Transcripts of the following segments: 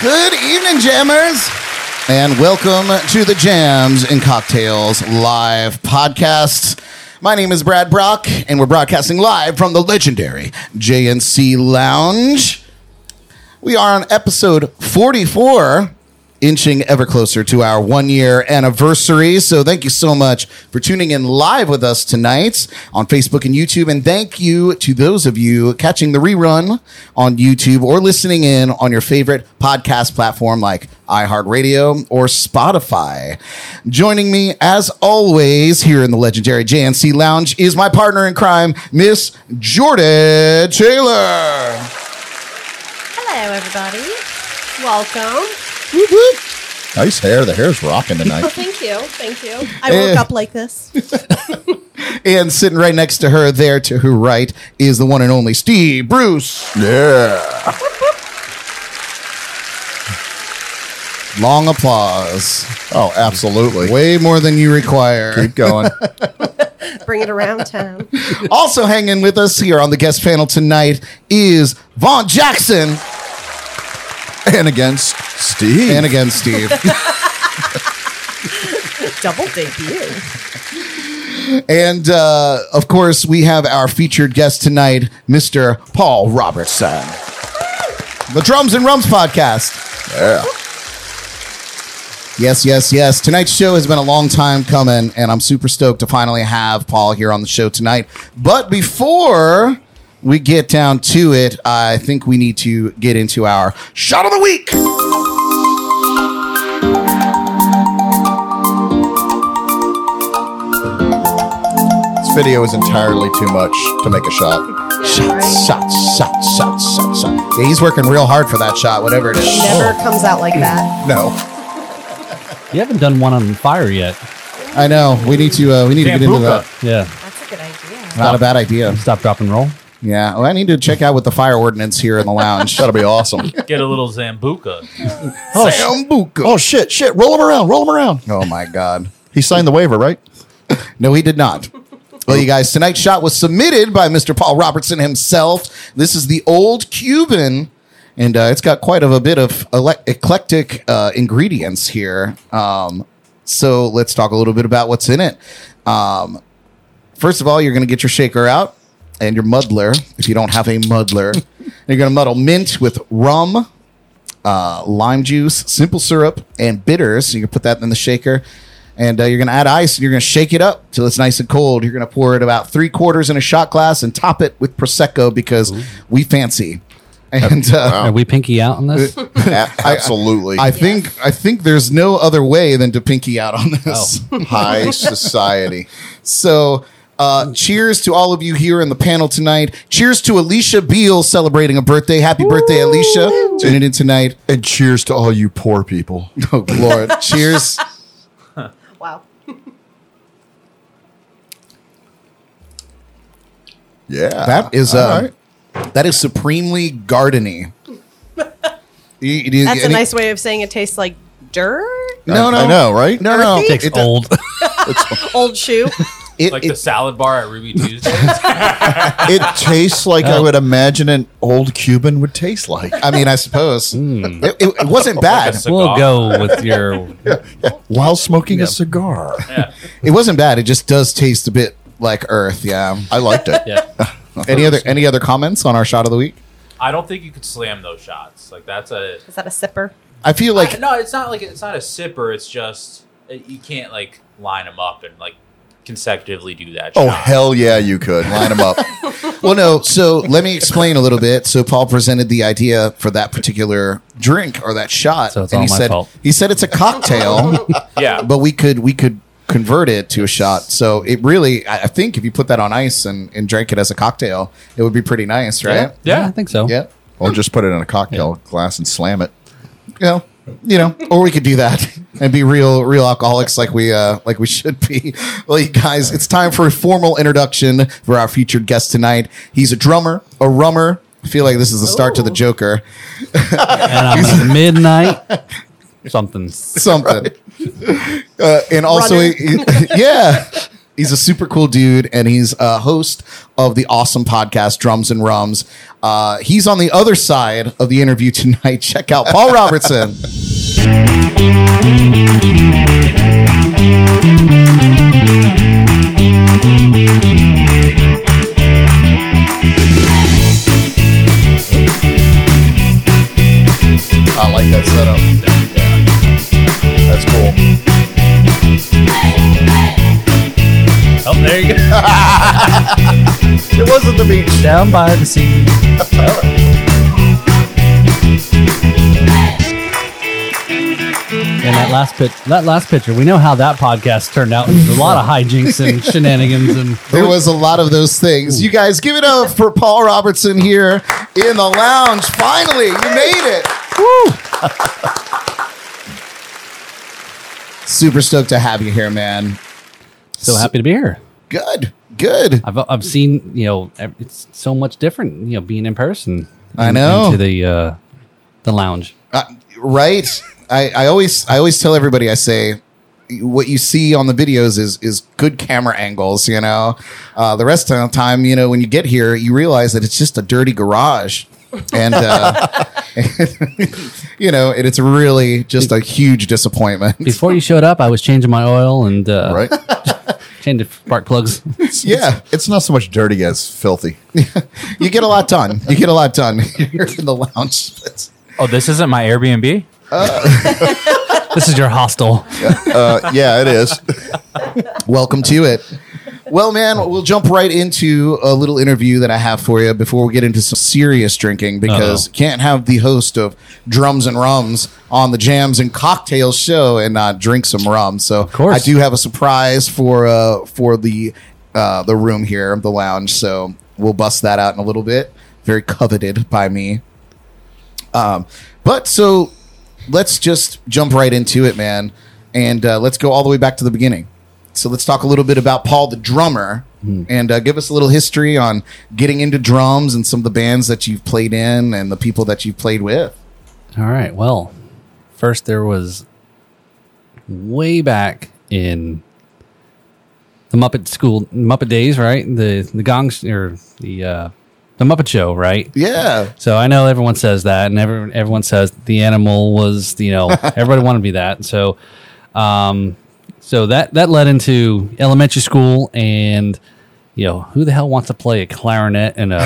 Good evening, jammers. And welcome to the Jams and Cocktails live podcast. My name is Brad Brock, and we're broadcasting live from the legendary JNC Lounge. We are on episode 44, inching ever closer to our one year anniversary. So, thank you so much for tuning in live with us tonight on Facebook and YouTube. And thank you to those of you catching the rerun on YouTube or listening in on your favorite podcast platform like iHeartRadio or Spotify. Joining me, as always, here in the legendary JNC Lounge is my partner in crime, Miss Jordan Taylor. Hello, everybody. Welcome. Whoop, whoop. Nice hair. The hair's rocking tonight. Thank you. Thank you. I woke Eh. up like this. And sitting right next to her, there to her right, is the one and only Steve Bruce. yeah. Long applause. Oh, absolutely. Way more than you require. Keep going. Bring it around town. also hanging with us here on the guest panel tonight is Vaughn Jackson. and against Steve. And again, Steve. Double debut. and uh, of course, we have our featured guest tonight, Mr. Paul Robertson. The Drums and Rums podcast. yeah. Yes, yes, yes. Tonight's show has been a long time coming, and I'm super stoked to finally have Paul here on the show tonight. But before we get down to it, I think we need to get into our shot of the week. This video is entirely too much to make a shot. Shot, shot, shot, shot, shot, shot. Yeah, he's working real hard for that shot, whatever it is. Oh, Never comes out like that. No. You haven't done one on fire yet. I know. We need to. Uh, we need to get into that. Yeah. That's a good idea. Not a bad idea. Stop, drop, and roll. Yeah. Well, I need to check out with the fire ordinance here in the lounge. That'll be awesome. get a little Zambuca. oh, sh- oh, shit. Shit. Roll him around. Roll him around. oh my god. He signed the waiver, right? No, he did not. Well, you guys, tonight's shot was submitted by Mr. Paul Robertson himself. This is the old Cuban, and uh, it's got quite of a bit of ele- eclectic uh, ingredients here. Um, so let's talk a little bit about what's in it. Um, first of all, you're going to get your shaker out and your muddler, if you don't have a muddler. you're going to muddle mint with rum, uh, lime juice, simple syrup, and bitters. You can put that in the shaker. And uh, you're going to add ice and you're going to shake it up till it's nice and cold. You're going to pour it about three quarters in a shot glass and top it with Prosecco because we fancy. And uh, Oh. Are we pinky out on this? A- absolutely. I think I think there's no other way than to pinky out on this. High society. So, uh, cheers to all of you here in the panel tonight. Cheers to Alicia Beal celebrating a birthday. Happy birthday, Alicia. Tuning in tonight. And cheers to all you poor people. Oh, Lord. cheers. Wow. Yeah. That is All uh, right. that is supremely gardeny. You- you- That's a any- nice way of saying it tastes like dirt. No, I- no, I know, right? No, no, Earthy? Takes It- old. Old shoe. It, like it- the salad bar at Ruby Tuesday. It tastes like Uh, I would imagine an old Cuban would taste like. I mean, I suppose it, it- it wasn't bad. Like a we'll go with your. While smoking a cigar. It wasn't bad. It just does taste a bit like earth. Yeah. I liked it. Yeah. Any other any other comments on our shot of the week? I don't think you could slam those shots. Like that's a Is that a sipper? I feel like no. It's not like it's not a sipper. It's just it, you can't like line them up and like consecutively do that. Oh shot. hell yeah, you could line them up. well, no. So let me explain a little bit. So Paul presented the idea for that particular drink or that shot, So it's and all he my said fault. he said it's a cocktail, yeah. but we could we could convert it to a shot. So it really, I I think, if you put that on ice and, and drank it as a cocktail, it would be pretty nice, right? I think so. Yeah. or just put it in a cocktail glass and slam it. Yeah. You know, or we could do that and be real, real alcoholics like we uh, like we should be. Well, you guys, it's time for a formal introduction for our featured guest tonight. He's a drummer, a rummer. I feel like this is the start to the Ooh. Joker. And I'm midnight. Something. something. Uh, and also, Runner. he- he- yeah, He's a super cool dude, and he's a host of the awesome podcast Drums and Rums. Uh, he's on the other side of the interview tonight. Check out Paul Robertson. I like that setup. That's cool. Oh, there you go. It wasn't the beach. Down by the sea. And that last pitch, that last picture, we know how that podcast turned out. There's a lot of hijinks and shenanigans, and There was a lot of those things. You guys, give it up for Paul Robertson here in the lounge. Finally, you made it. Woo! Super stoked to have you here, man. so happy to be here. Good, good. I've I've seen you know ev- it's so much different you know being in person. I in- know. into the uh, the lounge. Uh, right? I, I always I always tell everybody I say what you see on the videos is is good camera angles. You know, uh, the rest of the time, you know, when you get here, you realize that it's just a dirty garage, and uh, you know, and it's really just a huge disappointment. Before you showed up, I was changing my oil and uh, Right? changing spark plugs. yeah, It's not so much dirty as filthy. you get a lot done. You get a lot done here in the lounge. Oh, this isn't my Airbnb. this is your hostel. Uh, yeah, it is. Welcome to it. Well, man, we'll jump right into a little interview that I have for you before we get into some serious drinking because Uh-oh. can't have the host of Drums and Rums on the Jams and Cocktails show and not drink some rum. So, of course. I do have a surprise for uh, for the uh, the room here, the lounge. So we'll bust that out in a little bit. Very coveted by me. Um, but so let's just jump right into it, man, and uh, let's go all the way back to the beginning. So let's talk a little bit about Paul the drummer, Hmm. and uh, give us a little history on getting into drums and some of the bands that you've played in and the people that you've played with. All right. Well, first there was way back in the Muppet School Muppet days, right? The the gong sh- or the uh, the Muppet Show, right? Yeah, So I know everyone says that, and everyone everyone says the animal was you know everybody wanted to be that. So, um, so that that led into elementary school, and you know who the hell wants to play a clarinet and a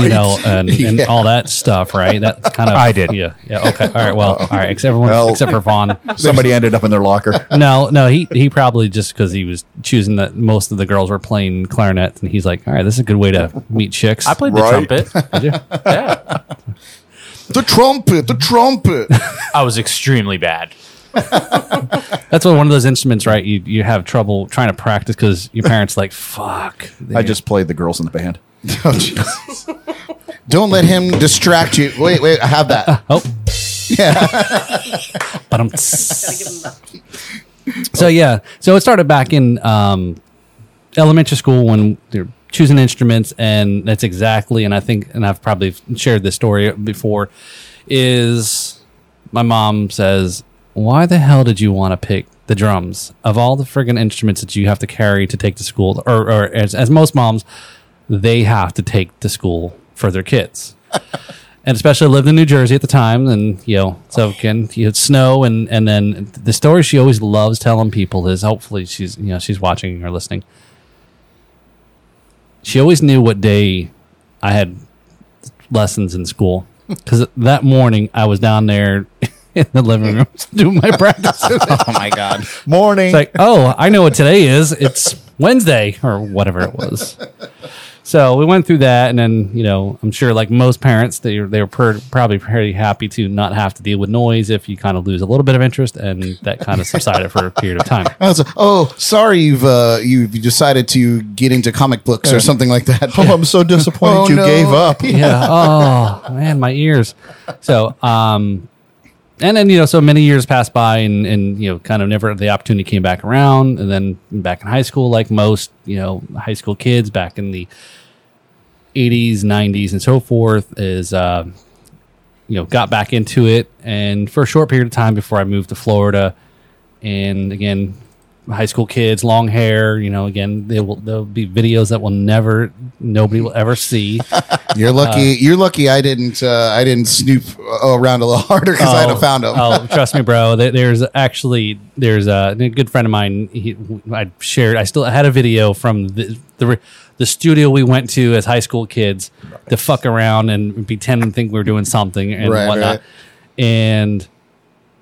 you know and, and all that stuff, right? That kind of I did. Yeah. Yeah. Okay. All right. Well. All right. Except everyone Well- except for Vaughn. Somebody ended up in their locker. No, no, he he probably just because he was choosing that most of the girls were playing clarinet, and he's like, all right, this is a good way to meet chicks. I played Right. the trumpet. Did you? Yeah, the trumpet, the trumpet. I was extremely bad. That's what one of those instruments, right? You you have trouble trying to practice because your parents like fuck. I just played the girls in the band. Oh, Jesus. Don't let him distract you. Wait, wait, I have that. oh Yeah. but I'm so yeah. So it started back in um, elementary school when they're choosing instruments, and that's exactly. And I think, and I've probably shared this story before. Is my mom says, "Why the hell did you want to pick the drums of all the friggin' instruments that you have to carry to take to school?" Or, or as, as most moms, they have to take to school for their kids. and especially I lived in New Jersey at the time, and you know, so again, you had snow, and and then the story she always loves telling people is hopefully she's you know she's watching or listening. She always knew what day I had lessons in school because that morning I was down there in the living room doing my practices. Oh my God. Morning. It's like, oh, I know what today is. It's Wednesday or whatever it was. So we went through that, and then you know, I'm sure like most parents, they they were per- probably pretty happy to not have to deal with noise if you kind of lose a little bit of interest, and that kind of subsided for a period of time. I was like, oh, sorry you've uh, you've decided to get into comic books or something like that. oh, I'm so disappointed Oh, you no. gave up. yeah. Oh man, my ears. So, um, and then you know, so many years passed by, and and you know, kind of never the opportunity came back around. And then back in high school, like most you know high school kids back in the '80s, '90s, and so forth, is uh, you know got back into it, and for a short period of time before I moved to Florida, and again high school kids, long hair. You know, again, they will there'll be videos that will never nobody will ever see. You're Uh, lucky. you're lucky. I didn't. Uh, I didn't snoop uh, around a little harder because I'd have found him. oh, trust me, bro. There- There's actually there's a, a good friend of mine. He, I shared. I still had a video from the, the re- the studio we went to as high school kids to fuck around and pretend and think we were doing something and Right, whatnot. right. And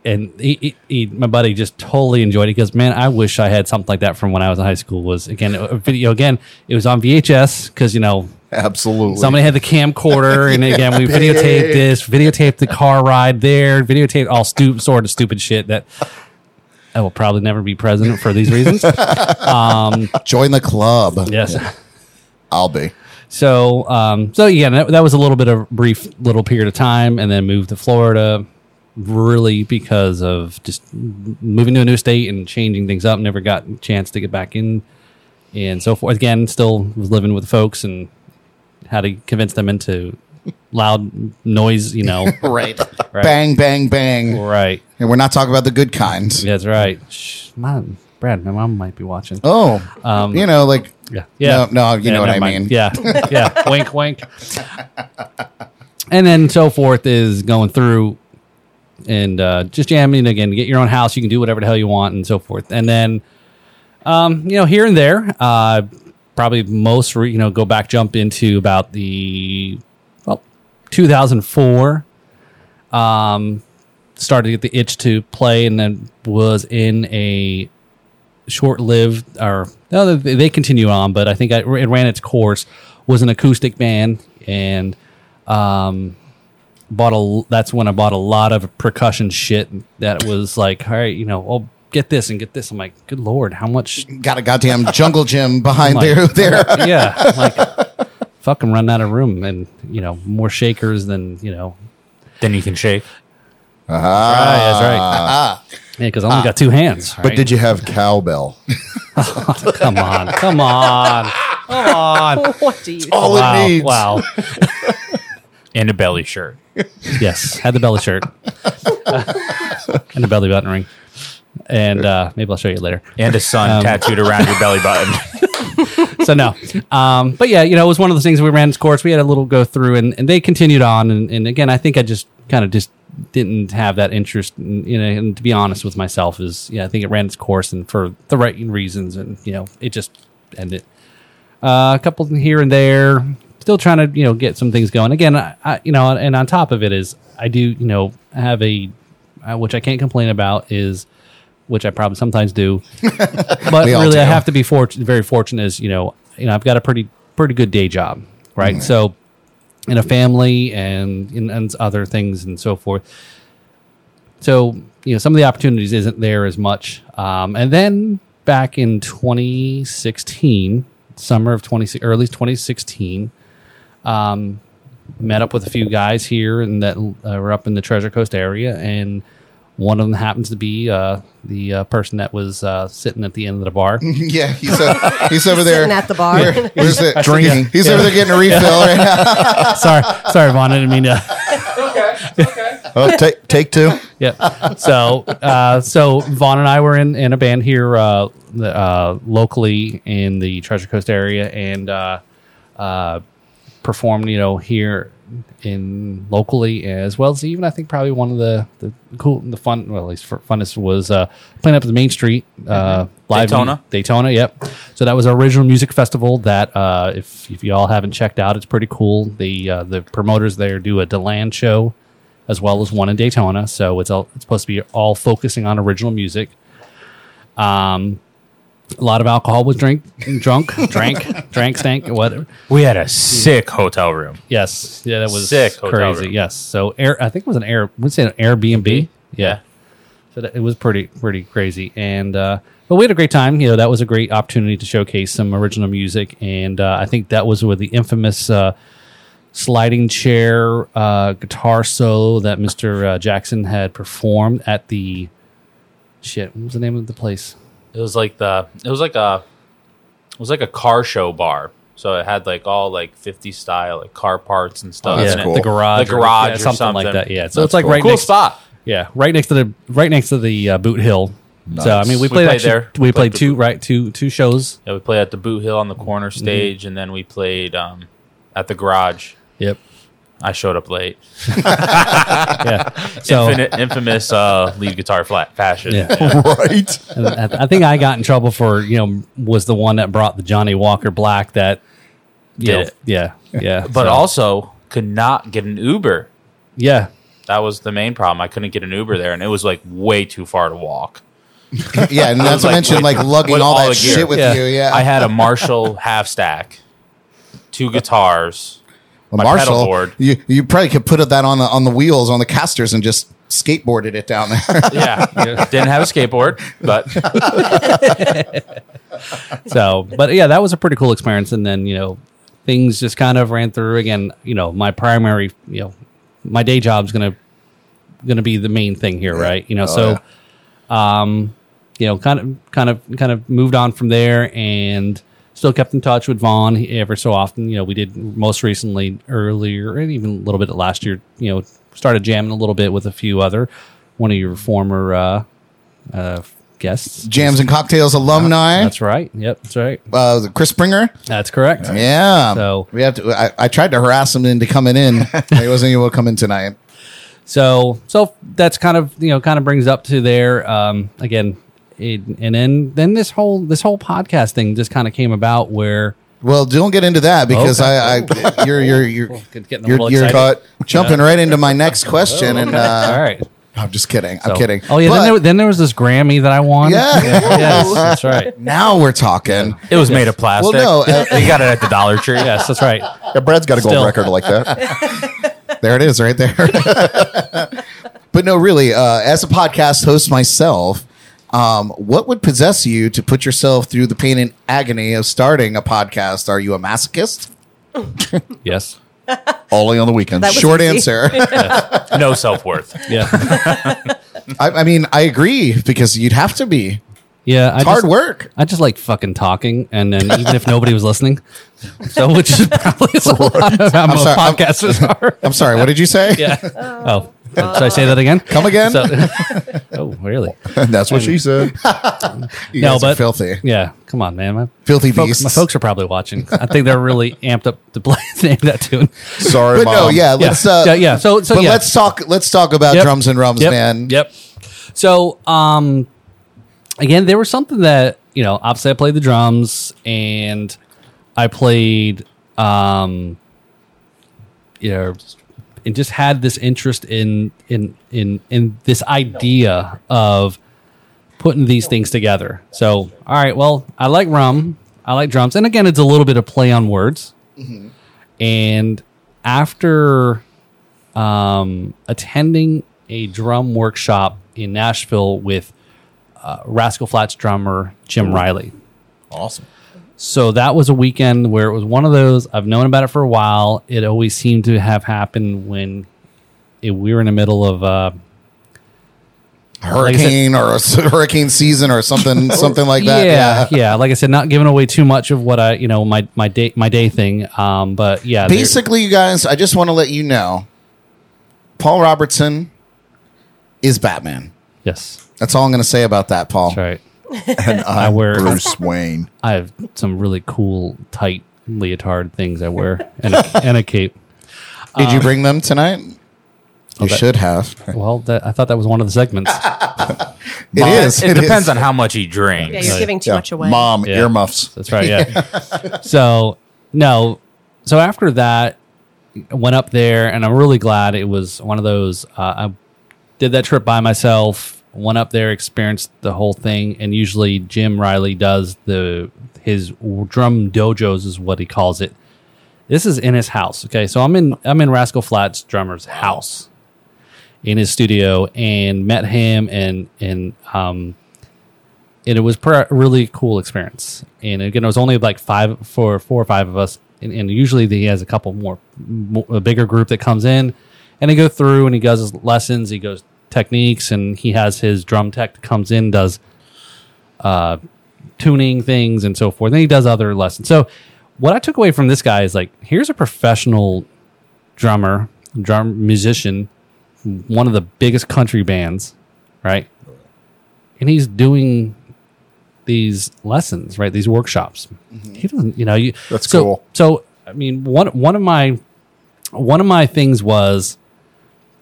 and he, he, he, my buddy just totally enjoyed it because man i wish i had something like that from when i was in high school was again a video again it was on vhs because you know Absolutely. Somebody had the camcorder, and again, we videotaped this, videotaped the car ride there, videotaped all stu- sort of stupid shit that I will probably never be president for these reasons. Join the club. yes. I'll be. So, um, so yeah, that, that was a little bit of brief little period of time, and then moved to Florida, really because of just moving to a new state and changing things up. Never got a chance to get back in, and so forth. Again, still was living with folks and had to convince them into loud noise. You know, Right. Right. Bang, bang, bang. right? And we're not talking about the good kinds. That's right. Shh, mom, Brad, my mom might be watching. Oh, Um, you know, like Yeah. No, no, you know what never I mind. mean. Yeah. Yeah. wink, wink. And then so forth is going through and uh, just jamming again. Get your own house. You can do whatever the hell you want and so forth. And then, um, you know, here and there, uh, probably most, re- you know, go back, jump into about the, well, 2004. Um, started to get the itch to play and then was in a short-lived or no they they continue on but i think I, it ran its course was an acoustic band and um bought a that's when i bought a lot of percussion shit that was like all right you know i'll get this and get this i'm like good lord how much got a goddamn jungle gym behind Like- there. There. yeah like fuck i'm running out of room and you know more shakers than you know Then you can shake. right, that's right yeah because i only got two hands but did you have cowbell? you come on come on come on what do you? All wow, wow And a belly shirt. Yes, had the belly shirt and the belly button ring, and uh, maybe I'll show you later. And a sun tattooed around your belly button. So no, um, but yeah, you know, it was one of those things we ran its course. We had a little go through, and, and they continued on. And, and again, I think I just kind of just didn't have that interest. In, you know, and to be honest with myself, is yeah, I think it ran its course, and for the right reasons, and you know, it just ended. Uh, a couple here and there. Still trying to you know get some things going. Again, I, I you know, and on top of it is I do you know have a uh, which I can't complain about is which I probably sometimes do, but We all really I do. have to be fortunate, very fortunate is you know you know I've got a pretty pretty good day job, right? Mm-hmm. So in a family and and and other things and so forth so you know some of the opportunities isn't there as much um, and then back in 2016 summer of 20 early 2016 um, met up with a few guys here and that uh, were up in the treasure coast area and one of them happens to be uh, the uh, person that was uh, sitting at the end of the bar yeah. He's, uh, he's over there. Sitting at the bar. Where's the Drinking. He's over there getting a refill right now. sorry sorry vaughn i didn't mean to Oh, take take two. yeah. So, uh, so Vaughn and I were in, in a band here uh, the, uh, locally in the Treasure Coast area and uh, uh, performed, you know, here in locally as well as even I think probably one of the, the cool the fun well at least for funnest was uh, playing up at the Main Street uh, live mu- Daytona. Daytona, yep. So that was our original music festival that uh, if if y'all haven't checked out, it's pretty cool. The uh, the promoters there do a Deland show as well as one in Daytona. So it's all it's supposed to be all focusing on original music. Um, a lot of alcohol was drink, drunk, drank, drank, stank, whatever. We had a sick hotel room. Yes, yeah, that was Sick hotel crazy. room. Yes, so air, I think it was an air. What's it? An Airbnb. Yeah, so that, it was pretty pretty crazy. And uh, but we had a great time. You know, that was a great opportunity to showcase some original music. And uh, I think that was where the infamous uh, sliding chair uh, guitar solo that Mr. Uh, Jackson had performed at the shit. What was the name of the place? It was like the it was like a it was like a car show bar. So it had like all like 50 style like car parts and stuff. Oh, that's in it. cool. the garage, The garage yeah, or something, like something. that. Yeah, so That's it's like cool. right Cool next. spot. Yeah, right next to the right next to the uh, boot hill So I mean, we We played, played actually- there. We We played, played two right two two shows. Yeah, we played at the Boot Hill on the corner Mm-hmm. stage, and then we played um, at the garage. Yep. I showed up late. Yeah. So Infin- infamous uh, lead guitar flat fashion. Yeah. right? And I th- I think I got in trouble for you know was the one that brought the Johnny Walker Black that you Did know, it. yeah yeah But so, also could not get an Uber. yeah That was the main problem. I couldn't get an Uber there, and it was like way too far to walk. Yeah, and not to Like, mention with- like lugging with all, all that the gear. shit with Yeah. you. Yeah, I had a Marshall half stack, two guitars. Well, my Marshall. pedal board. You you probably could put that on the on the wheels on the casters and just skateboarded it down there. Yeah, didn't have a skateboard, but so but yeah that was a pretty cool experience and then you know things just kind of ran through again you know my primary you know my day job's gonna gonna be the main thing here right you know so um you know kind of kind of kind of moved on from there and still kept in touch with Vaughn ever so often you know we did most recently earlier and even a little bit last year you know started jamming a little bit with a few other one of your former uh uh guests Jams and cocktails alumni. that's right yep that's right uh, was it Chris Springer. that's correct. Yeah. So- we have to. I, I tried to harass him into coming in. he wasn't able to come in tonight. So so that's kind of you know kind of brings up to there um, again, it, and then then this whole this whole podcast thing just kind of came about where Well, don't get into that because I, Oh. I you're you're you're Get- getting a you're, little you're excited. caught- jumping right into my next question, and all uh, right. I'm just kidding. So- I'm kidding. Oh yeah, But then there, then there was this Grammy that I won. Yeah. yes, that's right. now we're talking. it was made of plastic. Well, no, uh, you got it at the Dollar Tree. Yes, that's right. Yeah, Brad's got a gold Still. record like that. There it is, right there. but no, really, uh, as a podcast host myself, um, what would possess you to put yourself through the pain and agony of starting a podcast? Are you a masochist? Yes. Only on the weekends. That was Short easy. answer. No self worth. Yeah. I, I mean, I agree because you'd have to be. Yeah. I It's hard just, work. I just like fucking talking, and then even if nobody was listening, so which is probably a lot of how most sorry, I'm- podcasters are. I'm sorry. What did you say? Yeah. Oh, should I say that again? Come again? So, oh, really? That's what she said. you no, guys are but- filthy, Yeah, come on, man. My, filthy folks- beasts. my folks are probably watching. I think they're really amped up to play name that tune. Sorry, but mom. no, yeah. Yeah, Let's. Uh, yeah, yeah. So, so but yeah. let's talk. Let's talk about Yep. drums and rums, Yep. man. Yep. So, um, again, there was something that you know. Obviously, I played the drums, and I played, um, you know, and just had this interest in in in in this idea of putting these things together. So, all right, well, I like rum, I like drums, and again, it's a little bit of play on words. And after um, attending a drum workshop in Nashville with uh, Rascal Flats drummer Jim Riley. Awesome. So that was a weekend where it was one of those. I've known about it for a while. It always seemed to have happened when it, we were in the middle of uh, I said- Hurricane or a s- hurricane season or something, something like that. yeah, yeah, Like I said, not giving away too much of what I, you know, my my day my day thing. Um, but yeah, there- Basically, you guys, I just want to let you know Paul Robertson is Batman. yes, That's all I'm going to say about that, Paul. that's right. And i wear- Bruce Wayne. I have some really cool tight leotard things I wear and a, and a cape. Did Uh, you bring them tonight? You should have. Well, that, I thought that was one of the segments. It is. Uh, It, is. depends on how much he Yeah, drinks. you're giving too Yeah. much away. Mom, Yeah. earmuffs. That's right. Yeah. so no. So after that, I went up there, and I'm really glad it was one of those. Uh, I did that trip by myself. Went up there, experienced the whole thing, and usually Jim Riley does the his drum dojos is what he calls it. This is in his house. Okay, so I'm in I'm in Rascal Flats drummer's house in his studio and met him and and um and it was per- a really cool experience. And again, it was only like five, four, four or five of us, and, and usually he has a couple more, mo a bigger group that comes in, and he go through and he does his lessons, he goes techniques, and he has his drum tech that comes in, does uh, tuning things and so forth. And he does other lessons. So what I took away from this guy is like, here's a professional drummer, drum musician, one of the biggest country bands, right? and he's doing these lessons, right? These workshops. He doesn't, you know, you Mm-hmm. That's so, cool. So I mean, one one of my one of my things was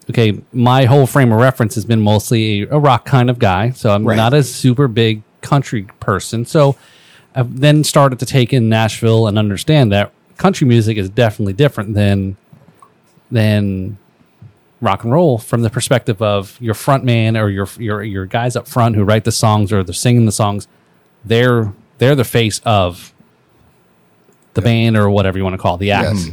okay. My whole frame of reference has been mostly a, a rock kind of guy, so I'm Right. not a super big country person. So I've then started to take in Nashville and understand that country music is definitely different than than rock and roll from the perspective of your front man or your your your guys up front who write the songs or they're singing the songs they're they're the face of the band or whatever you want to call it, the act Yes.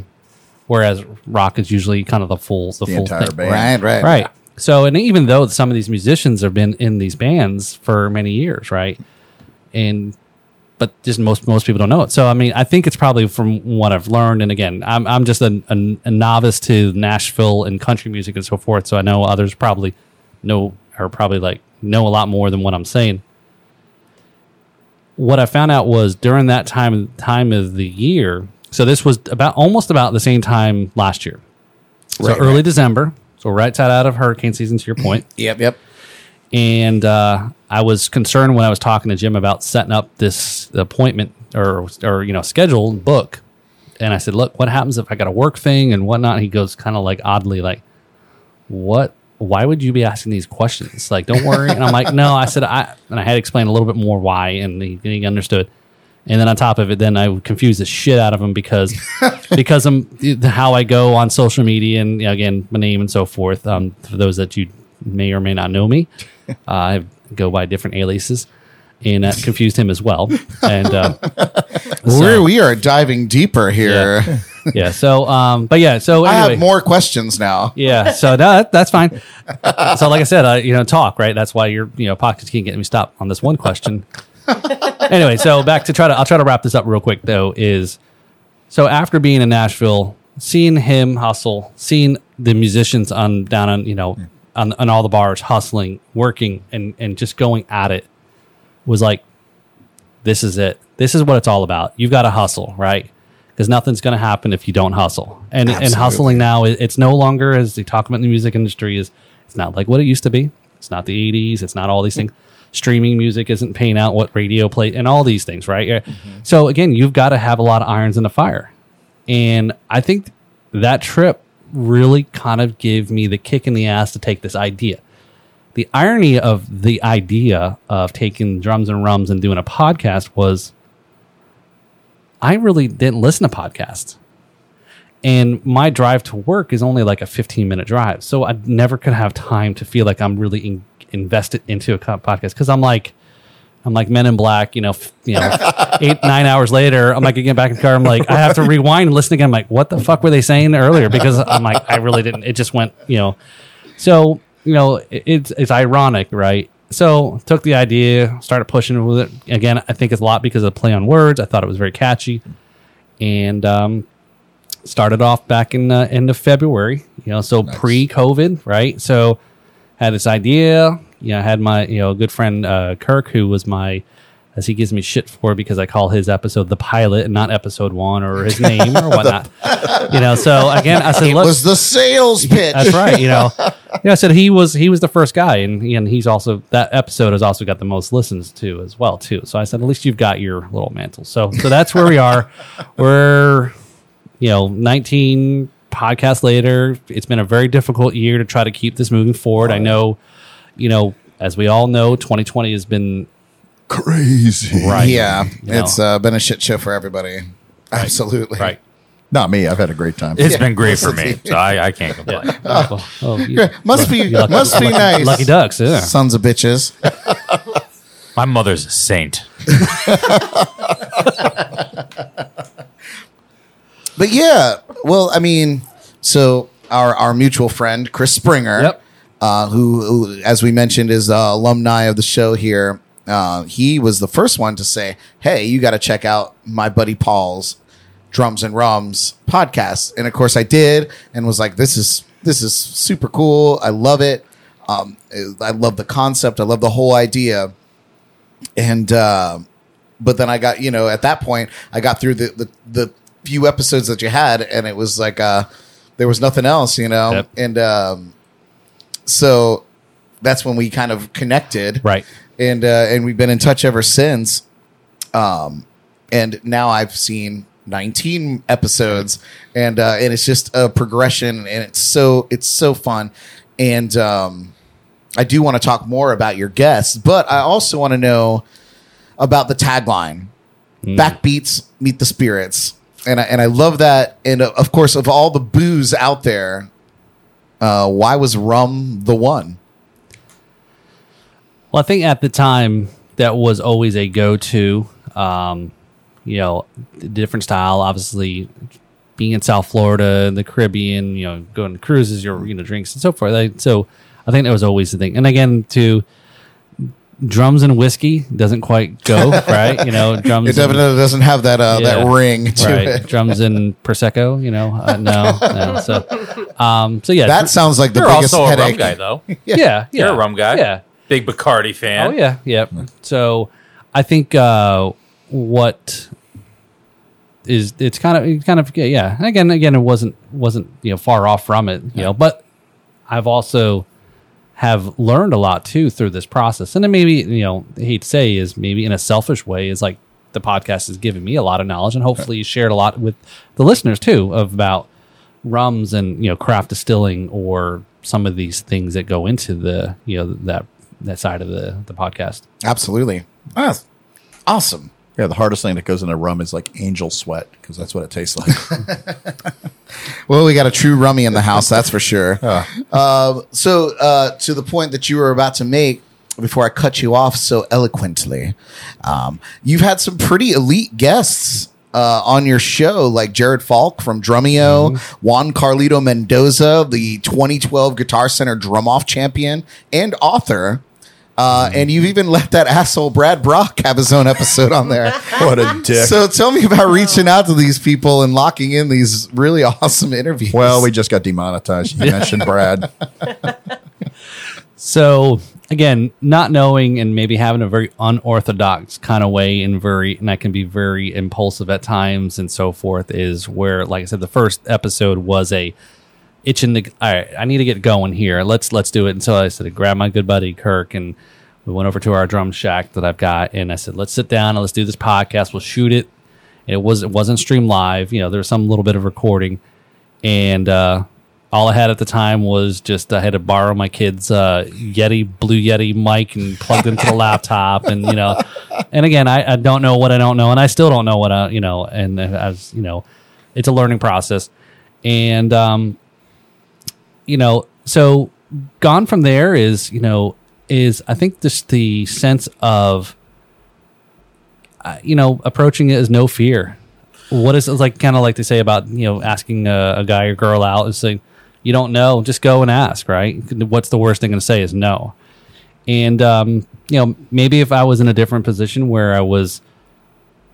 whereas rock is usually kind of the full the, The full entire thing band. Right, right, right so and even though some of these musicians have been in these bands for many years right and but just most most people don't know it so i mean i think it's probably from what i've learned and again i'm, I'm just a, a, a novice to nashville and country music and so forth so i know others probably know or probably like know a lot more than what i'm saying what I found out was during that time time of the year. So this was about almost about the same time last year. So Right, early December. So right side out of hurricane season to your point. Yep, yep. And uh, I was concerned when I was talking to Jim about setting up this appointment or or you know schedule and book. And I said, look, what happens if I got a work thing and whatnot? he goes kind of like oddly like, what? Why would you be asking these questions? Like, don't worry. And I'm like, no. I said, I and I had to explain a little bit more why, and he, he understood. And then on top of it, then I would confuse the shit out of him because because I'm how I go on social media and you know, again my name and so forth. Um, for those that you may or may not know me, uh, I go by different aliases, and that confused him as well. And uh, We're, we are diving deeper here. yeah, so um, but yeah, so I anyway, have more questions now. yeah, so that that's fine. So like I said, I, you know, talk right. That's why your you know pockets can't get me stopped on this one question. anyway, so back to try to I'll try to wrap this up real quick though is so after being in Nashville, seeing him hustle, seeing the musicians on down on you know on, on all the bars hustling, working, and and just going at it was like, this is it. This is what it's all about. You've got to hustle, right? Because nothing's going to happen if you don't hustle. And and Absolutely. hustling now, it- it's no longer as they talk about in the music industry is it's not like what it used to be. It's not the '80s. It's not all these things. Streaming music isn't paying out what radio play and all these things, right? Yeah. So again, you've got to have a lot of irons in the fire. And I think that trip really kind of gave me the kick in the ass to take this idea. The irony of the idea of taking drums and rums and doing a podcast was I really didn't listen to podcasts. And my drive to work is only like a 15 minute drive. So I never could have time to feel like I'm really in, invested into a co- podcast because I'm like, I'm like Men in Black, you know, f- you know, eight nine hours later, I'm like I get back in the car. I'm like I have to rewind and listen again. I'm like, what the fuck were they saying earlier? Because I'm like I really didn't. It just went, you know. So you know, it- it's it's ironic, right? So took the idea, started pushing with it again. I think it's a lot because of the play on words. I thought it was very catchy, and um, started off back in the end of February. You know, so pre COVID, right? So had this idea. You know, I had my you know good friend uh, Kirk, who was my, as he gives me shit for because I call his episode the pilot and not episode one or his name or whatnot. you know, so again, I said, It let's. was the sales pitch. That's right. You know, yeah. I said he was he was the first guy, and and he's also that episode has also got the most listens to as well too. So I said at least you've got your little mantle. So so that's where we are. We're you know 19 podcasts later. It's been a very difficult year to try to keep this moving forward. I know, you know, as we all know, 2020 has been Crazy. right. Yeah, You know. it's uh, been a shit show for everybody. Absolutely. Right. Not me. I've had a great time. It's been great for me, so I, I can't complain. Uh, Oh, oh, you- Must be lucky- must be nice. Lucky ducks. Yeah. Sons of bitches. My mother's a saint. But yeah, well, I mean, so our our mutual friend Chris Springer, Yep. uh, who, who, as we mentioned, is uh, alumni of the show here. Uh, he was the first one to say, "Hey, you got to check out my buddy Paul's Drums and Rums podcast." And of course, I did, and was like, "This is this is super cool. I love it. Um, I love the concept. I love the whole idea." and uh, but then I got you know at that point I got through the the, the few episodes that you had and it was like uh, there was nothing else you know Yep. and um, so that's when we kind of connected, Right. And uh, and we've been in touch ever since. Um, and now I've seen 19 episodes, and uh, and it's just a progression, and it's so it's so fun, and um, I do want to talk more about your guests, but I also want to know about the tagline backbeats meet the spirits and I, and I love that and uh, of course of all the booze out there uh, why was rum the one Well, I think at the time that was always a go-to. Um, you know, d- different style. Obviously, being in South Florida, the Caribbean, you know, going to cruises, your you know drinks and so forth. Like, so I think that was always the thing. And again, to drums and whiskey doesn't quite go right. You know, drums. it definitely doesn't have that uh, that Yeah. ring to and, right, it drums and prosecco. You know, uh, no, no. So, um, so yeah, that sounds like the You're biggest also a rum headache guy, though. yeah, yeah, You're a rum guy. Yeah, Big Bacardi fan. Oh yeah, yeah. So I think uh, what is it's kind of it's kind of yeah. And Again, again, it wasn't wasn't you know far off from it, you know. But I've also have learned a lot too through this process, and then maybe you know I hate to say is maybe in a selfish way is like the podcast has given me a lot of knowledge, and hopefully shared a lot with the listeners too of about rums and you know craft distilling or some of these things that go into the you know that that side of the the podcast. absolutely Ah, awesome yeah, the hardest thing that goes in a rum is like angel sweat because that's what it tastes like. well we got a true rummy in the house that's for sure Uh, so uh, to the point that you were about to make before I cut you off so eloquently, um, you've had some pretty elite guests uh, on your show, like Jared Falk from Drumeo, Juan Carlito Mendoza, the 2012 Guitar Center Drum Off Champion and author. Uh, and you've even let that asshole Brad Brock have his own episode on there. what a dick. so tell me about reaching out to these people and locking in these really awesome interviews. well, we just got demonetized. You mentioned Brad. So again, not knowing and maybe having a very unorthodox kind of way and very and I can be very impulsive at times and so forth is where like I said the first episode was a itching to all right, I need to get going here. Let's let's do it. And so I said I grabbed my good buddy Kirk and we went over to our drum shack that I've got and I said, let's sit down and let's do this podcast. We'll shoot it. And it was it wasn't streamed live, you know, there was some little bit of recording and uh, all I had at the time was just I had to borrow my kid's uh, Yeti Blue Yeti mic and plugged into the laptop, and you know, and again, I, I don't know what I don't know, and I still don't know what I you know, and as you know, it's a learning process, and um, you know, so gone from there is you know is I think just the sense of uh, you know approaching it is no fear what is it like kind of like they say about you know asking a, a guy or girl out is saying you don't know just go and ask right what's the worst thing going to say is no and um, you know maybe if i was in a different position where i was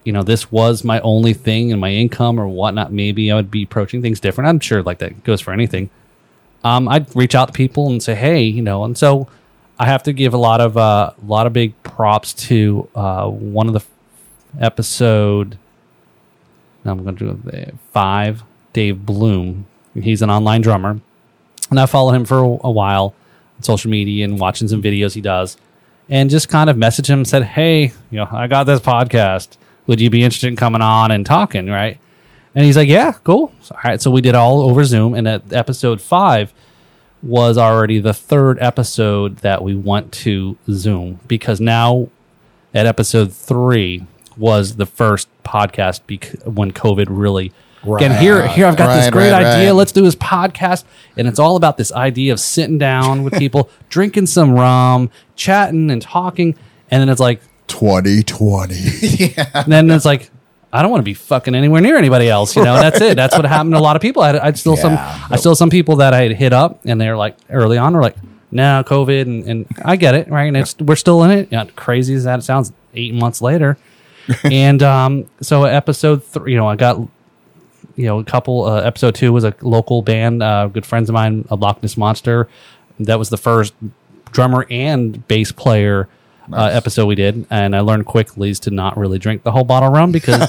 you know this was my only thing and my income or whatnot maybe i would be approaching things different i'm sure like that goes for anything um, I'd reach out to people and say, hey, you know, and so I have to give a lot of uh, a lot of big props to uh, one of the f- episode. I'm going to do uh, five. Dave Bloom, he's an online drummer, and I followed him for a, a while on social media and watching some videos he does, and just kind of messaged him and said, hey, you know, I got this podcast. Would you be interested in coming on and talking? Right. And he's like, "Yeah, cool." So, all right, so we did all over Zoom, and at episode five was already the third episode that we went to Zoom because now at episode three was the first podcast bec- when COVID really. And here, here I've got this Right, great right, idea. right. Let's do this podcast, and it's all about this idea of sitting down with people, drinking some rum, chatting and talking, and then it's like 2020. and then it's like, I don't want to be fucking anywhere near anybody else. You know, that's it. That's what happened to a lot of people. I, I'd still some, I still some people that I had hit up, and they're like early on, were like, no, COVID, and, and I get it, right? And it's we're still in it. Yeah, crazy as that sounds, eight months later, and um, so episode three, you know, I got. You know, a couple. Uh, episode two was a local band, uh, good friends of mine, a Loch Ness Monster. That was the first drummer and bass player uh, episode we did, and I learned quickly is to not really drink the whole bottle of rum because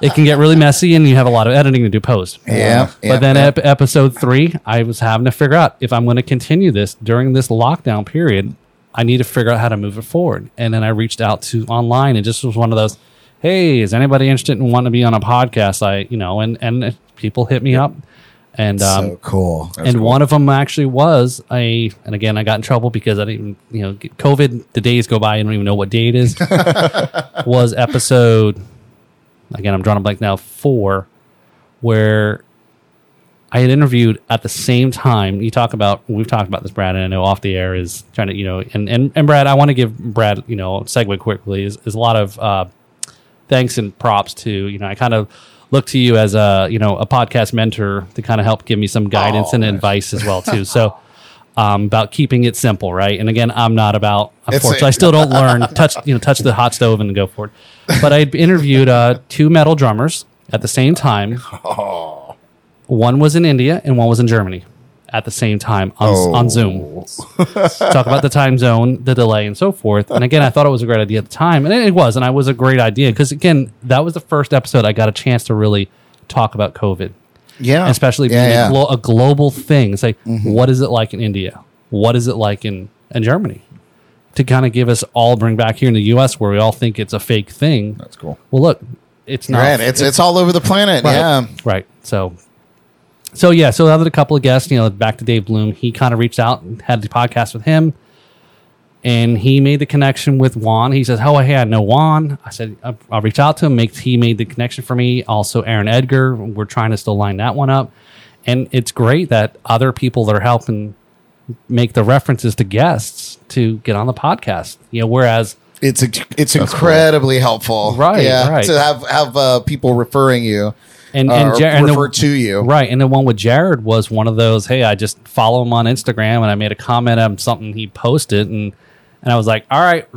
it can get really messy, and you have a lot of editing to do post. Yeah, But yeah, then yeah. ep- episode three, I was having to figure out if I'm going to continue this during this lockdown period. I need to figure out how to move it forward. And then I reached out to online, and just was one of those, hey, is anybody interested in wanting to be on a podcast? I, you know, and and people hit me up, and um, so cool. and one of them actually was a, and again, I got in trouble because I didn't, you know, get COVID, the days go by, I don't even know what day it is. was episode, again, I'm drawing a blank now, four, where I had interviewed at the same time. You talk about, we've talked about this, Brad, and I know off the air is trying to, you know, and, and, and Brad, I want to give Brad, you know, segue quickly, is, is a lot of, uh, thanks and props to you know i kind of look to you as a you know a podcast mentor to kind of help give me some guidance and advice as well too so um, about keeping it simple right and again i'm not about unfortunately i still don't learn touch you know touch the hot stove and go for it but i interviewed uh, two metal drummers at the same time one was in india and one was in germany at the same time on, on zoom talk about the time zone, the delay, and so forth. And again, I thought it was a great idea at the time, and it was, and I was a great idea because again, that was the first episode I got a chance to really talk about COVID, yeah, especially yeah, being yeah. Mm-hmm. A, glo- a global thing. It's like, what is it like in India? What is it like in, in Germany? To kind of give us all bring back here in the U.S. where we all think it's a fake thing. That's cool. Well, look, it's not. Right, it's it's all over the planet. Yeah, Right. So, so yeah. So other a couple of guests, you know, back to Dave Bloom, he kind of reached out and had the podcast with him, and he made the connection with Juan. He says, "Oh, hey, I know Juan." I said, "I'll, I'll reach out to him." Makes he made the connection for me. Also, Aaron Edgar. We're trying to still line that one up, and it's great that other people that are helping make the references to guests to get on the podcast. You know, whereas it's it's it's incredibly helpful. Right, yeah, right. to have have uh, people referring you and uh, and, or Jer- and the- refer to you. Right. And the one with Jared was one of those, hey, I just follow him on Instagram and I made a comment on something he posted and and I was like, all right,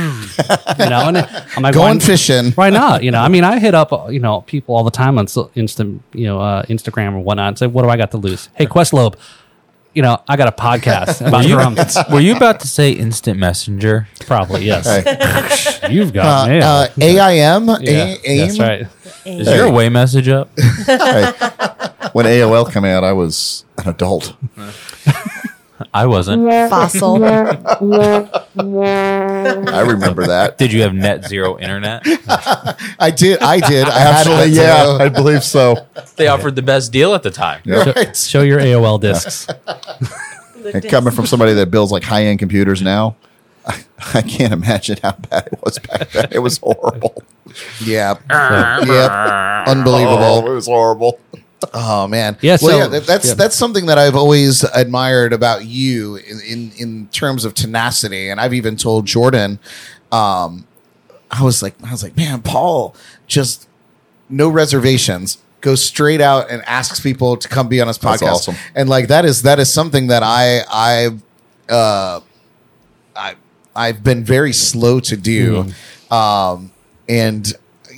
you know, and I'm like, Going why- fishing. Why not? You know, I mean, I hit up, uh, you know, people all the time on so- instant, you know, uh, Instagram or whatnot and say, what do I got to lose? Hey, Questlobe, you know, I got a podcast about drums. Were you about to say instant messenger? Probably, yes. Hey. You've Uh, got mail. uh, AIM, yeah, A- AIM. that's right. Is your away message up? Hey, when AOL came out, I was an adult. I wasn't. Fossil. I remember that. Did you have net zero internet? I did, I did, I had it. Actually, yeah, I believe so. They offered the best deal at the time. Show, show your AOL discs. And coming from somebody that builds like high end computers now, I, I can't imagine how bad it was back then. It was horrible. yeah, yeah, unbelievable. it was horrible. Oh man. Yeah, Well, so- yeah, that- that's yeah. that's something that I've always admired about you in, in in terms of tenacity, and I've even told Jordan, um, I was like, I was like, man, Paul, just no reservations. Goes straight out and asks people to come be on his podcast, That's awesome. and like that is that is something that I I've uh, I I've been very slow to do, Mm-hmm. um, and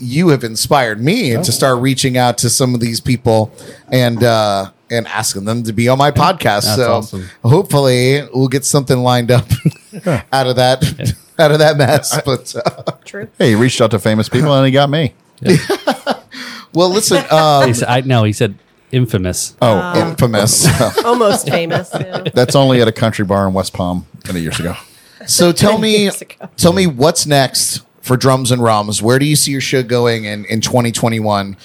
you have inspired me Oh. to start reaching out to some of these people and uh, and asking them to be on my podcast. so awesome. hopefully we'll get something lined up out of that out of that mess. But uh, True. Hey, he reached out to famous people and he got me. well, listen, um, He said, I, no, he said infamous. Oh, it- infamous. Almost famous. yeah. that's only at a country bar in West Palm many years ago. So tell me, years ago. tell me what's next for Drums and Rums. Where do you see your show going in in 2021?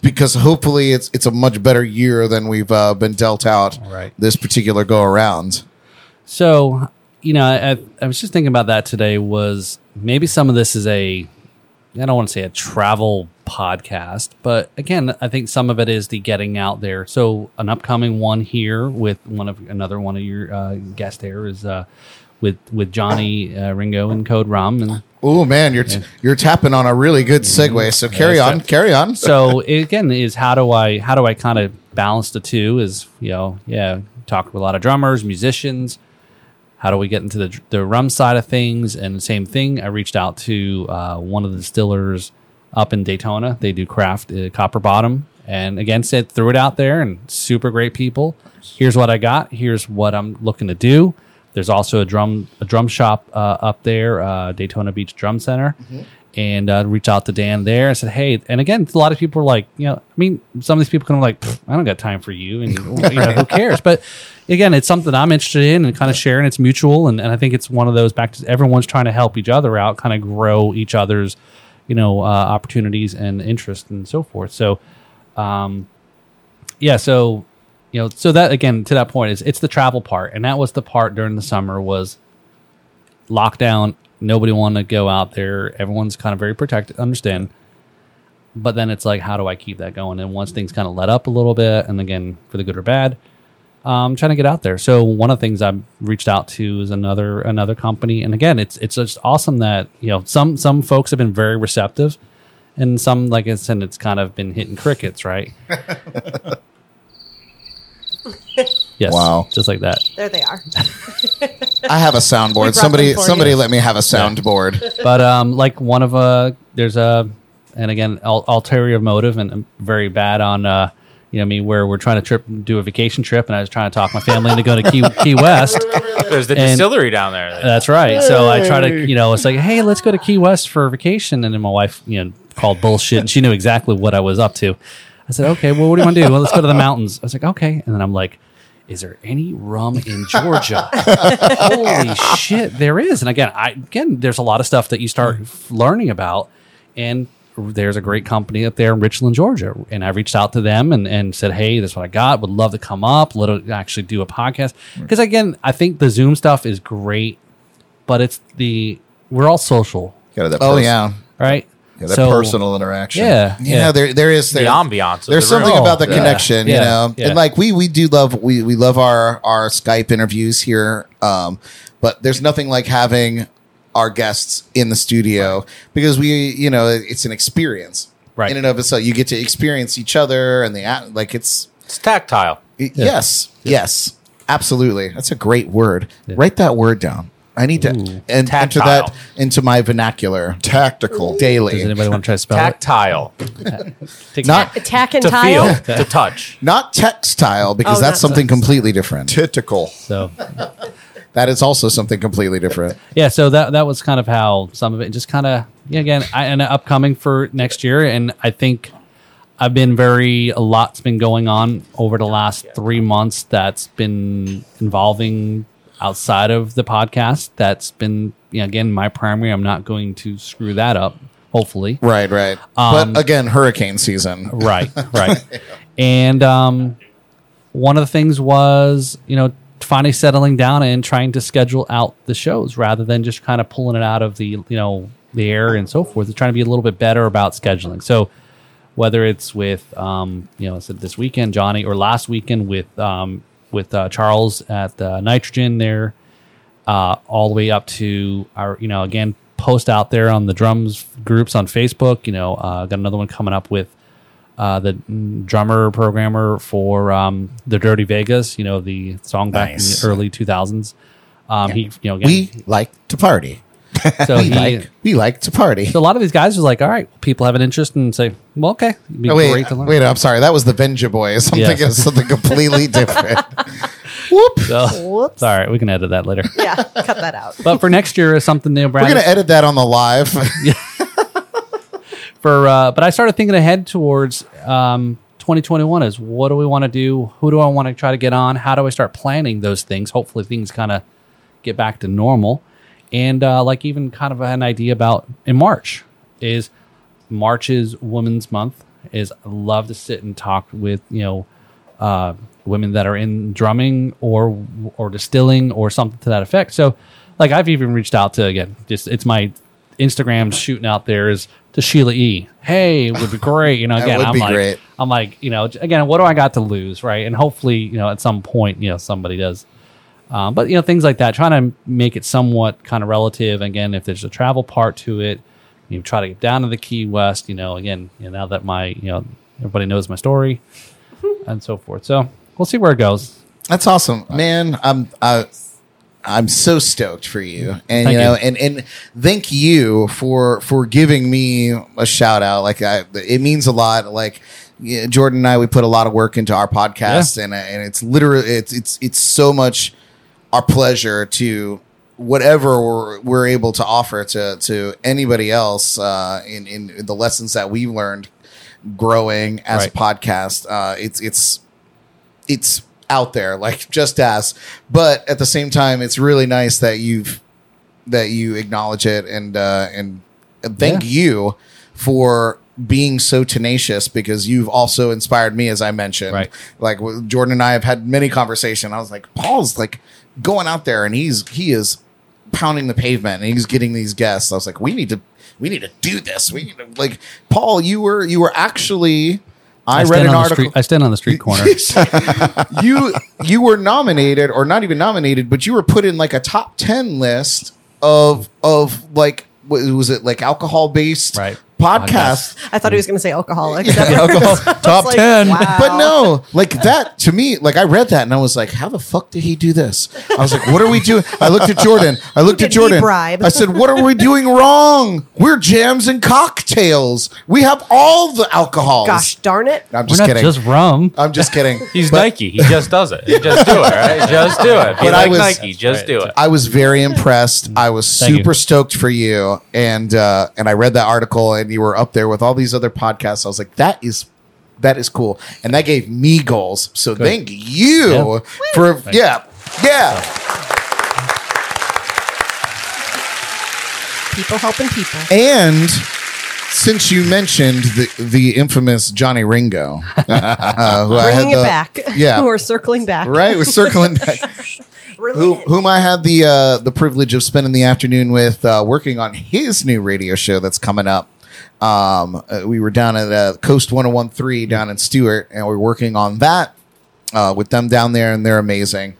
Because hopefully it's it's a much better year than we've uh, been dealt out Right. this particular go around. So, you know, I, I- I was just thinking about that today. Was maybe some of this is a, I don't want to say a travel podcast, but again, I think some of it is the getting out there. So, an upcoming one here with one of another one of your uh, guests there is uh, with with Johnny uh, Ringo and Code Rum, and Oh man, you're t- you're tapping on a really good segue. So carry on, carry on. so again is how do i how do i kind of balance the two is you know yeah talk with a lot of drummers musicians how do we get into the the rum side of things and same thing i reached out to uh, one of the distillers up in daytona they do craft uh, copper bottom and again said threw it out there and super great people here's what i got here's what i'm looking to do there's also a drum a drum shop uh, up there uh, daytona beach drum center and uh, reach out to Dan there and said, "Hey." And again, a lot of people are like, you know, I mean, some of these people kind of like, "Pfft, "I don't got time for you," and you know, who cares? But again, it's something I'm interested in and kind of sharing. It's mutual, and, and I think it's one of those back to everyone's trying to help each other out, kind of grow each other's, you know, uh, opportunities and interests and so forth. So, um, yeah, so you know, so that again to that point is it's the travel part, and that was the part during the summer was lockdown. Nobody wanted to go out there. Everyone's kind of very protected. Understand. But then it's like, how do I keep that going? And once things kind of let up a little bit, and again, for the good or bad, um, trying to get out there. So one of the things I've reached out to is another another company, and again, it's it's just awesome that you know some some folks have been very receptive, and some like I said, it's kind of been hitting crickets, right? yes. Wow. Just like that. There they are. I have a soundboard. them Somebody, for somebody, you. let me have a soundboard. but um, like one of uh, there's a, and again, ul- ulterior motive, and I'm very bad on uh, you know, me where we're trying to trip, do a vacation trip, and I was trying to talk my family into going to Key, Key West. There's the And- distillery down there. That's right. So I try to, you know, it's like, hey, let's go to Key West for vacation, and then my wife, you know, called bullshit, and she knew exactly what I was up to. I said, okay, well, what do you want to do? Well, let's go to the mountains. I was like, okay, and then I'm like. Is there any rum in Georgia? Holy shit, there is. And again, I again, there's a lot of stuff that you start f- learning about, and there's a great company up there in Richland, Georgia. And I reached out to them and, and said, "Hey, this is what I got. Would love to come up. Let it actually do a podcast." Because again, I think the Zoom stuff is great, but it's the we're all social, Got that Oh pers- yeah, right? Yeah, that So- personal interaction. Yeah, you know there there is the there, ambiance. of There's the room. something about the Yeah. connection, you Yeah. know. Yeah. And like we we do love we we love our our Skype interviews here, um, but there's nothing like having our guests in the studio because we you know it's an experience, Right. In and of itself, you get to experience each other and the at- like it's It's tactile. it- yes yes absolutely. That's a great word. Yeah. Write that word down. I need to and enter Tactile. that into my vernacular Tactical. daily. Does anybody want to try to spell it? Tactile. Tic- Not Attack and To tile. feel. To touch. not textile because Oh, that's not something textile. completely different. Titical. so That is also something completely different. yeah, so that that was kind of how some of it just kind of yeah, again, I, and upcoming for next year, and I think I've been very a lot's been going on over the last three months that's been involving outside of the podcast. That's been you know, again my primary. I'm not going to screw that up. Hopefully, Right, right. but again, hurricane season. Right, right. and um, one of the things was, you know, finally settling down and trying to schedule out the shows rather than just kind of pulling it out of the, you know, the air and so forth. Trying to be a little bit better about scheduling. So whether it's with, um, you know, I said this weekend, Johnny, or last weekend with um, with uh, Charles at uh, Nitrogen there uh, all the way up to our, you know, again, post out there on the drums groups on Facebook. You know, uh, got another one coming up with uh, the drummer programmer for um, the Dirty Vegas. You know, the song back Nice. in the early two thousands. Um, He, you know, We again, like to party. so We he, like we like to party. so a lot of these guys are like, all right, people have an interest and say, well, okay, it'd be Oh, wait, great to learn. wait, I'm sorry. That was the Benja Boys. I'm Yeah. thinking of something completely different. Whoop. So, Whoops. all right, we can edit that later. Yeah, cut that out. But for next year is something new. Brad. We're gonna edit that on the live. for uh, but I started thinking ahead towards um, 2021 is what do we want to do? Who do I want to try to get on? How do I start planning those things? Hopefully things kind of get back to normal. And uh, like even kind of an idea about in March is March is Women's Month. Is I love to sit and talk with you know uh, women that are in drumming or or distilling or something to that effect. So, like I've even reached out to again, just it's my Instagram shooting out there is to Sheila E. Hey, it would be great. You know, That again, would I'm be like, great. I'm like, you know, j- again, what do I got to lose, right? And hopefully, you know, at some point, you know, somebody does. Um, but you know, things like that, trying to make it somewhat kind of relative. Again, if there's a travel part to it, you try to get down to the Key West. You know, again, you know, now that my you know everybody knows my story and so forth. So we'll see where it goes. That's awesome, man. I'm I, I'm so stoked for you, and you Thank know, you. and and thank you for for giving me a shout out. Like I, it means a lot. Like yeah, Jordan and I, we put a lot of work into our podcast, and and it's literally it's it's it's so much our pleasure to whatever we're, we're able to offer to to anybody else uh, in in the lessons that we've learned growing as a podcast. Uh, it's it's it's out there, like just as. But at the same time, it's really nice that you've that you acknowledge it and uh, and and thank you for being so tenacious because you've also inspired me as I mentioned. Right. Like w- Jordan and I have had many conversations. I was like, Paul's like going out there and he's he is pounding the pavement and he's getting these guests. I was like, we need to we need to do this. We need to, like Paul, you were you were actually I, stand read an on the article. Street, I stand on the street corner. you you were nominated or not even nominated, but you were put in like a top ten list of of like what was it like alcohol based Right. podcast. I thought he was going to say alcoholic. Alcohol, top like, ten. wow. But no, like that to me, like I read that and I was like, how the fuck did he do this? I was like, what are we doing? I looked at Jordan. I looked Who at did he Jordan. bribe? I said, what are we doing wrong? We're jams and cocktails. We have all the alcohols. Gosh darn it. I'm We're just not kidding. Uh, just rum. I'm just kidding. He's But- Nike. He just does it. He just do it, right? Just do it. Be But I like was- Nike. Just do it. I was very impressed. I was Thank you. super stoked for you, and uh, and I read that article, and you were up there with all these other podcasts. I was like, that is that is cool, and that gave me goals. So thank you Yeah. for yeah yeah. People helping people. And since you mentioned the the infamous Johnny Ringo, uh, who I had Bringing it the- back. yeah. We're circling back. right, we're circling back. who, Related. whom I had the uh, the privilege of spending the afternoon with, uh, working on his new radio show that's coming up. Um, uh, we were down at uh, Coast 1013 down in Stewart, and we are working on that uh, with them down there, and they're amazing.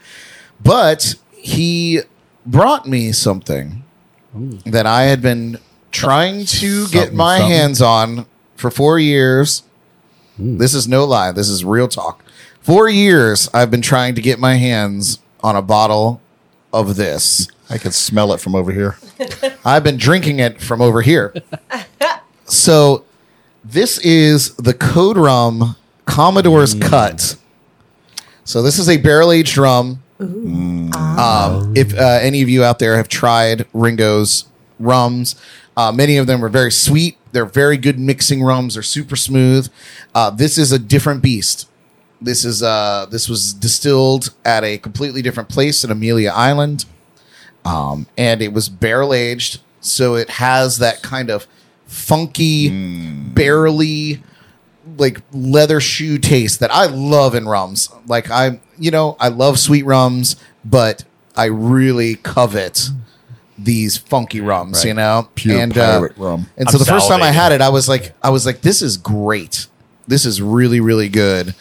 But he brought me something that I had been trying to get Something, my something. hands on for four years. Hmm. This is no lie. This is real talk. Four years I've been trying to get my hands on a bottle of this. I can smell it from over here. I've been drinking it from over here. so this is the Code Rum Commodore's Cut. So this is a barrel aged rum. Um, if uh, any of you out there have tried Ringo's rums, uh, many of them are very sweet. They're very good mixing rums. They're super smooth. Uh, this is a different beast. This is uh, this was distilled at a completely different place in Amelia Island Um, and it was barrel aged, so it has that kind of funky, Mm. barely like leather shoe taste that I love in rums. Like I, you know, I love sweet rums, but I really covet these funky rums, you know. Pure pirate rum. And uh, so I'm the first time I salivating. had it, I was like, I was like, this is great. This is really, really good.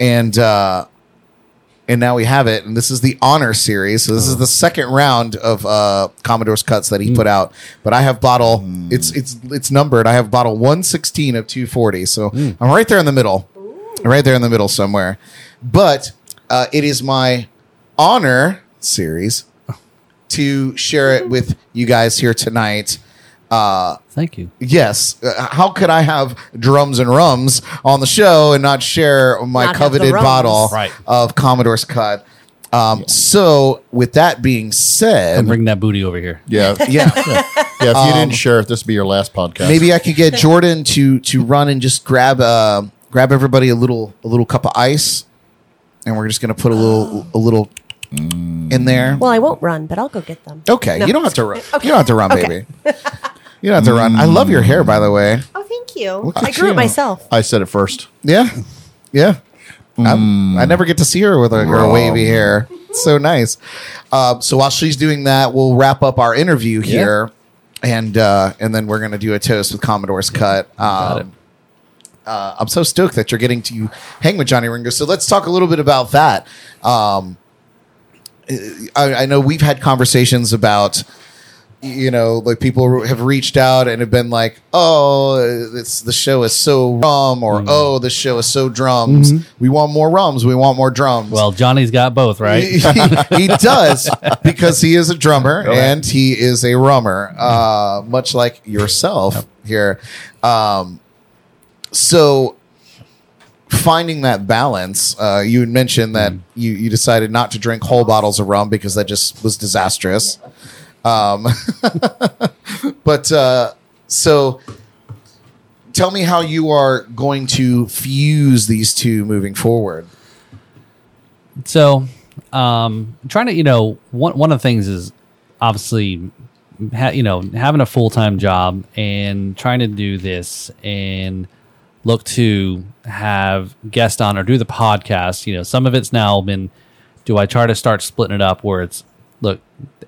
And uh and now we have it. And this is the honor series. So this is the second round of uh, Commodore's cuts that he put out. But I have bottle. It's it's it's numbered. I have bottle one sixteen of two forty. So I'm right there in the middle, right there in the middle somewhere. But uh, it is my honor series to share it with you guys here tonight. Thank you. Yes. Uh, how could I have drums and rums on the show and not share my Not have coveted the rums. bottle Right. of Commodore's Cut? Um, So, with that being said, And bring that booty over here. Yeah. yeah. yeah, If you didn't share it, this would be your last podcast. maybe I could get Jordan to to run and just grab uh, grab everybody a little a little cup of ice, and we're just gonna put a little a little in there. Well, I won't run, but I'll go get them. okay, No. you don't have to run. You don't have to run, baby. You don't have to run. I love your hair, by the way. Oh, thank you. Look I at grew you. it myself. I said it first. Yeah, yeah. I'm- I never get to see her with her, her wavy hair. It's so nice. Uh, so while she's doing that, we'll wrap up our interview here, and uh, and then we're gonna do a toast with Commodore's cut. Um, uh, I'm so stoked that you're getting to hang with Johnny Ringo. So let's talk a little bit about that. Um, I, I know we've had conversations about you know, like people have reached out and have been like, "Oh, it's the show is so rum," or "Oh, the show is so drums." We want more rums. We want more drums. Well, Johnny's got both, he, right? he does because he is a drummer and he is a rummer, uh, much like yourself here. Um, so, finding that balance. Uh, you had mentioned that you, you decided not to drink whole bottles of rum because that just was disastrous. Um, but uh, so tell me how you are going to fuse these two moving forward. so um trying to you know one one of the things is obviously ha- you know having a full-time job and trying to do this and look to have guests on or do the podcast you know some of it's now been do i try to start splitting it up where it's look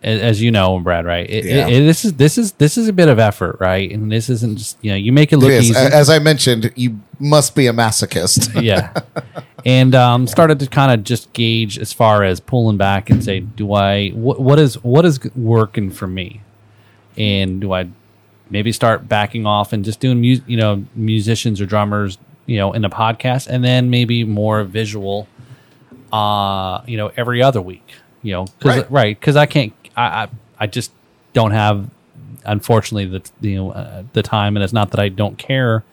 a- as you know brad right it, Yeah. it- this is this is this is a bit of effort right and this isn't just you know you make it look It is. easy A- As I mentioned, you must be a masochist. yeah. And um, started to kind of just gauge as far as pulling back and say, do I what what is what is working for me, and do I maybe start backing off and just doing mu- you know musicians or drummers you know in a podcast, and then maybe more visual, uh, you know every other week, you know, cause, Right. right because I can't I, I I just don't have unfortunately the the, you know, uh, the time, and it's not that I don't care.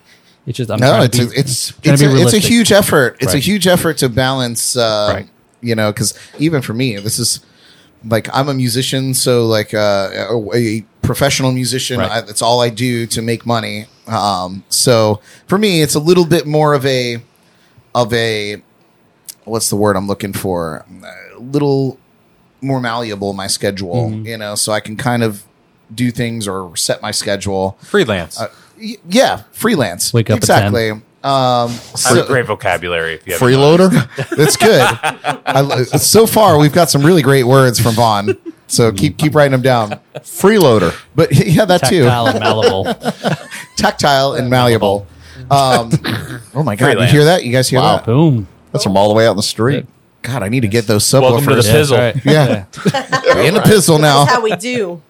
It's just I'm No, trying it's to a, be- it's trying it's to be a, it's a realistic. huge effort. It's a Right. huge effort to balance, uh, Right. you know, because even for me, this is like I'm a musician, so like uh, a, a professional musician, Right. I, that's all I do to make money. Um, so for me, it's a little bit more of a of a what's the word I'm looking for? A little more malleable my schedule, Mm-hmm. you know, so I can kind of do things or set my schedule. Freelance. Uh, Y- yeah, freelance. Wake up at 10. exactly. Um, I have a so- great vocabulary. If you haven't freeloader. That's good. I, lo- so far, we've got some really great words from Vaughn. So keep keep writing them down. Freeloader. But yeah, that tactile too. and malleable. Tactile and malleable. Um, oh my god! Freelance. You hear that? You guys hear Wow. that? Boom. That's from all the way out in the street. God, I need to get those subwoofers. Welcome to the Yeah, Pizzle. that's right. yeah, in a pistol now. That's how we do.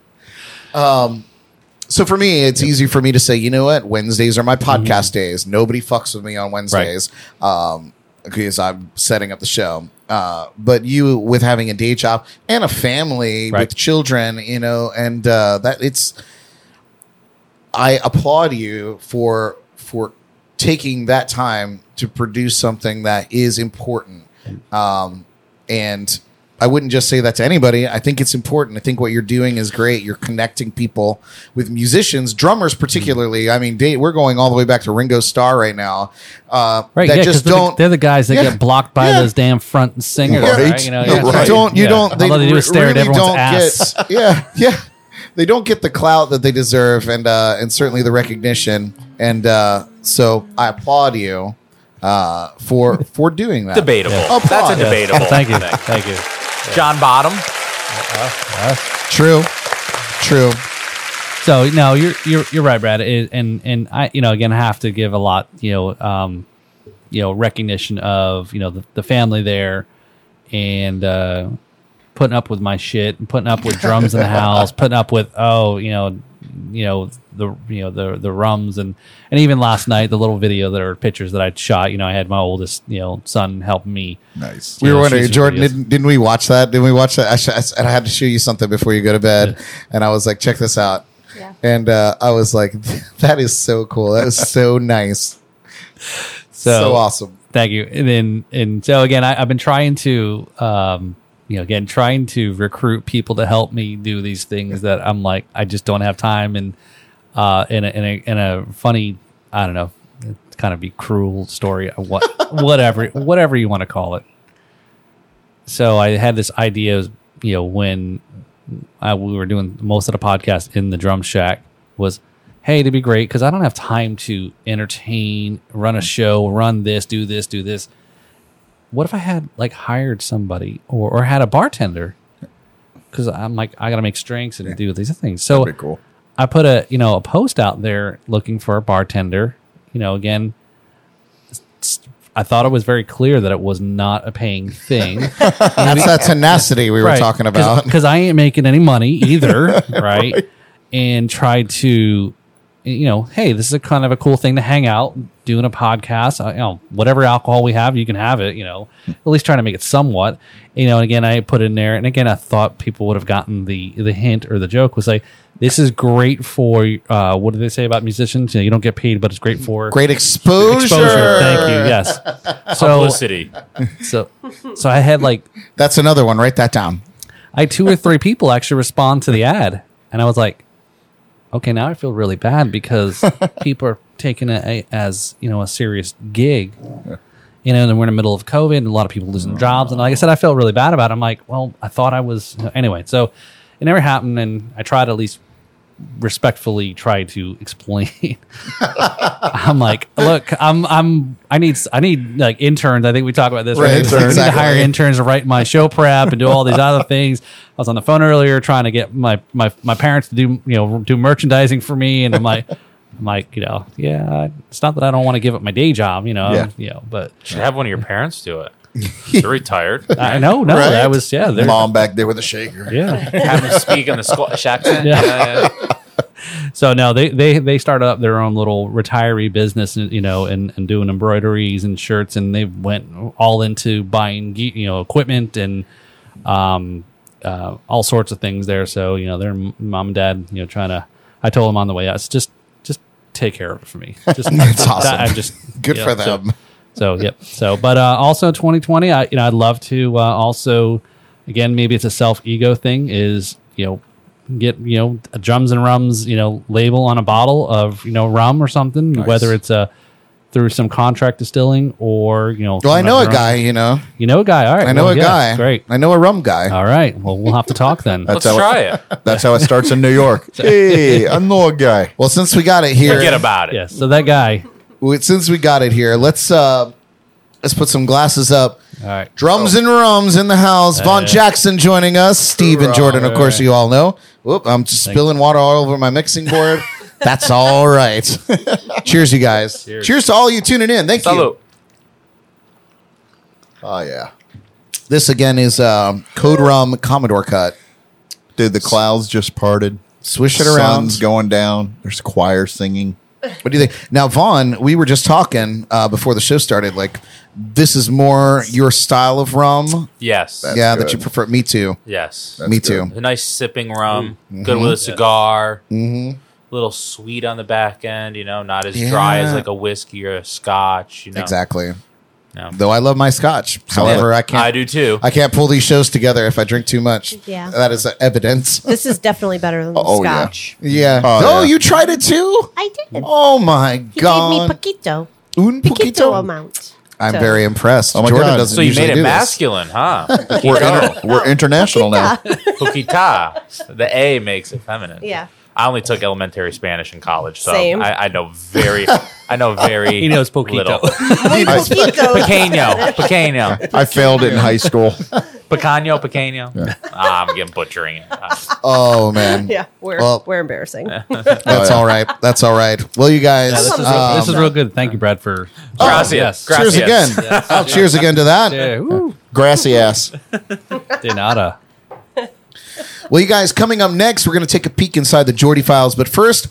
so for me, it's easy for me to say, you know what, Wednesdays are my podcast days. Nobody fucks with me on Wednesdays um, because I'm setting up the show. Uh, but you, with having a day job and a family Right. with children, you know, and uh, that it's, I applaud you for for taking that time to produce something that is important. Um, and I wouldn't just say that to anybody. I think it's important. I think what you're doing is great. You're connecting people with musicians, drummers Mm-hmm. particularly. I mean, Dave, we're going all the way back to Ringo Starr right now. Uh, Right. That yeah, 'cause just they're the- don't. they're the guys that Yeah, get blocked by yeah. those damn front singers. Right. Right. You know, You're yeah. You right. don't. You Yeah. don't. They, All they do is re- stare at really everyone's don't ass. get. Yeah, yeah. They don't get the clout that they deserve, and uh, and certainly the recognition. And uh, so I applaud you uh, for for doing that. Debatable. That's a Applaud. Yeah. debatable. Thank you. thing. Thank you. John Bottom. True. True. So no, you're you're you're right, Brad. It, and and I you know again I have to give a lot you know um you know recognition of you know the, the family there and uh putting up with my shit and putting up with drums in the house, putting up with oh you know you know the you know the the rums and and even last night the little video that are pictures that I shot you know I had my oldest you know son help me Nice. We Yeah, were shoot wondering, some Jordan, videos. didn't, didn't we watch that? Didn't we watch that? I, sh- I s- and I had to show you something before you go to bed. And I was like, check this out. Yeah. And uh, I was like, that is so cool. That is so nice. So, awesome. Thank you. And then, and so again, I, I've been trying to, um, you know, again, trying to recruit people to help me do these things that I'm like, I just don't have time. And, uh, in a, in a, in a funny, I don't know, it's kind of be cruel story, uh, what, whatever, whatever you want to call it. So I had this idea, you know, when I, we were doing most of the podcast in the drum shack was hey it'd be great because i don't have time to entertain run a show run this do this do this what if i had like hired somebody or, or had a bartender because i'm like i gotta make drinks and do these things so Pretty cool. I put a you know a post out there looking for a bartender. You know, again, s- I thought it was very clear that it was not a paying thing. That's that tenacity we were talking about. because I ain't making any money either, right? And tried to you know, hey, this is a kind of a cool thing to hang out, doing a podcast. I, you know, whatever alcohol we have, you can have it. You know, at least trying to make it somewhat. You know, and again, I put in there, and again, I thought people would have gotten the the hint or the joke was like, this is great for uh, what do they say about musicians? You, know, you don't get paid, but it's great for Great exposure. exposure. Thank you. Yes. So, Publicity. so, so I had like That's another one. Write that down. I had two or three people actually respond to the ad, and I was like, okay, now I feel really bad because people are taking it a, as you know a serious gig, you know, and we're in the middle of COVID, and a lot of people losing jobs, and like I said, I felt really bad about. it. I'm like, well, I thought I was anyway, so it never happened, and I tried to at least respectfully try to explain i'm like look i'm i'm i need i need like interns i think we talk about this Right, right, I need to exactly. hire interns to write my show prep and do all these other things. I was on the phone earlier trying to get my my my parents to do you know do merchandising for me, and I'm like, I'm like you know, yeah, it's not that I don't want to give up my day job, you know, Yeah. you know, but Should have one of your parents do it. They're retired. I know, no, Right. I was yeah, they're- Mom back there with a shaker. yeah. have them speak in the Scottish accent. Yeah. yeah, yeah. So no, they they they started up their own little retiree business, and you know, and and doing embroideries and shirts, and they went all into buying ge- you know equipment and um uh, all sorts of things there. So you know, their m- mom and dad, you know, trying to. I told them on the way out, "It's just just take care of it for me. Just, That's awesome. I'm just Good yeah, for so- them. so yep. So but uh, also 2020, I you know I'd love to uh, also again maybe it's a self ego thing is you know get you know a drums and rums you know label on a bottle of you know rum or something whether it's a through some contract distilling or you know well, I some know a other- guy, you know. you know a guy all right I know well, a yeah, guy. great Uh, I know a rum guy. all right well we'll have to talk then Let's how try it. That's how it starts in New York. hey, I know a guy. well, since we got it here, Forget about it. yeah so that guy we- since we got it here, let's uh let's put some glasses up. all right Drums and rums in the house. Von Jackson joining us. Steve and Jordan, of course, you all know. Whoop! I'm just spilling water all over my mixing board. That's all right. Cheers, you guys. Cheers. to all you tuning in. Thank you. Salute. Oh yeah, This again is um, Code Rum Commodore Cut. dude. The clouds just parted. Swish it around. Sun's going down. There's choir singing. What do you think? Now, Vaughn, we were just talking uh, before the show started. Like, this is more your style of rum. Yes. yeah, that good. you prefer. Me too. Yes. Me good. too. A nice sipping rum, Mm-hmm. good with a cigar, mm-hmm. little sweet on the back end, you know, not as dry as Yeah. like a whiskey or a scotch, you know. Exactly. No. Though I love my scotch. However, I can't. I do too. I can't pull these shows together if I drink too much. Yeah. That is evidence. This is definitely better than the Oh, yeah. scotch. Yeah. Oh, Oh, yeah. you tried it too? I did. Oh my He god. gave me poquito. Un Poquito poquito. amount. I'm So- very impressed. Oh my Jordan God. doesn't so you usually made do it this. masculine, huh? We're, inter- we're international now. Pukita. The A makes it feminine. Yeah. I only took elementary Spanish in college, so Same. I, I know very, I know very. He knows poquito. little. Muy poquito. Pequeño, pequeño, I failed it in high school. pequeño, pequeño. Ah, I'm getting butchering. it. Ah. Oh man. Yeah, we're Well- we're embarrassing. Oh, That's all right. That's all right. Well, you guys. this, is, um, this is real good thank you Brad for Gracias. Gracias. Oh, cheers again. Oh, cheers again to that. yeah, woo, Grassy ass. de nada Well, you guys, coming up next, we're going to take a peek inside the Geordie files. But first,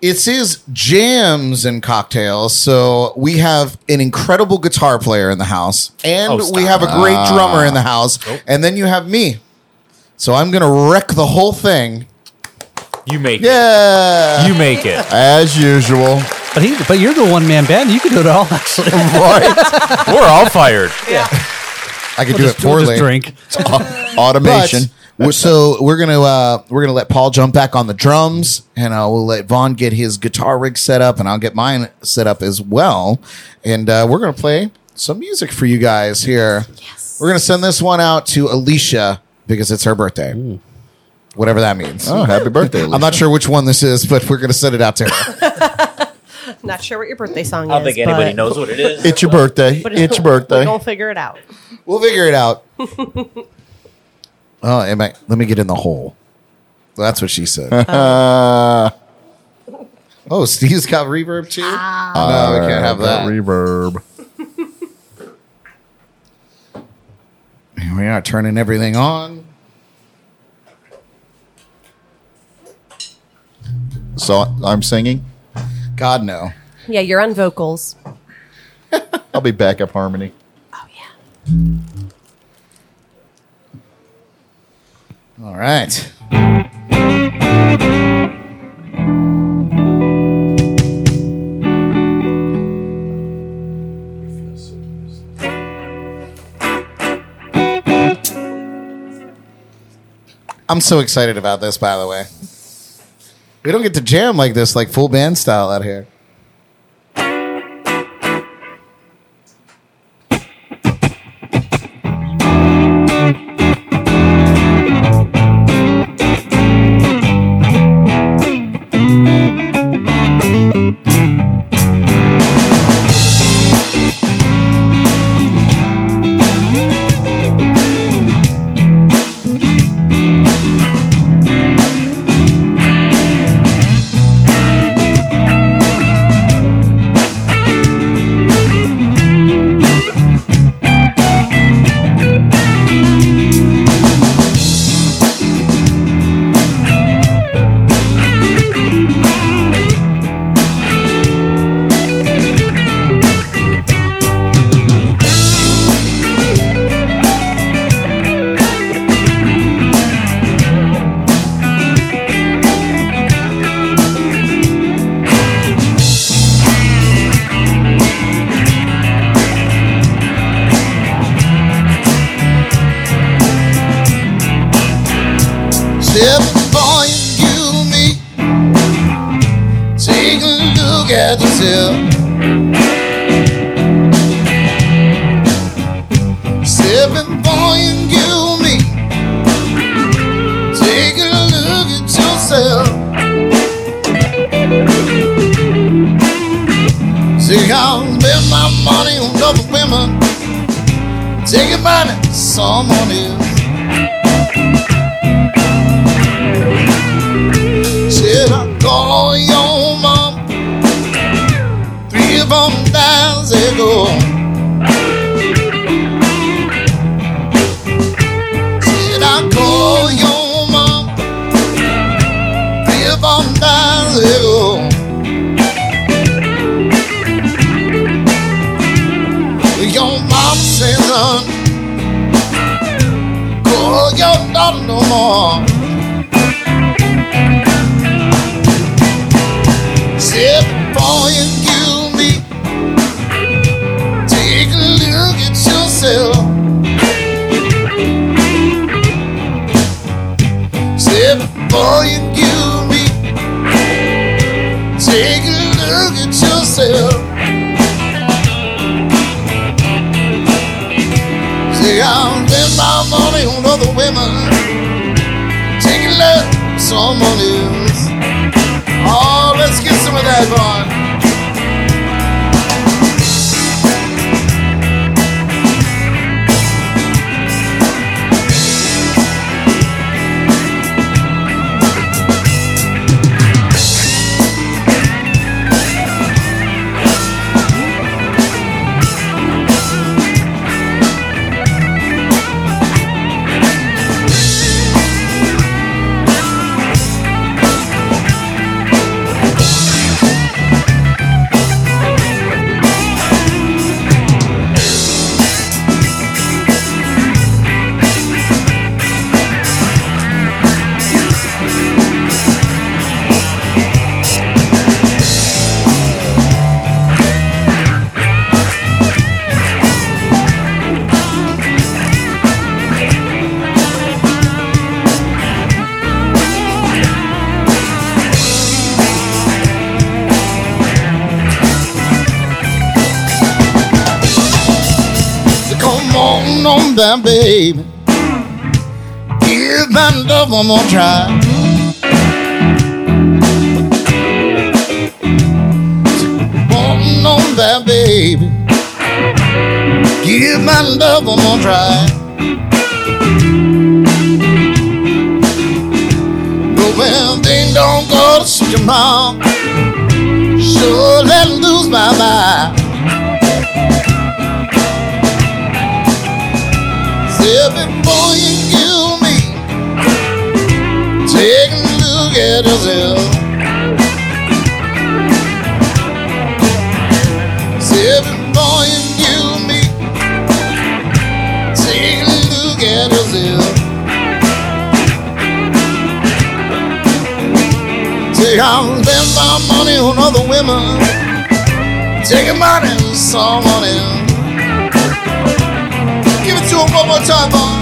it is jams and cocktails. So we have an incredible guitar player in the house, and Oh, stop. Ah. we have a great drummer in the house, and then you have me. So I'm going to wreck the whole thing. You make Yeah. it. You make it. As usual. but he but you're the one man band you can do it all actually We're all fired. I could do it We'll poorly. just drink Au- automation. But- we're- so we're gonna uh, we're gonna let Paul jump back on the drums, and uh, we'll let Vaughn get his guitar rig set up, and I'll get mine set up as well. And uh, we're gonna play some music for you guys here. Yes. We're gonna send this one out to Alicia because it's her birthday, whatever that means. oh, happy birthday! I'm not sure which one this is, but we're gonna send it out to her. Not sure what your birthday song I is. don't think anybody but- knows what it is. It's your birthday. but It's your birthday. We'll figure it out. We'll figure it out. oh, am I, let me get in the hole. That's what she said. Uh, oh, Steve's got reverb too. no, we can't have that. reverb. Here we are turning everything on. so I'm singing. God no. Yeah, you're on vocals. I'll be backup harmony. All right. I'm so excited about this, by the way. We don't get to jam like this, like full band style out here. Step before you you me. Take a look at yourself. Step before you you me. Take a look at yourself. See, I spend my money on other women. Take your money, someone else. Should I call your mom? Three or four times ago. Should I call your mom? Three or four times ago. Your mom says, son, call your daughter no more. Step before you kill me. Take a look at yourself. Step before you kill me. Take a look at yourself. See, I spend my money on other women. Take a look at someone else. Oh, let's get some of that on. So come on, on down, baby. Give that love one more try. So come on, on down, baby. Give my love one more try. No, when things don't go to suit your mom, sure let lose my mind. Every boy you kill me. Take a look at yourself. Come spend my money on other women. Take your money, someone else. Give it to him one more time, boy.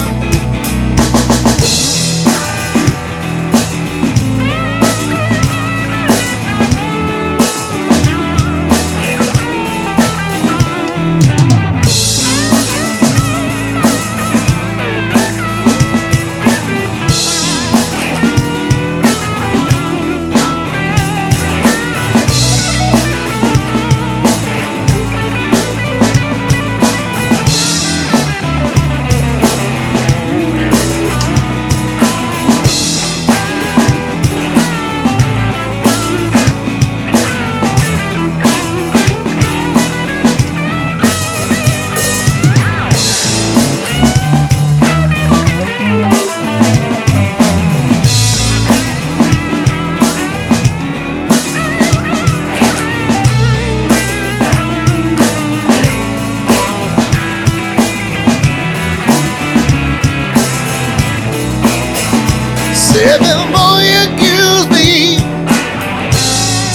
Said the boy accused me.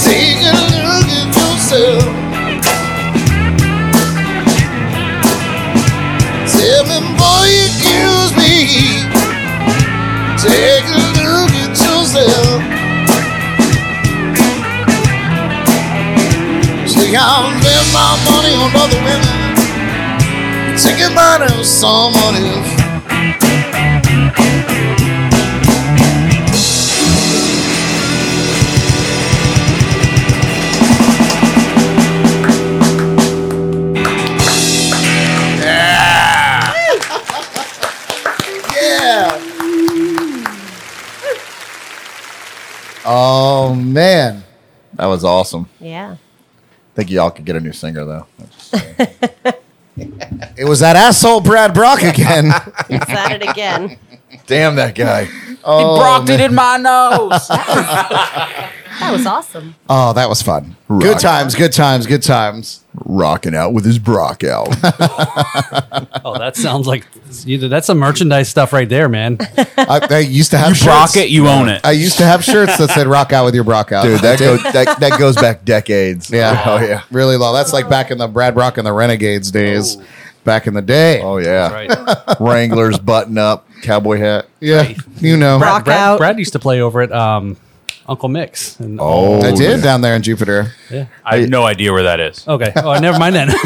Take a look at yourself. Said the boy accused me. Take a look at yourself. See, I spend my money on other women. Taking money on someone else. Yeah. Oh man. That was awesome. Yeah. think y'all could get a new singer though. It was that asshole Brad Brock again. It's at it again. Damn that guy. Oh, man. in my nose. That was awesome. Oh, that was fun. Rock. Good times, good times, good times. Rocking out with his Brock out. Oh, that sounds like that's some merchandise stuff right there, man. I, I used to have shirts. Rock it, you own it. I used to have shirts that said rock out with your Brock out. Dude, that, go, that that goes back decades. Yeah. Oh yeah. really low. That's like back in the Brad Brock and the Renegades days. Oh. Back in the day. Oh yeah. Right. Wranglers button up, cowboy hat. yeah. You know. Brock Brad, out. Brad used to play over at um, Uncle Mix. And, Oh, I did yeah. down there in Jupiter. I have no idea where that is. Okay. Oh, never mind then.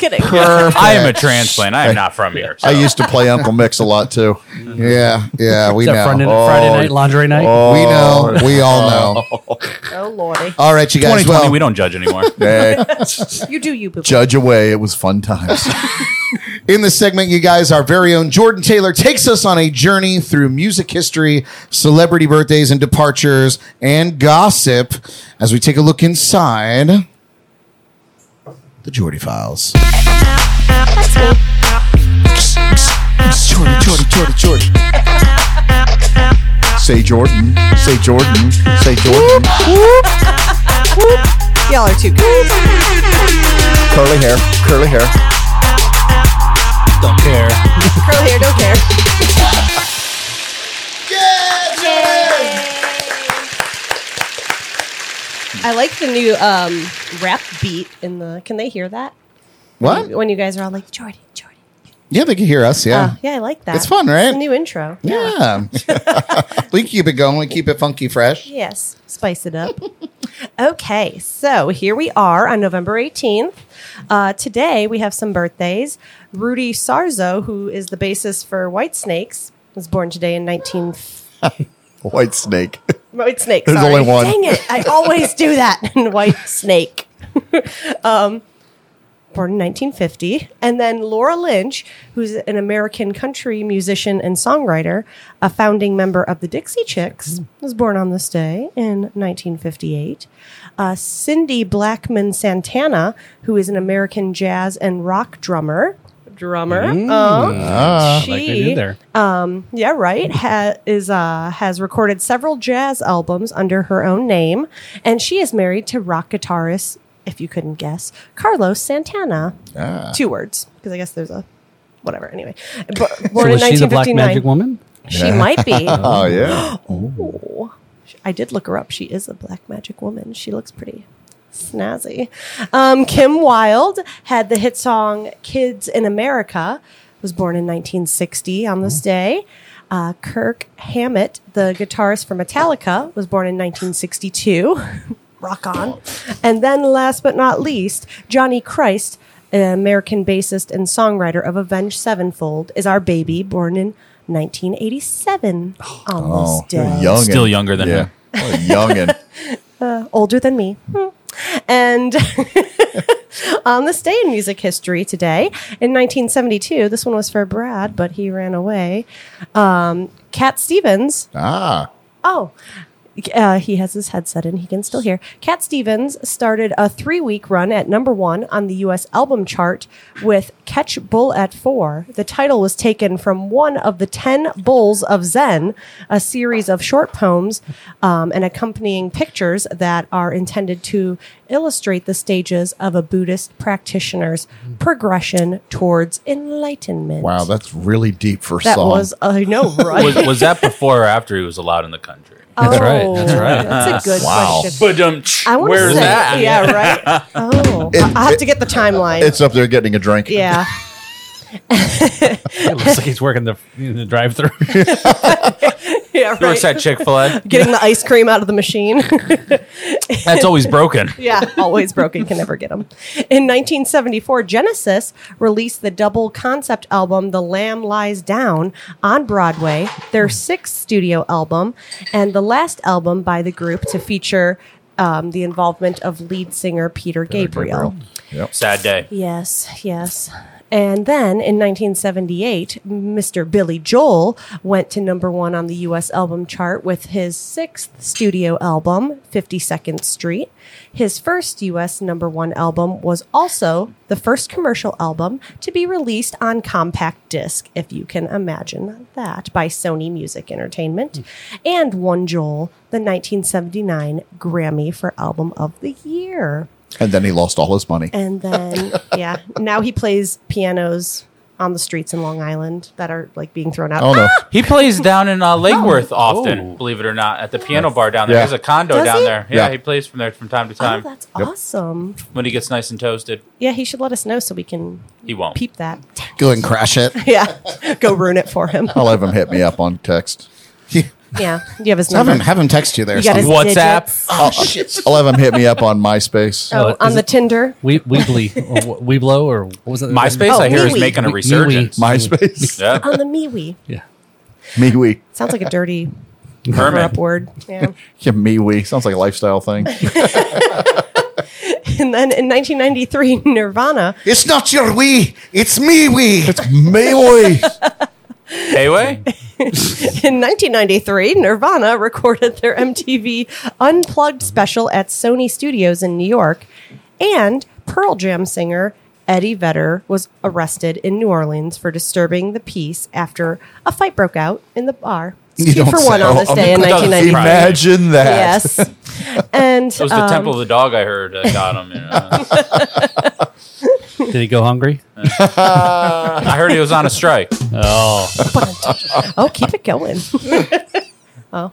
kidding. I am a transplant. I am not from here. so- I used to play Uncle Mix a lot too. Oh. Yeah. Yeah. We Is that Friday, know. Friday night laundry night. We know. We all know. Oh, Lordy. All right, you guys. 2020, Well, we don't judge anymore. Hey, You do you, boo. judge away. It was fun times. In this segment, you guys, our very own Jordan Taylor takes us on a journey through music history, celebrity birthdays and departures, and gossip as we take a look inside the Jordy Files. Jordy, Jordy, Jordy, Jordy. Say Jordan. Say Jordan. Say Jordan. Y'all are too good. curly hair. Curly hair. don't care. Curly hair, don't care. Yeah, Jordan! I like the new um, rap beat in the. Can they hear that? What? When you guys are all like, Jordy, Jordy. Yeah, they can hear us. Yeah, Yeah. yeah I like that. It's fun, right? It's a new intro. yeah. we keep it going. We keep it funky fresh. Yes, spice it up. okay, so here we are on November 18th. Uh, today we have some birthdays. Rudy Sarzo, who is the bassist for White Snakes, was born today in 19. White snake. White Snake. There's sorry. only one. Dang it! I always do that. in White Snake. um, born in 1950, and then Laura Lynch, who's an American country musician and songwriter, a founding member of the Dixie Chicks, was born on this day in 1958. Uh, Cindy Blackman Santana, who is an American jazz and rock drummer. Drummer. Mm. Uh, Uh-huh. she, um, Like they do there. yeah, right. Ha- is uh, has recorded several jazz albums under her own name, and she is married to rock guitarist, if you couldn't guess, Carlos Santana. Two words, because I guess there's a whatever. Anyway, B- born So in was she the Black Oh. 1959. Magic Woman? She might be. Oh yeah. Ooh. She- I did look her up. She is a black magic woman. She looks pretty snazzy. Um, Kim Wilde had the hit song Kids in America, was born in 1960 on Mm-hmm. this day. Uh, Kirk Hammett, the guitarist for Metallica, was born in 1962. Rock on. And then, last but not least, Johnny Christ, an American bassist and songwriter of Avenged Sevenfold, is our baby, born in 1987 on Oh, this day. young. Still younger than yeah. her. What a youngin. older than me. Hmm. And on this day in music history today, in 1972, this one was for Brad, but he ran away. Um, Cat Stevens. ah, Oh. Uh, he has his headset and he can still hear. Cat Stevens started a three week run at number one on the US album chart with Catch Bull at Four. The title was taken from one of the 10 Bulls of Zen, a series of short poems um, and accompanying pictures that are intended to illustrate the stages of a Buddhist practitioner's progression towards enlightenment. wow, that's really deep for a that song. was, I know, right? Was, was that before or after he was allowed in the country? That's right. That's Oh, right. That's a good Wow. question. But um, I want to where's say, that? yeah, right. Oh, It- I- I'll have it- to get the timeline. it's up there getting a drink. yeah, It looks like he's working the, the drive through. yeah, He works at right. Chick Fil A. Getting the ice cream out of the machine. That's always broken. yeah, always broken, can never get them. In 1974, Genesis released the double concept album The Lamb Lies Down on Broadway, their sixth studio album, and the last album by the group to feature um, the involvement of lead singer Peter, Gabriel. Yep. Sad day. Yes, yes. And then in 1978, Mr. Billy Joel went to number one on the U.S. album chart with his sixth studio album, 52nd Street. His first U.S. number one album was also the first commercial album to be released on compact disc, if you can imagine that, by Sony Music Entertainment. And won Joel the 1979 Grammy for Album of the Year. And then he lost all his money. And then, yeah, now he plays pianos on the streets in Long Island that are like being thrown out. Oh no. He plays down in uh, Lake Worth often, believe it or not, at the piano bar down there. Oh. Yeah. There's a condo Does down he? there. Yeah, Yeah. he plays from there from time to Ah, oh, time that's awesome. when he gets nice and toasted. Yeah, he should let us know so we can He won't. peep that. Go and crash it. Yeah, go ruin it for him. I'll have him hit me up on text. Yeah, you have his Have number. him, have him text you there. You got his WhatsApp? digits. oh, shit. I'll have him hit me up on MySpace. Oh, is on the it- Tinder. We Weebly or Wh- Weeblo or what was that? MySpace, Oh, I hear, MeWe. is making a Me- MeWe. resurgence. MySpace. Yeah, On the MeWe. Yeah. MeWe. Sounds like a dirty Herman. up word. Yeah. Yeah, MeWe. Sounds like a lifestyle thing. And then in 1993, Nirvana. It's not your we, it's me we. MeWe. Payway? In 1993, Nirvana recorded their MTV Unplugged special at Sony Studios in New York, and Pearl Jam singer Eddie Vedder was arrested in New Orleans for disturbing the peace after a fight broke out in the bar. You Two don't for one say. on this Oh, day in it doesn't 1993. surprise- Imagine that. Yes, and It was the um, Temple of the Dog I heard that got him. you know. Did he go hungry? I heard he was on a strike. Oh, oh, keep it going. oh,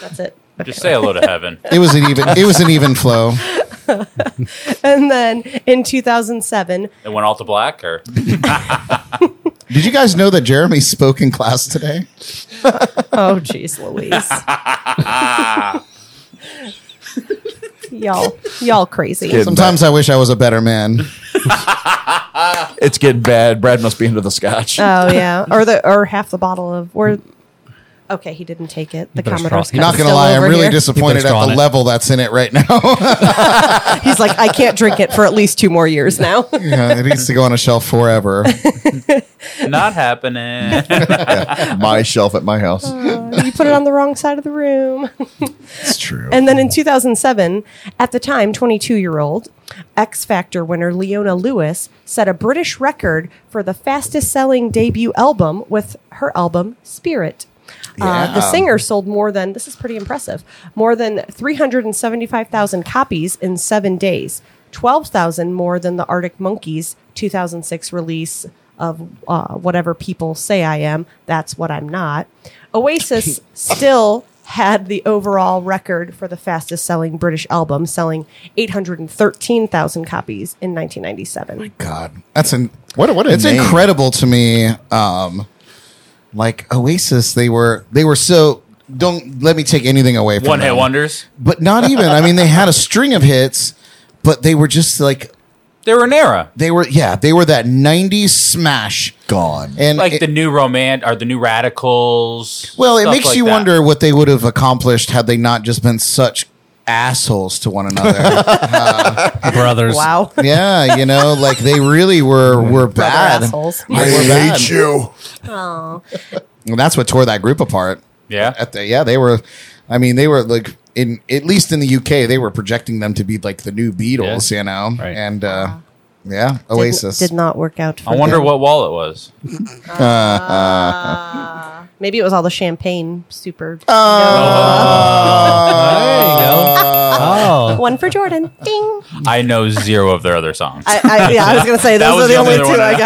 that's it. Just say hello to heaven. It was an even it was an even flow. And then in 2007, It went all to black, or Did you guys know that Jeremy spoke in class today? Oh, jeez, Louise. y'all, y'all crazy. Kid. Sometimes I wish I was a better man. It's getting bad. Brad must be into the scotch. Oh yeah, or the or half the bottle of or. Okay, he didn't take it. The better Commodore's straw- cup Not is gonna still lie, I'm over really here. disappointed straw at on the it. level that's in it right now. He's like, I can't drink it for at least two more years now. yeah, it needs to go on a shelf forever. not happening. My shelf at my house. you put it on the wrong side of the room. It's true. And then in 2007, at the time 22 year old, X Factor winner Leona Lewis set a British record for the fastest selling debut album with her album Spirit. Uh, the Yeah. singer sold more than, this is pretty impressive, more than 375,000 copies in seven days, 12,000 more than the Arctic Monkeys 2006 release of uh, Whatever People Say I Am, That's What I'm Not. Oasis still had the overall record for the fastest selling British album, selling 813,000 copies in 1997. God, that's an What a- what a it's name. incredible to me. Um, like Oasis, they were they were so. Don't let me take anything away from One hit them. wonders. but not even. I mean, they had a string of hits, but they were just like They were an era. they were. Yeah, they were that '90s smash. Gone. And Like it- the new romance or the new radicals. well, it stuff makes like you that. wonder what they would have accomplished had they not just been such assholes to one another. brothers. Wow. yeah, you know, like they really were were bad. assholes. They were bad. you. And that's what tore that group apart. Yeah. At the, yeah, they were. I mean, they were like in at least in the UK, they were projecting them to be like the new Beatles, you know, Right. and uh, yeah, Oasis. Did, did not work out for I wonder what wall it was. them. Maybe it was all the champagne super. Oh. there you go. No. Oh, One for Jordan. Ding. I know zero of their other songs. I, I, yeah, I was going to say, That those was are the the only other two one I I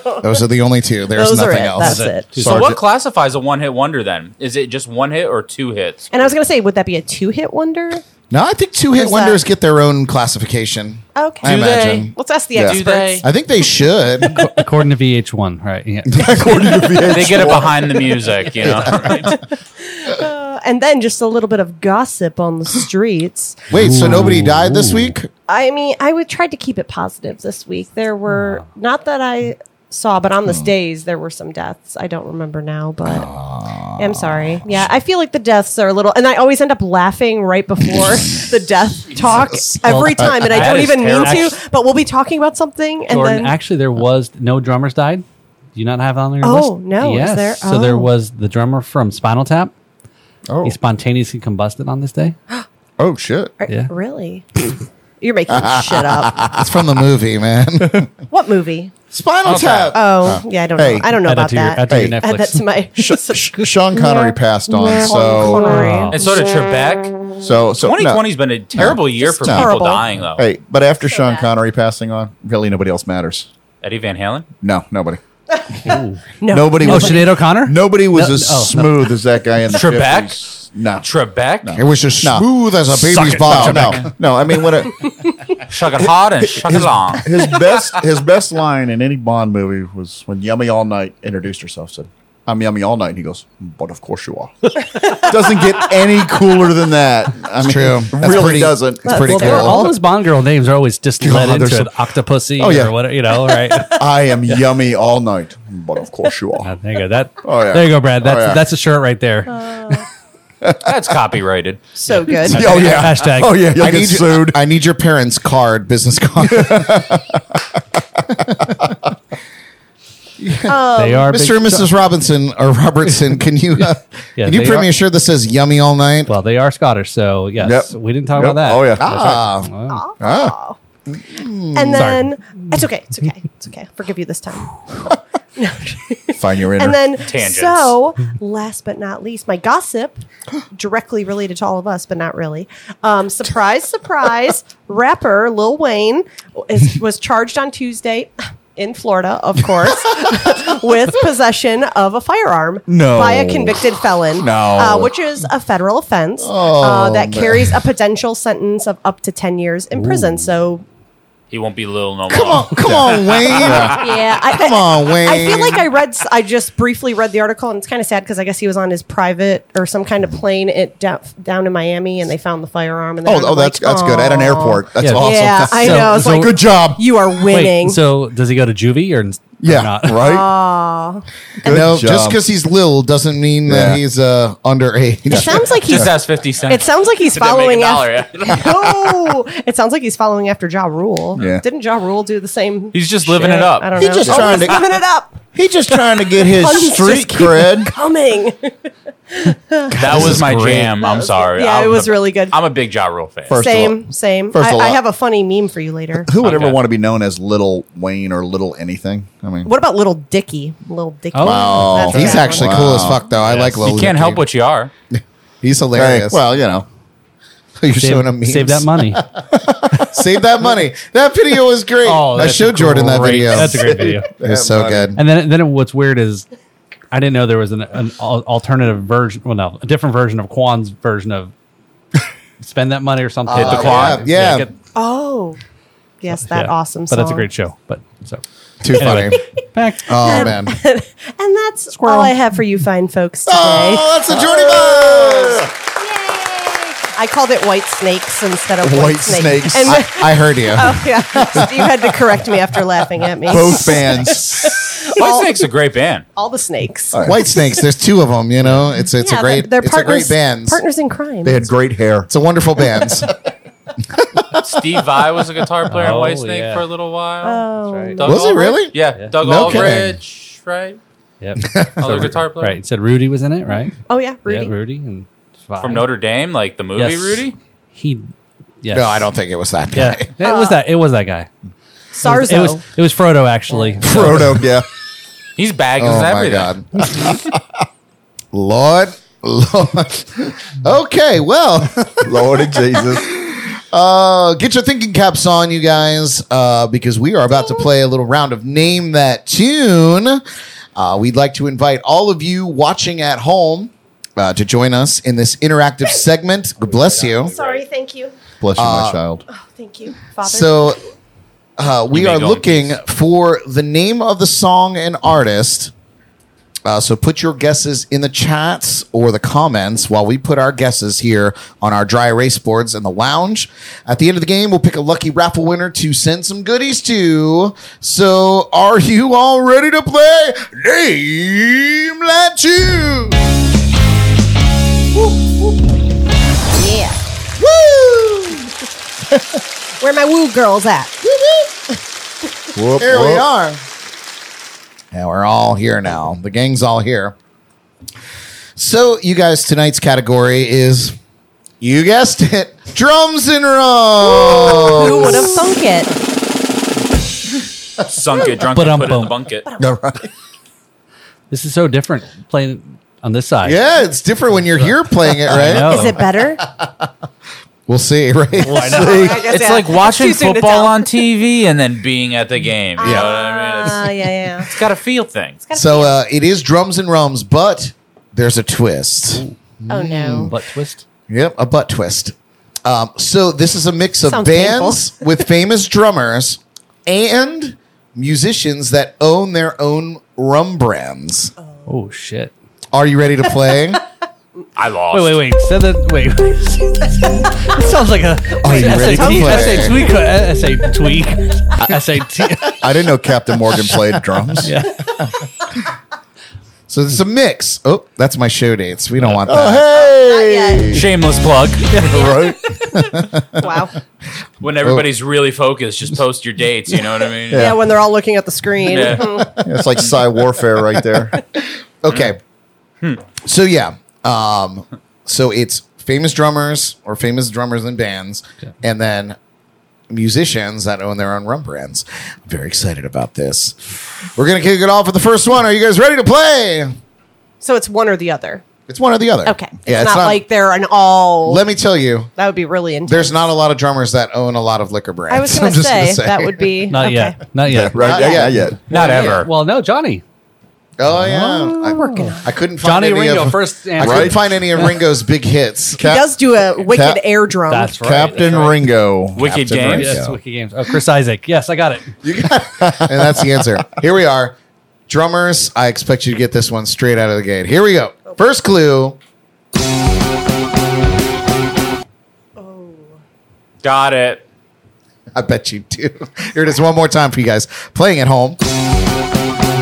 got. So Those are the only two. There's those are nothing it. else. That's it. so what classifies a one hit wonder then? Is it just one hit or two hits? And I was going to say, would that be a two hit wonder? No, I think two hit Who's wonders that? get their own classification. Okay. I Do they? imagine. Let's ask the Yeah. experts. Do they? I think they should. according to VH1, right? Yeah. According to They get it behind the music, you know. Uh, and then just a little bit of gossip on the streets. Wait, so nobody died this week? I mean, I would try to keep it positive this week. There were not that I saw, but Hmm. on this days there were some deaths. I don't remember now, but I'm sorry. Yeah, I feel like the deaths are a little, and I always end up laughing right before the death talk every time, and I That don't is even mean terrible. to. But we'll be talking about something, and Jordan, then actually, there was no drummers died. Do you not have it on your Oh, list? no, is Yes. there? So there Oh. was the drummer from Spinal Tap. Oh. He spontaneously combusted on this day. Oh shit. Are- Yeah. really, you're making shit up. It's from the movie, man. What movie? Spinal Tap. Oh, yeah, I don't Hey, know. I don't know add that about to your- that. add to your Add that Netflix. to my. Sh- Sean Connery passed on, so Connery. And so did Trebek. so so no. 2020 has been a terrible year for It's people terrible. dying, though. Hey, but after Sean bad. Connery passing on, really nobody else matters. Eddie Van Halen. No, nobody. No. Nobody Oh, was Sinead O'Connor? nobody was No, as oh, no. smooth as that guy in the Trebek? 50s. No. Trebek. It was just smooth as a Suck baby's it, bottom. no, no, no. I mean, what a, Shug it hard and shug it long. his best his best line in any Bond movie was when Yummy All Night introduced herself. Said, "I'm Yummy All Night," and he goes, "But of course you are." doesn't get any cooler than that. I mean, true. it That's really pretty- doesn't. that's pretty Well, they're- cool. all those Bond girl names are always just led God, they're into so- an octopussy Oh, yeah. or whatever, you know, right? I am Yummy All Night, but of course you Uh, are. there you go. That. Oh, yeah. There you go, Brad. Oh, That's yeah. that's a shirt right there. That's copyrighted. So good. Oh yeah. Hashtag. Oh yeah. You'll I get need, sued. I need your parents' card, business card. they are big- Mr. and Mrs. Robinson or Robertson, can you uh, Yeah, can you they print are- me a shirt that says "Yummy all night"? Well, they are Scottish, so yes, Yep. we didn't talk Yep. about that. Oh yeah. ah, Wow. And then it's okay. It's okay. It's okay. I'll forgive you this time. No. Find your inner. and then Tangents. so last but not least, my gossip directly related to all of us, but not really. Um, surprise, surprise! rapper Lil Wayne is, was charged on Tuesday. In Florida, of course, with possession of a firearm No. by a convicted felon, No. Oh, uh, which is a federal offense uh, that carries a potential sentence of up to 10 years in prison. So He won't be little no come more. on, come on, Wayne. yeah, I, Come on, Wayne. I feel like I read. I just briefly read the article, and it's kind of sad because I guess he was on his private or some kind of plane it down, down in Miami, and they found the firearm. And they oh, were oh, that's like, that's good at an "Aw." airport. That's Yeah. awesome. Yeah, I So- know. It's so- like Good job. you are winning. Wait, so does he go to juvie or, or Yeah. not? Right. You know, job. just because he's little doesn't mean Yeah. that he's uh, underage. it sounds like he's. Just ask 50 Cent. It sounds like he's Did that make following a dollar, after. yeah? No, it sounds like he's following after Ja Rule. Yeah. Didn't Ja Rule do the same? He's just living shit? it up. I don't He's know. just Oh, trying he's to- living it up. He's just trying to get his Puns just street keep cred. Coming. that was my jam. I'm sorry. yeah, I'm it was a- really good. I'm a big Ja Rule fan. First of all- same, same. first I, of all- I have a funny meme for you later. Who would ever Okay. want to be known as Little Wayne or Little anything? I mean, What about Little Dicky? Little Dicky. Oh. Wow. That's a he's bad actually one. cool as fuck, though. I like Lil. you can't Dicky. help what you are. He's hey, hilarious. well, you know, you're showing him Save, memes. save that money. Save that money. That video was great. Oh, I that's showed Jordan that great- video. That's a great video. It was so good. And then, then it, what's weird is I didn't know there was an, an al- alternative version. Well, no, a different version of Quan's version of spend that money or something. Hit the Quan. Yeah. get- Oh, yes, Ah, that yeah. awesome. But song. that's a great show. But so Too Anyway. funny. back. Oh man. And that's all I have for you, fine folks. Today, Oh, that's a Jordy Buzz. I called it white snakes instead of White white, snakes. And I, I heard you. oh, yeah, Steve had to correct me after laughing at me. Both bands. White Snake's a great band. All the snakes. White Snakes. There's two of them. You know, it's it's Yeah, a great they're it's a great band. Partners in crime. They had great hair. It's a wonderful band. Steve Vai was a guitar player Oh, in White Snake yeah. for a little while. Oh, right. Doug Was he Aldrich? really? Yeah, Doug No kidding. Aldrich, right? Yep. Other guitar player right. It said Rudy was in it, right? oh yeah, Rudy. Yeah, Rudy and from Notre Dame, like the movie Yes. Rudy. He. Yes. No, I don't think it was that Yeah, guy. it was that. It was that guy. Sarzo. It was. It was Frodo actually. Frodo. Yeah. He's bagging Oh my everything. god. Lord, Lord. Okay, well, Lord of Jesus. uh, get your thinking caps on, you guys, uh, because we are about to play a little round of Name That Tune. Uh, we'd like to invite all of you watching at home uh, to join us in this interactive segment. God bless you. Sorry, thank you. Bless you, my child. Oh, thank you, Father. So uh, we You may are go in looking peace. for the name of the song and artist. Uh, so put your guesses in the chats or the comments while we put our guesses here on our dry erase boards in the lounge. At the end of the game, we'll pick a lucky raffle winner to send some goodies to. So are you all ready to play? Name that tune. yeah, Woo! where my woo girls at? Whoop, Here we whoop. are. Yeah, we're all here now. The gang's all here. So, you guys, tonight's category is you guessed it drums and Who would rolls. have thunk it? Sunk it, drunk it, Ba-dum-bum. put it in the bunket. This is so different playing on this side. Yeah, it's different when you're here playing it, I know. right? Is it better? We'll see, right? I guess, It's yeah. like watching too soon to football tell. on TV and then being at the game. You know what I mean? It's, Ah, yeah, yeah. it's got a feel thing. so, uh, it is drums and rums, but there's a twist. Oh no. Butt twist. Yep, a butt twist. Um, so this is a mix of Sounds bands with famous drummers and musicians that own their own rum brands. Oh shit. Are you ready to play? I lost. Wait, wait, wait. Said that. Wait. it sounds like a. Are you ready to play? I say tweak. I say tweak. I say. T- I didn't know Captain Morgan played drums. yeah. so this is a mix. Oh, that's my show dates. We don't want that. Hey! Shameless plug. Mm. Right? Wow. When everybody's Oh. really focused, just post your dates. You know what I mean? Yeah, when they're all looking at the screen. Yeah. Yeah, it's like Psy Warfare right there. Okay. So yeah. Um, so it's famous drummers or famous drummers and bands, and then musicians that own their own rum brands. I'm very excited about this. We're gonna kick it off with the first one. Are you guys ready to play? So it's one or the other. It's one or the other. Okay. It's, Yeah, not, like they're an all. Let me tell you, that would be really intense. there's not a lot of drummers that own a lot of liquor brands. I was I'm going to just say, that would be Not okay. yet. Not yet. Right? Yeah, yeah, yeah. Not ever. Well, no, Johnny. Oh yeah, I, working on I couldn't find Johnny any Ringo of, first. I And couldn't find any of Ringo's big hits. He does do a wicked Cap- air drum. That's right. Captain Ringo. Wicked Captain James? Ringo. Yes, Wiki Games. Oh, Chris Isaac. Yes, I got it. and that's the answer. Here we are. Drummers, I expect you to get this one straight out of the gate. Here we go. First clue. Got it. I bet you do. Here it is one more time for you guys playing at home.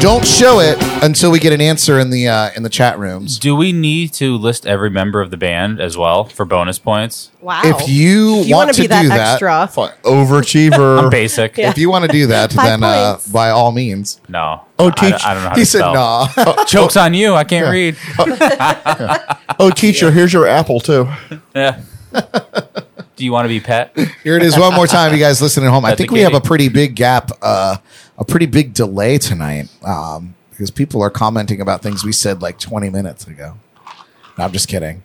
Don't show it until we get an answer in the uh, in the chat rooms. Do we need to list every member of the band as well for bonus points? wow. If you, If you want wanna to be that do that, extra. fine. I'm Overachiever. basic. if you want to do that, Five then uh, points. by all means. No. Oh, I- teach- I, don't know how He to said, spell. "Nah." Joke's on you. I can't read. oh, teacher, here's your apple, too. Yeah. Do you want to be pet? Oh, Here it is one more time, you guys listening at home. I At the think we have a gate. pretty big gap, uh, a pretty big delay tonight um, because people are commenting about things we said like 20 minutes ago. No, I'm just kidding.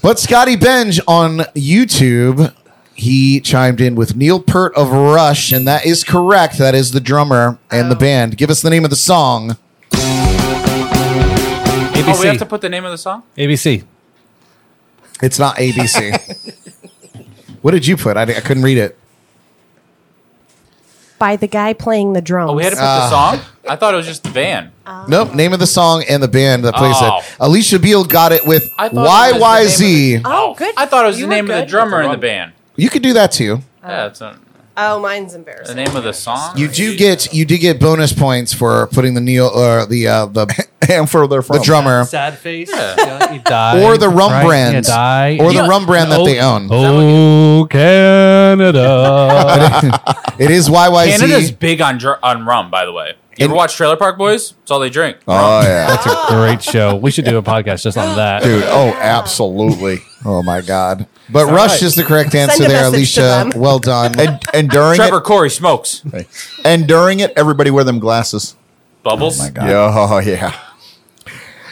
But Scotty Benj on YouTube, he chimed in with Neil Pert of Rush, and that is correct. That is the drummer and the band. Give us the name of the song. ABC. Oh, we have to put the name of the song. ABC. It's not ABC. what did you put? I, I couldn't read it. by the guy playing the drums. Uh, Oh, we had to put Ah. the song. I thought it was just the van. Nope. Name of the song and the band that plays Oh. it. Alicia Beal got it with I thought it was the YYZ. Oh, good. I thought it was You the were name of the good. drummer in the band. You could do that too. Yeah, it's not oh, mine's the embarrassing. name of the song. You do get you do get bonus points for putting the neo or the uh, the and for their the drummer Sad face. Yeah, you die. or the rum Right? brand You die. or the Yeah. rum brand that they own. Oh, Canada. It is YYZ. Canada's big on dr- on rum, by the way. You ever And- watch Trailer Park Boys? It's all they drink. Oh yeah, Great show. We should do a podcast just on that. dude. Oh, absolutely. Oh my god! But Rush right. is the correct Send answer a there, message to Alicia. them. Well done. And and during Trevor Corey smokes it, and during it, everybody wear them glasses. bubbles. Yeah, oh, yeah.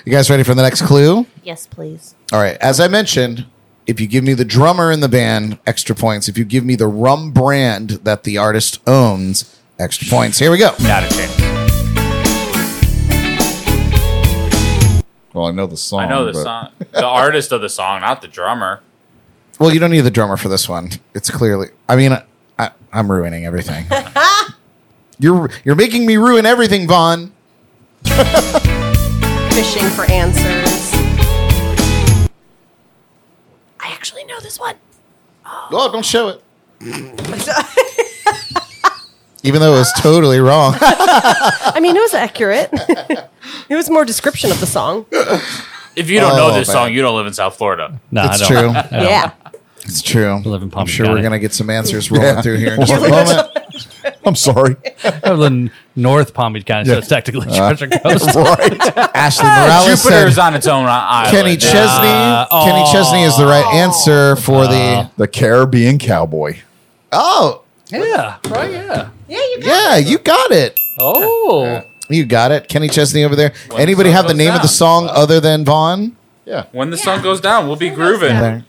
you guys ready for the next clue? Yes, please. All right. As I mentioned, if you give me the drummer in the band, extra points. If you give me the rum brand that the artist owns, extra points. Here we go. Not a chance. Well, I know the song. I know the but- song. The artist of the song, not the drummer. Well, you don't need the drummer for this one. It's clearly. I mean, I, I'm ruining everything. you're you're making me ruin everything, Vaughn. Fishing for answers. I actually know this one. Oh, don't show it. Even though it was totally wrong. I mean, it was accurate. it was more description of the song. If you don't know Oh, this man. song, you don't live in South Florida. No, It's I don't. true. I don't. Yeah. It's true. live in I'm Palm sure we're County. gonna get some answers rolling Yeah. through here in just a Well, moment. I'm sorry. I live in North Palm Beach County, so it's technically Treasure Coast. right. Ashley Morales Jupiter is said on its own Ah, island. Kenny Chesney. Kenny Chesney is the right Oh. answer for the. The Caribbean cowboy. Oh yeah, right. Yeah. Yeah, you got yeah, you got it. Oh, You got it. Kenny Chesney over there. When Anybody the sun have the goes name of the down. song other than Vaughn? Yeah. When the sun goes down, we'll be grooving. There.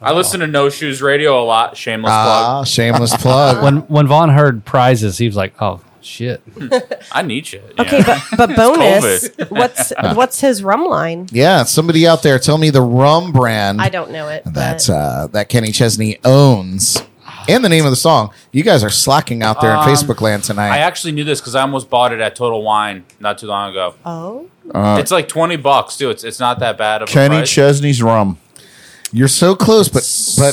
I listen to No Shoes Radio a lot. Shameless Ah, shameless plug. when when Vaughn heard prizes, he was like, "Oh shit!" plug. I need you. Okay, but but bonus. what's what's his rum line? yeah, somebody out there, tell me the rum brand I don't know it. But that uh, that Kenny Chesney owns and the name of the song. You guys are slacking out there in Facebook land tonight. Um, I actually knew this because I almost bought it at Total Wine not too long ago. uh, oh, it's like twenty bucks, too. It's it's not that bad of a Kenny price. Chesney's rum. You're so close, but but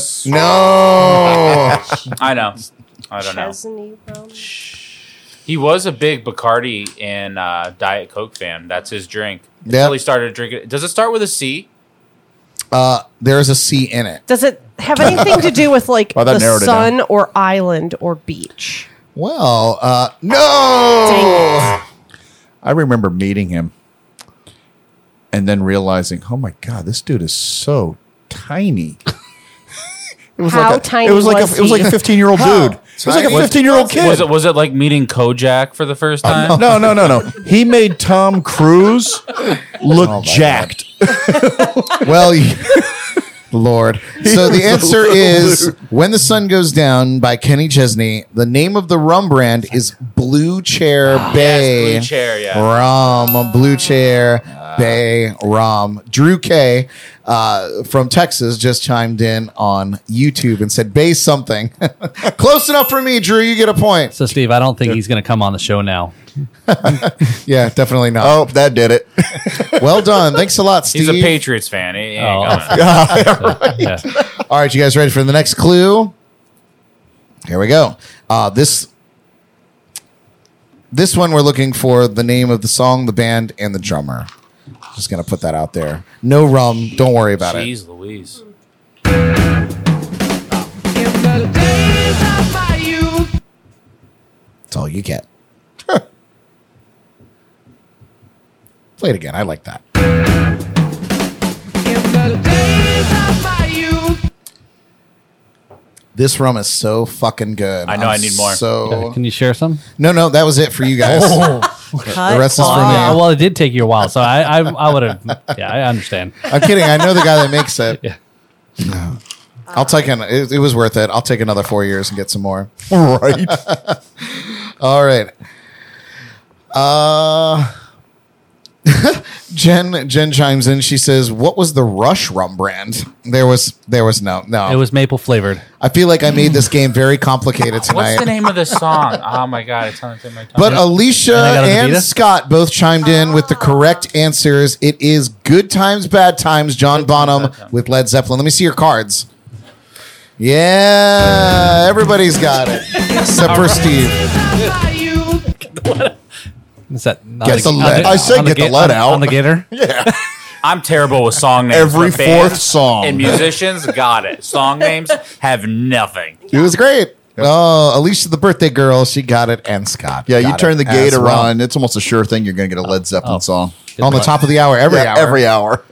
no. I know. I don't know. Chesney rum. He was a big Bacardi and uh, Diet Coke fan. That's his drink. Yeah. Until he started drinking. Does it start with a C? Uh, there's a C in it. Does it have anything to do with like Well, Oh, that the narrowed it sun or island or beach? Well, uh, no. I remember meeting him and then realizing, oh my God, this dude is so tiny. It was How like a, tiny It was like was a, it was like a he? 15 year old How dude. It was like a tiny? 15 year old kid. Was it was it like meeting Kojak for the first time? no, no, no, no. He made Tom Cruise look jacked. Well, you- Lord. So the was a answer little is dude. When the Sun Goes Down by Kenny Chesney. The name of the rum brand is Blue Chair Ah, Bay. Blue chair, yeah. Rum, Blue Chair, Ah. Bay, Rum. Drew K uh, from Texas just chimed in on YouTube and said, Bay something. Close enough for me, Drew. You get a point. So Steve, I don't think he's going to come on the show now. Yeah, definitely not. Oh, that did it. Well done. Thanks a lot, Steve. He's a Patriots fan. He, he ain't Oh. coming. Yeah. All right, you guys ready for the next clue? Here we go. Uh, this this one we're looking for the name of the song, the band, and the drummer. Just gonna put that out there. No rum. Don't worry about it. Jeez Louise. That's all you get. Play it again. I like that. This rum is so fucking good. I know, I need more. So Can you share some? no, no, that was it for you guys. Oh. the rest is for me. Uh, well, it did take you a while, so I I, I would have. Yeah, I understand. I'm kidding. I know the guy that makes it. Yeah. I'll take an. It, it was worth it. I'll take another four years and get some more. right. All right. Uh, Jen Jen chimes in. She says, "What was the Rush rum brand?" There was there was no no. It was maple flavored. I feel like I made this game very complicated What's the tonight. name of this song? Oh my god, it's on the tip of my tongue. But Alicia I got a and Vita? Scott both chimed in with the correct answers. It is Good Times, Bad Times, John Bonham with Led Zeppelin. Let me see your cards. Yeah, everybody's got it except for Steve. Is that not Get the let- I said get the let out. on the gator. I'm terrible with song names. Every but bands fourth song. and musicians got it. Song names have nothing. It was great. Oh, Alicia, the birthday girl, she got it, and Scott. Yeah, you got turn it the as gator well. on. It's almost a sure thing you're going to get a Led Zeppelin song. on the top of the hour every Yeah, hour. Every hour.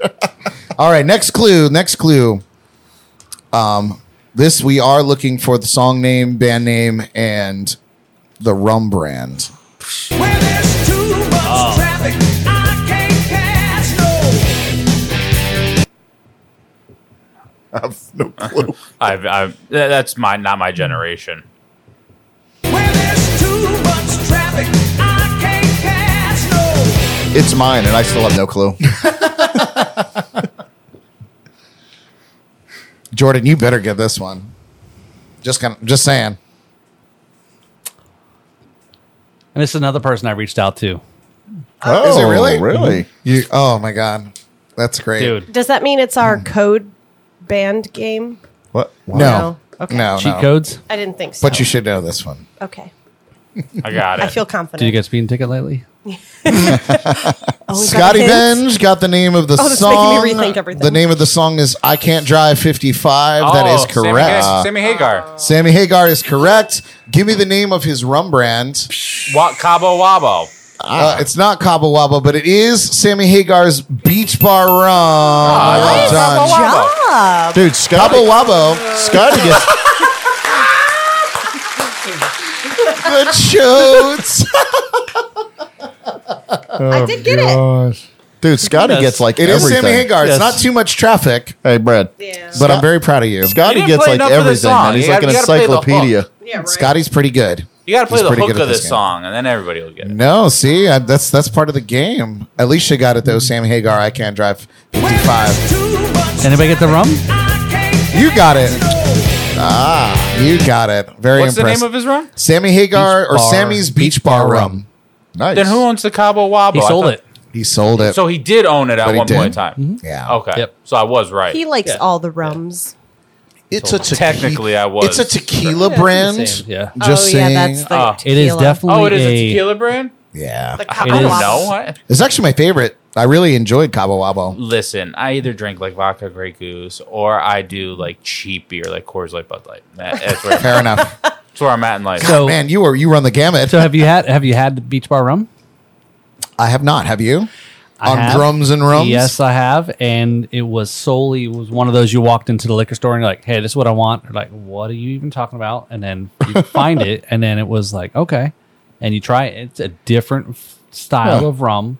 All right, next clue. Next clue. Um, this we are looking for the song name, band name, and the rum brand. Where there's too much Oh. traffic, I can't catch no. no clue. I've, I've th- that's my not my generation. Where there's too much traffic, I can't catch no. It's mine, and I still have no clue. Jordan, you better get this one. Just gonna, just saying. And this is another person I reached out to. Oh, Is it really? Really? You. Oh my god, that's great. Dude, Does that mean it's our code band game? What? Wow. No. No. Okay. Oh, No. cheat no. codes. I didn't think so. But you should know this one. Okay. I got it. I feel Did you confident. get a speeding ticket lately? Oh, we got Scotty a hint? Benj got the name of the Oh, that's making song. me rethink everything. The name of the song is "I Can't Drive 55." that is Oh, Sammy correct. Hagar- Sammy Hagar. Sammy Hagar is correct. Give me the name of his rum brand. Wa- Cabo Wabo. Ah. Uh, it's not Cabo Wabo, but it is Sammy Hagar's Beach Bar Rum. well done. Ah, Job. Cabo Wabo. Dude, Scotty, Cabo Wabo, Scotty gets the chutes. I did get it. Dude, Scotty Yes. gets like It is everything. Sammy Hagar. Yes. It's not too much traffic, Hey, Brad. Yeah. but I'm very proud of you. You Scotty didn't gets play like enough of the everything, song. man. He's You like an gotta- you gotta play the encyclopedia. hook. Yeah, right. Scotty's pretty good. You got to play He's the pretty hook good at of this this game. song, and then everybody will get it. No, see, I, that's that's part of the game. Alicia got it though. Sammy Hagar, I can't drive Where 55. there's too much Anybody get the rum? I can't You got it. catch no. You got it. Very What's the impressive. name of his run? Sammy Hagar Beach or Bar- Sammy's Beach, Bar, Rum. Nice. Then who owns the Cabo Wabo? He Oh, I sold thought- it. He sold it. So he did own it at But he Mm-hmm. one did. point in time. yeah. Okay. Yep. So I was right. He likes Yeah. all the rums. It's a tequila. Technically, I was. It's a tequila brand. same, yeah. Just oh, saying. yeah, that's the Oh. It is tequila. definitely oh, it is a tequila brand. yeah. The I Cabo is. don't Wabo. know. I- It's actually my favorite. I really enjoyed Cabo Wabo. Listen, I either drink like vodka Grey Goose or I do like cheap beer, like Coors Light, Bud Light. That- That's where, Fair enough. that's where I'm at in life. So, Man, you were you run the gamut. Oh. so have you had have you had the beach bar rum? I have not. Have you? I On have. drums and rums. Yes, I have, and it was solely it was one of those you walked into the liquor store and you're like, "Hey, this is what I want." They're like, "What are you even talking about?" And then you find it, and then it was like, "Okay," and you try it. It's a different f- style Huh. of rum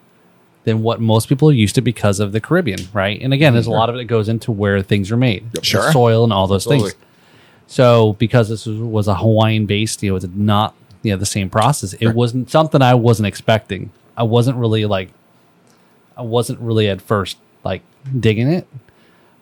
than what most people are used to because of the Caribbean, right? And again, there's a lot of it that goes into where things are made, the Sure. soil, and all those things. Absolutely. So, because this was, was a Hawaiian based, you know, it's not you know the same process. It wasn't something I wasn't expecting. I wasn't really like I wasn't really at first like digging it.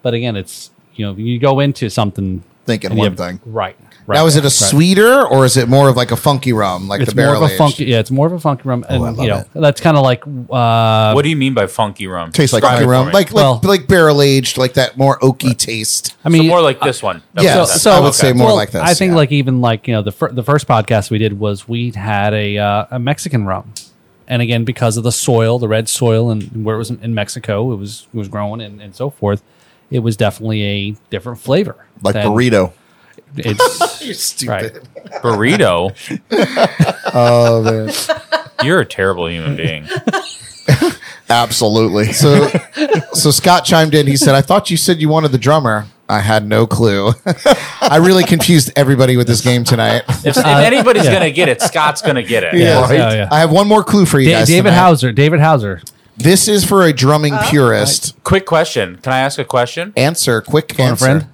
But again, it's you know you go into something Thinking and you one have- thing. right? Right. Now is it a right. sweeter or is it more of like a funky rum, like It's the more barrel of a aged? funky. Yeah, it's more of a funky rum, and I love you know it. that's kind of like uh, what do you mean by funky rum? Tastes like Describe funky it for rum, me. Um, like like, Well- like barrel aged, like that more oaky taste. I mean so more like this one. That's yeah, what so- that- I would say more well, like this, I think yeah. like even like you know the fir- the first podcast we did was we had a uh, a Mexican rum, and again because of the soil, the red soil, and where it was in, in Mexico, it was it was growing and, and so forth. It was definitely a different flavor, Like than- burrito. It's You're right. stupid. burrito. Oh man. You're a terrible human being. Absolutely. So so Scott chimed in. He said, "I thought you said you wanted the drummer." I had no clue. I really confused everybody with this game tonight. If, if anybody's gonna get it, Scott's gonna get it. Yeah. Right? yeah. I have one more clue for you Da- guys. David tonight. Hauser. David Hauser. This is for a drumming purist. Quick question. Can I ask a question? Answer, quick Phone a answer. friend.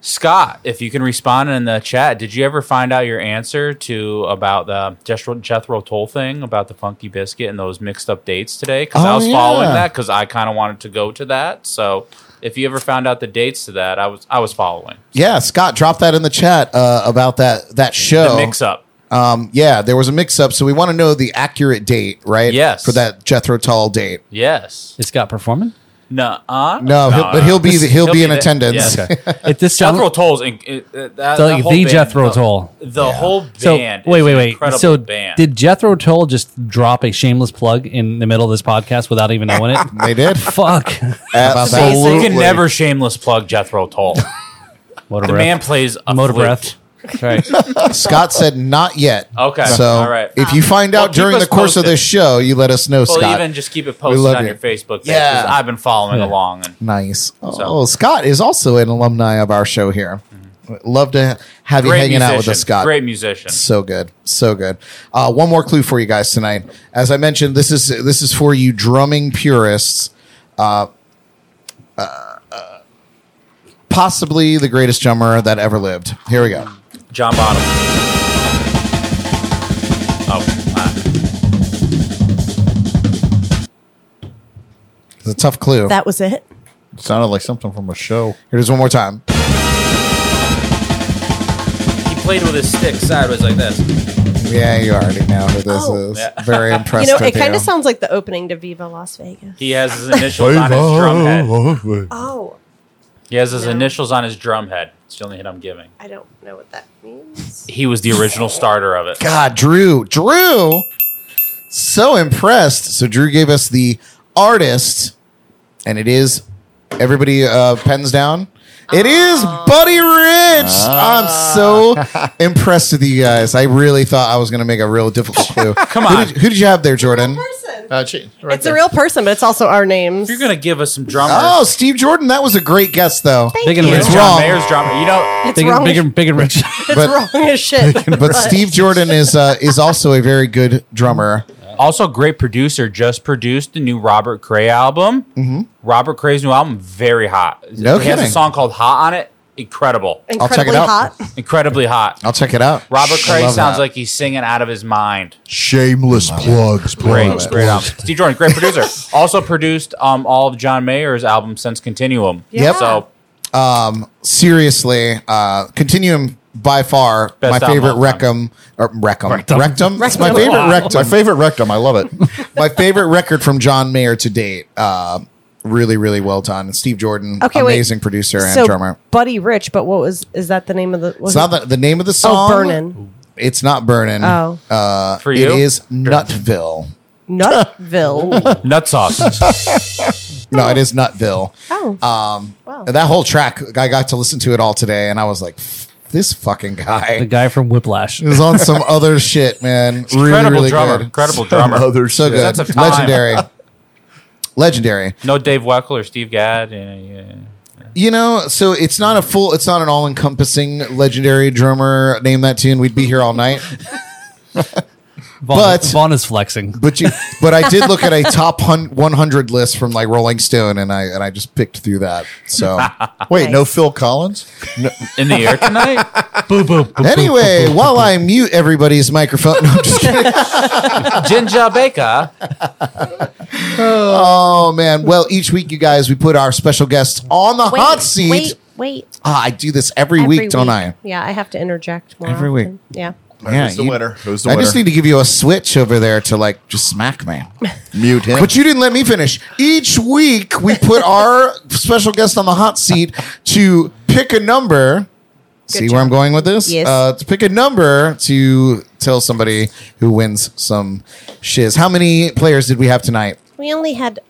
Scott, if you can respond in the chat, did you ever find out your answer to about the Jethro, Jethro Toll thing about the Funky Biscuit and those mixed up dates today? Because Oh, I was following yeah. that because I kind of wanted to go to that. So if you ever found out the dates to that, I was I was following Yeah, Scott, drop that in the chat uh, about that that the show. mix up. Um, yeah, there was a mix up, so we want to know the accurate date, right? Yes. for that Jethro Tull date. Yes. Is Scott performing? No. Uh, No, he'll, but he'll be the, he'll, be in there. attendance. Yeah. Okay. It's this Jethro Toll's in, it, it- that, So, that like, whole the band- Jethro the- Tull. The whole So band. wait, is wait, an wait. incredible So band. did Jethro Tull just drop a shameless plug in the middle of this podcast without even knowing it? They did. Fuck. you Absolutely. can never shameless plug Jethro Toll. Motor The breath. man plays a Motor flute. breath. That's right. Scott said not yet. Okay, So all right. if you find Well, out keep during us the course of posted. this show, you let us know, Well, Scott. even just keep it posted love on you. your Facebook page. Yeah. 'cause I've been following Yeah. along. And nice. Oh, Scott is also an alumni of our show here. Love to have you Mm-hmm. great hanging musician. out with us, Scott. Great musician. So good, so good. Uh, one more clue for you guys tonight. As I mentioned, this is this is for you drumming purists. Uh, uh, uh, possibly the greatest drummer that ever lived. Here we go. John Bonham. Oh, uh, It's a tough clue. That was it. It sounded like something from a show. Here it is one more time. he played with his stick sideways like this. Yeah, you already know who this Oh. is. Yeah. Very You impressed. know, it with kind you. of sounds like the opening to Viva Las Vegas. He has his initials on his drum head. Oh, He has his No. initials on his drum head. It's the only hit I'm giving. I don't know what that means. He was the original starter of it. God, Drew, Drew, so impressed. So Drew gave us the artist, and it is everybody uh, pens down. It is Oh. Buddy Rich. I'm so impressed with you guys. I really thought I was going to make a real difficult clue. Come on. who did, who did you have there, Jordan? Person. Uh, she, right It's a real person, but it's also our names. You're gonna give us some drummers. Oh, Steve Jordan. That was a great guess, though. Big and you. Where's rich. It's wrong. John Mayer's drummer. You know, it's Big wrong. and, big, and, big and rich. it's but- wrong as shit. But Steve Jordan is uh, is also a very good drummer. also great producer. Just produced the new Robert Cray album. Mm-hmm. Robert Cray's new album, very hot. No he has kidding. a song called "Hot" on it. Incredible, I'll check it Incredibly out. hot. incredibly hot. I'll check it out. Robert Oh, I Cray love sounds that. like he's singing out of his mind. Shameless plugs. Great, plugs, great album. plugs. Steve Jordan, great producer. also produced um, all of John Mayer's albums since Continuum. Yep. So seriously, uh, Continuum by far Best my album favorite of all rectum or rectum rectum. Rectum. It's my Rectum. favorite My rectum. favorite rectum. I love it. my favorite record from John Mayer to date. Uh, really, really well done. And Steve Jordan, Okay, wait. amazing producer and so drummer. Buddy Rich, but what was is that the name of the? Was It's not it- the, the name of the oh, song. Burnin. It's not Burnin. Oh. Uh, For it you? is Nutville. Nutville. nut sauce. No, it is Nutville. oh, Um, Wow. That whole track, I got to listen to it all today, and I was like, "This fucking the guy guy from Whiplash. is on some other shit, man." Really, incredible really drummer. good. Incredible drummer. Other So shit. good. Sense of time. Legendary. Legendary. No Dave Weckl or Steve Gadd. uh, Yeah, yeah. You know, so it's not a full, it's not an all encompassing legendary drummer. Name that tune. We'd be here all night. Vaughn, But- Vaughn is flexing. But you, but I did look at a top hun- 100 list from like Rolling Stone and I, and I just picked through that. So Wait, no Nice. Phil Collins? In the air tonight. Boo, boo, boo, anyway, while I mute everybody's microphone, no, I'm just kidding. Ginger Baker. Oh man. Well, each week, you guys, we put our special guests on the hot seat. Wait, wait. Ah, I do this every, Every week, don't I? Yeah, I have to interject more. Every often. week. Yeah. Yeah, Who's the you- winner? Who's the I winner? just need to give you a switch over there to like just smack me. mute him. But you didn't let me finish. Each week, we put our special guest on the hot seat to pick a number. See where I'm going with this? Yes. Uh, to pick a number to tell somebody who wins some shiz. How many players did we have tonight? We only had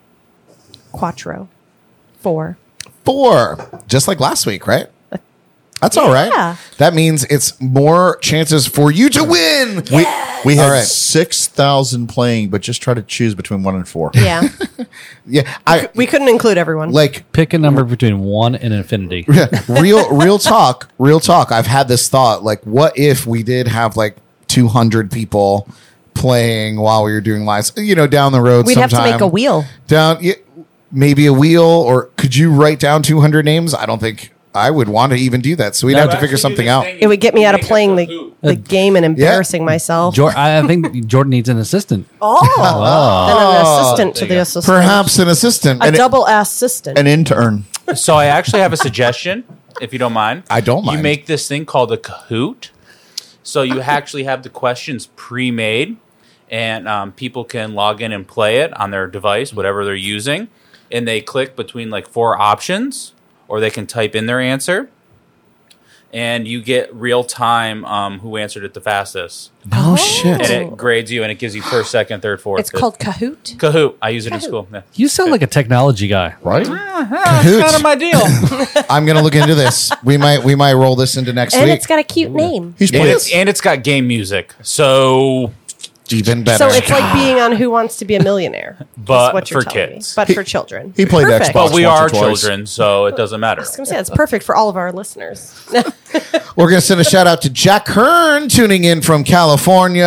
quattro, four. Four, just like last week, right? That's all Yeah. right. That means it's more chances for you to win. we, we had All right. 6,000 playing, but just try to choose between one and four. Yeah, Yeah, I we couldn't include everyone. like Pick a number between one and infinity. real real talk real talk i've had this thought like what if we did have like 200 people playing while we were doing lives you know down the road We'd have sometime. to make a wheel. down yeah, maybe a wheel or could you write down 200 names i don't think I would want to even do that. So we'd have to figure something out. It would get me out of playing the, the game and embarrassing myself. Jor- I I think Jordan needs an assistant. Oh, then an assistant to There you the go. assistant. Perhaps an assistant. a And it- double assistant. An intern. So I actually have a suggestion, if you don't mind. I don't mind. You make this thing called a Kahoot. So you actually have the questions pre-made, and um, people can log in and play it on their device, whatever they're using, and they click between like four options, or they can type in their answer, and you get real time um, who answered it the fastest, no Oh, shit. and it grades you, and it gives you first, second, third, fourth. it's fifth. called Kahoot. Kahoot. I use it in Kahoot. school. Yeah. You sound like a technology guy. Right? Kahoot. Kind of my deal. I'm gonna look into this. We might we might roll this into next And week. it's got a cute name. He's and, playing. it's, and it's got game music. So Even better. So it's like being on Who Wants to Be a Millionaire. is But what you're for telling kids. Me. But for children. he played Perfect. Xbox. But we once or are twice. children, so it doesn't matter. I was going to say, it's perfect for all of our listeners. We're gonna send a shout out to Jack Hearn tuning in from California.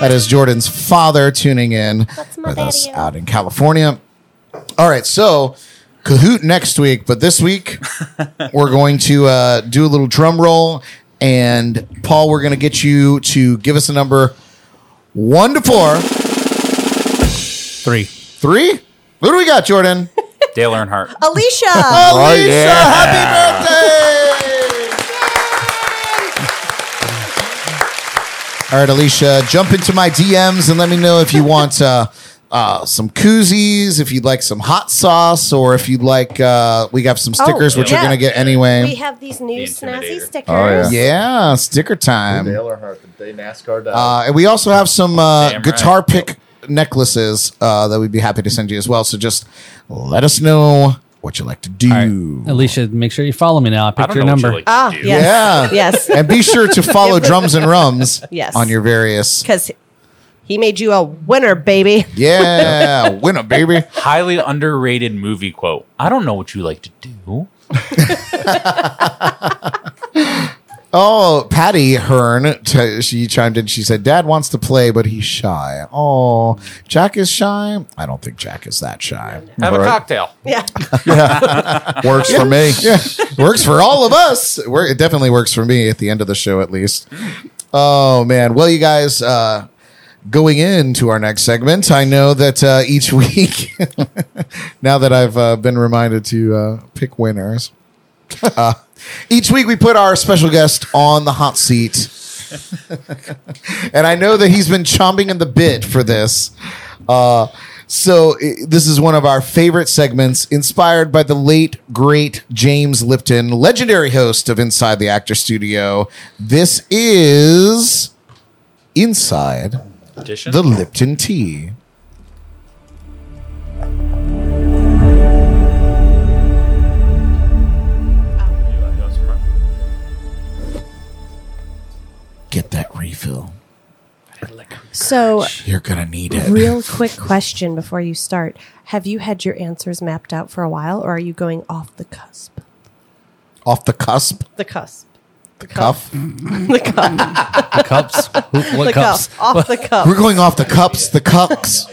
That is Jordan's father tuning in my with us daddy. out in California. All right, so Kahoot next week, but this week we're going to uh, do a little drum roll. And Paul, we're going to get you to give us a number one to four. Three. Three? What do we got, Jordan? Dale Earnhardt. Oh. Alicia! Alicia, yeah. happy birthday! All right, Alicia, jump into my DMs and let me know if you want uh, uh, some koozies, if you'd like some hot sauce, or if you'd like, uh, we got some stickers, which Oh, yeah. you're going to get anyway. we have these new The snazzy Intimidator. stickers. Oh, yeah. yeah, sticker time. Earnhardt, the day NASCAR died. Uh, and we also have some uh, Damn guitar right. pick necklaces uh, that we'd be happy to send you as well. So just let us know what you like to do. Alicia, make sure you follow me now. I I picked don't your know number. what you like Ah, to do. yes. Yeah. Yes. and be sure to follow drums and rums Yes. on your various Because he made you a winner, baby. yeah winner baby Highly underrated movie quote. I don't know what you like to do. oh patty hearn t- she chimed in she said dad wants to play but he's shy oh jack is shy i don't think jack is that shy Have a Right. cocktail. Yeah. Works for me. yeah works for all of us Wor- it definitely works for me at the end of the show at least oh man well you guys uh Going into our next segment, I know that uh, each week, now that I've uh, been reminded to uh, pick winners, uh, Each week we put our special guest on the hot seat. and I know that he's been chomping in the bit for this. Uh, so i- this is one of our favorite segments inspired by the late great James Lipton, legendary host of Inside the Actor Studio. This is Inside Audition. the Lipton Tea. Get that refill. So, You're going to need it. real quick question before you start Have you had your answers mapped out for a while, or are you going off the cusp? Off the cusp, The cusp. the cuff. The cup. The cups. Who- what The cup. cups? Off the cup. We're going off the cups, the cucks,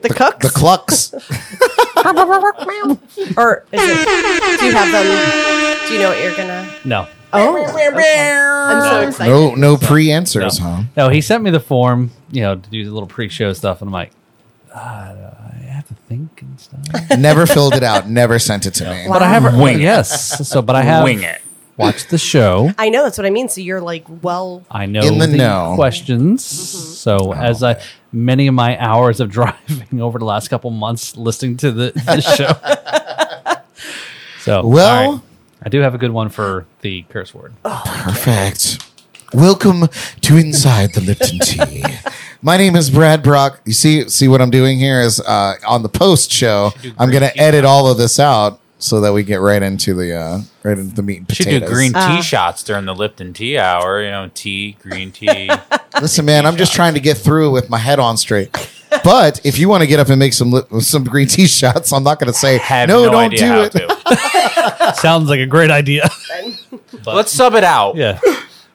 The cucks? the clucks. or is it, do you have them? Do you know what you're gonna? No. Oh, I'm so excited. No, no pre answers, huh? No, he sent me the form, you know, to do the little pre-show stuff, and I'm like, ah, I have to think and stuff. Never filled it out. Never sent it to me. But I have Wing it. Yes. So, but I have Wing it. watched the show. I know that's what I mean. So you're like, well, I know In the the, know. Oh, questions. So as I many of my hours of driving over the last couple months listening to the, the show. so Well- all right. I do have a good one for the curse word. Perfect. Welcome to Inside the Lipton Tea. My name is Brad Brock. You see, see what I'm doing here is uh, on the post show. I'm going to edit all of this out so that we get right into the uh, right into the meat and Should potatoes. do green tea shots during the Lipton tea hour. You know, tea, green tea. Uh, Listen, man, I'm just trying to get through with my head on straight. But if you want to get up and make some li- some green tea shots, I'm not going to say Have no. no, don't idea do how it. to. Sounds like a great idea. Let's sub it out. yeah.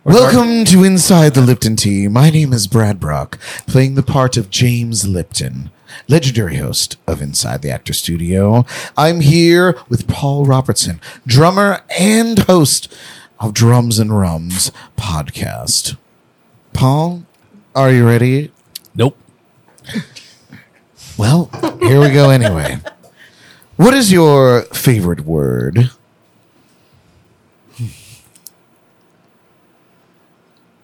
Welcome to Inside the Lipton Tea. My name is Brad Brock, playing the part of James Lipton, legendary host of Inside the Actor Studio. I'm here with Paul Robertson, drummer and host of Drums and Rums podcast. Paul, are you ready? Nope. Well, here we go anyway. What is your favorite word?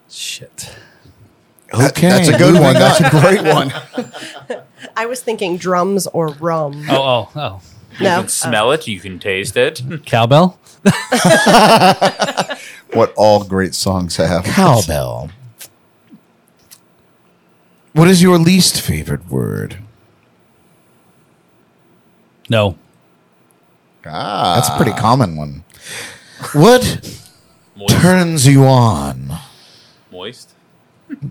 Shit. Okay. That's a good one. That's a great one. I was thinking drums or rum. Oh, oh, oh. You no. can smell it. You can taste it. Cowbell? What all great songs have. cowbell. What is your least favorite word? No. Ah, That's a pretty common one. What Moist. turns you on? Moist.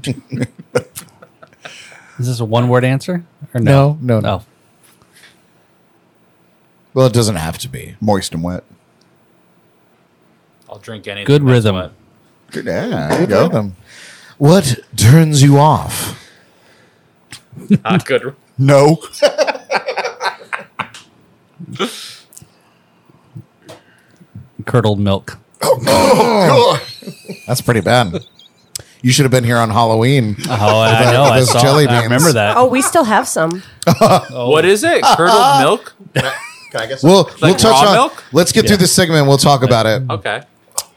Is this a one word answer? Or no? Oh, No, no, no. No. Well, it doesn't have to be. moist and wet. I'll drink anything. Good that's rhythm. wet. Good, yeah, there you go. What turns you off? Not Ah, good. No. Curdled milk. That's pretty bad. You should have been here on Halloween. Oh, I know. I Those saw. jelly I beans. remember that. Oh, we still have some. What is it? Curdled milk? Can I guess? We'll we'll Like touch raw on. milk? Let's get Yeah. through this segment. We'll talk about it. Okay.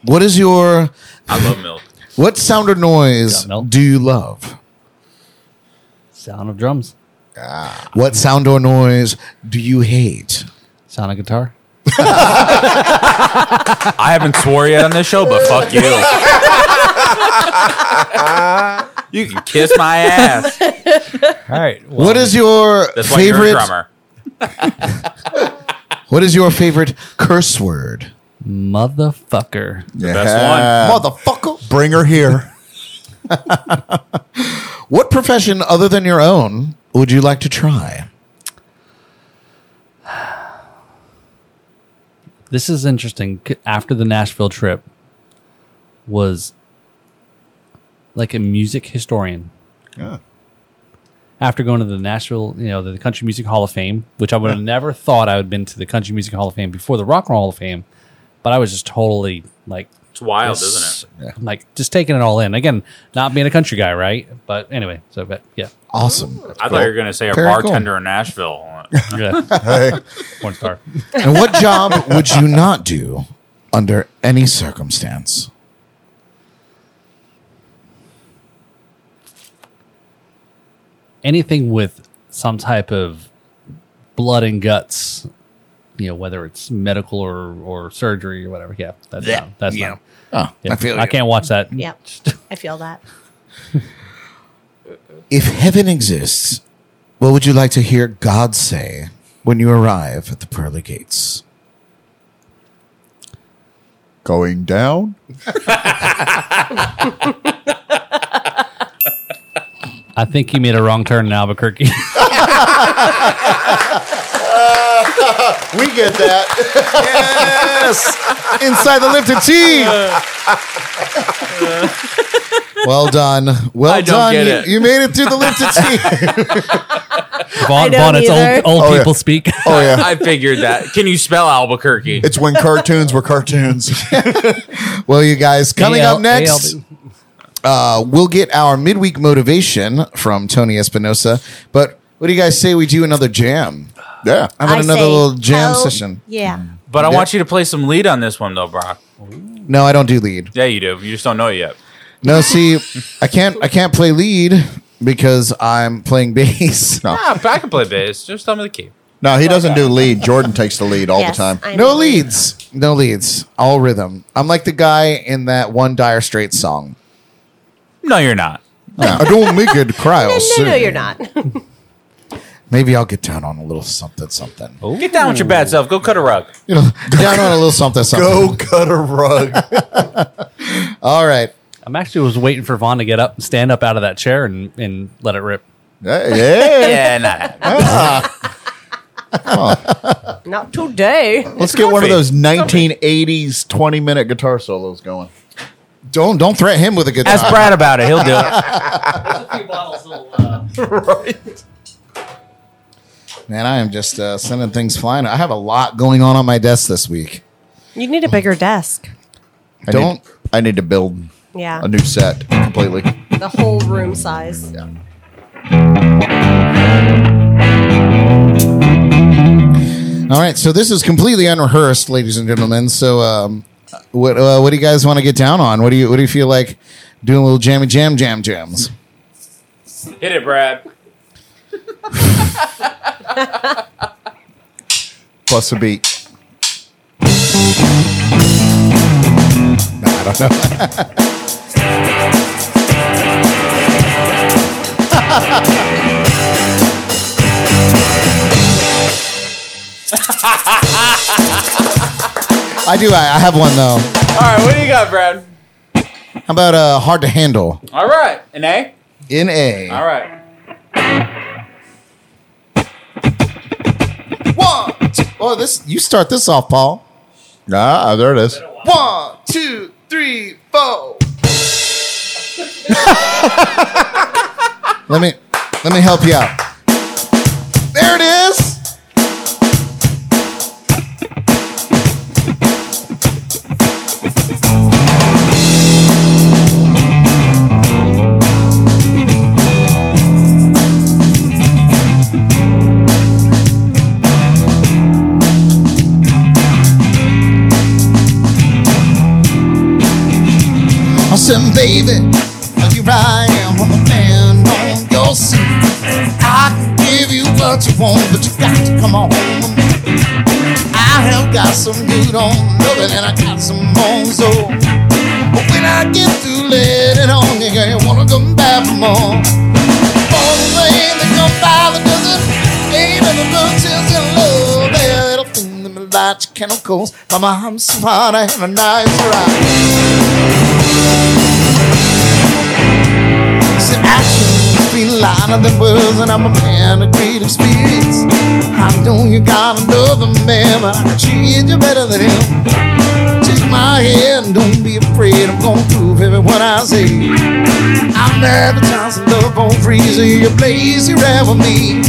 What is your I love milk. what sound or noise Got milk? do you love? Sound of drums. What sound or noise do you hate? Sound of guitar. I haven't swore yet on this show, but fuck you. you can kiss my ass. All right. Well, What is your That's why you're a favorite? drummer. What is your favorite curse word? motherfucker? yeah. Uh, best Motherfucker. Bring her here. What profession other than your own would you like to try? This is interesting. C- After the Nashville trip, was like a music historian. After going to the Nashville, you know, the Country Music Hall of Fame, which I would have never thought I would have been to the Country Music Hall of Fame before the Rock and Roll Hall of Fame, but I was just totally like It's wild, this- isn't it? I'm like just taking it all in. Again, not being a country guy, right? But anyway, so but yeah, Awesome. I thought you were going to say a Very cool. bartender in Nashville. yeah, Hey, one star. And what job would you not do under any circumstance? anything with some type of blood and guts, you know, whether it's medical or, or surgery or whatever. Yeah, that's Yeah, not. That's yeah. not. Oh, yeah. I feel you. can't watch that. Yep. I feel that. If heaven exists, what would you like to hear God say when you arrive at the pearly gates? going down. I think he made a wrong turn in Albuquerque. We get that. Yes! Inside the lifted tea! Well done. Well I don't done. get You- it. You, made it through the lifted tea. Vaughn, don't Vaughn, it's either. old, old Oh, yeah. people speak. Oh yeah. I figured that. Can you spell Albuquerque? It's when cartoons were cartoons. well, you guys, coming AL up next. ALB. Uh, we'll get our midweek motivation from Tony Espinosa. But what do you guys say we do another jam? yeah. How about another say, little jam hell session? Yeah. But I want you to play some lead on this one, though, Brock. No, I don't do lead. Yeah, you do. You just don't know it yet. No, see, I can't. I can't play lead because I'm playing bass. No, Ah, but I can play bass. Just tell me the key. No, he doesn't do lead. Jordan takes the lead all Yes, the time. I no know. leads. No leads. All rhythm. I'm like the guy in that one Dire Straits song. No, you're not. I don't make it cry. I'll No, no, no, sing. you're not. Maybe I'll get down on a little something, something. Get down with your bad self. Go cut a rug. You know, down on a little something, something. Go cut a rug. All right. I'm actually was waiting for Vaughn to get up, stand up out of that chair, and, and let it rip. yeah. Yeah, nah. Not today. Let's get one of those 1980s 20 minute guitar solos going. Don't don't threat him with a good Ask time. Brad about it. He'll do it. a few bottles will, uh, Man, I am just uh, sending things flying. I have a lot going on on my desk this week. You need a bigger desk. I Don't- Need, I need to build Yeah. a new set completely. The whole room size. All right, so this is completely unrehearsed, ladies and gentlemen. So, um, what uh, what do you guys want to get down on? What do you what do you feel like doing? Little jammy jam jam jams. Hit it, Brad. Plus a beat. I do. I, I have one though. All right, what do you got, Brad? How about uh, hard to handle? All right, an A. In a. All right. One, two, oh, this you start this off, Paul. Ah, there it is. One, two, three, four. let me let me help you out. There it is. Awesome, baby. Well, Here I am, I'm a man on your seat. I can give you what you want, but you got to come on. I have got some good on loving, and I got some on soul. But when I get through letting on, you girl, you wanna come back for more. For the rain that come by the dozen, ain't in the bunches in love, baby. It'll feel me like you can, of course. Mama, I'm so hard, I have a nice ride. It's an action speed louder than words, and I'm a man of great experience. I know you got another man, but I can treat you better than him. Take my hand, don't be afraid, I'm gonna prove every word I say. I'm advertising love on freezer, you blaze, you ravel me.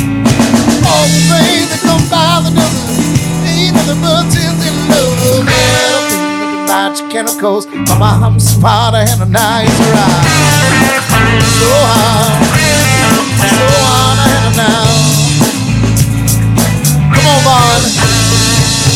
All the things that come by the dozen ain't nothing but tins in love. And I'm thinking about you, can of course, mama, I'm smarter and a nice ride. So hard, so hard I had it now. Come on, Vaughn.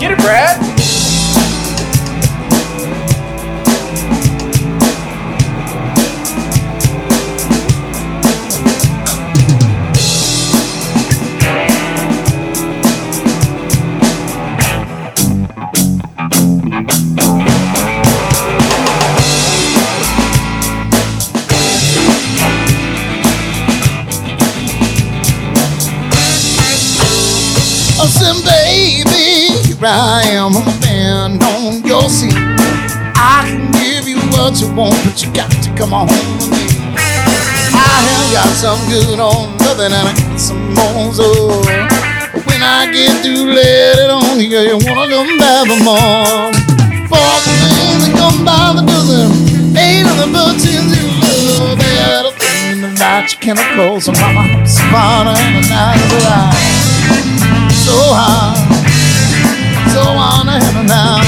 Get it, Brad. Awesome, baby. Here I am, I'm a man on your seat. I can give you what you want, but you got to come on home with me. I have got some good on nothing, and I got some on so. When I get through, let it on you, girl, you wanna come back for more. For the things that come by the dozen, ain't nothing but tins you love. That thing that you can't close, so mama, I'm smarter and a nicer ride so high, so on to heaven now.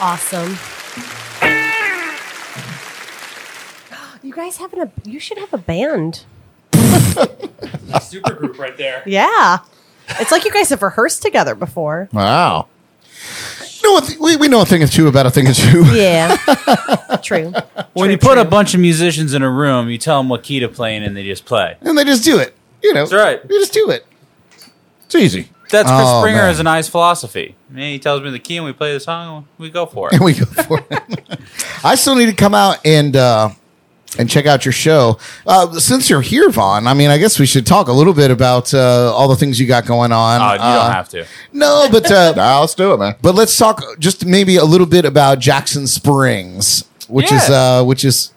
awesome. You guys having a you should have a band. Super group right there. Yeah. It's like you guys have rehearsed together before. Wow. You know, a th- we, we know a thing or two about a thing or two. Yeah. True. When True, you put a true. bunch of musicians in a room, you tell them what key to play in, and they just play. And they just do it. You know. That's right. They just do it. It's easy. That's Chris Oh, Springer man. as a nice philosophy. Man, he tells me the key, and we play the song, and we go for it. And we go for it. I still need to come out and uh, and check out your show. Uh, since you're here, Vaughn, I mean, I guess we should talk a little bit about uh, all the things you got going on. Uh, you Uh, don't have to. No, but uh, Nah, let's do it, man. But let's talk just maybe a little bit about Jackson Springs, which is Yeah. uh, which is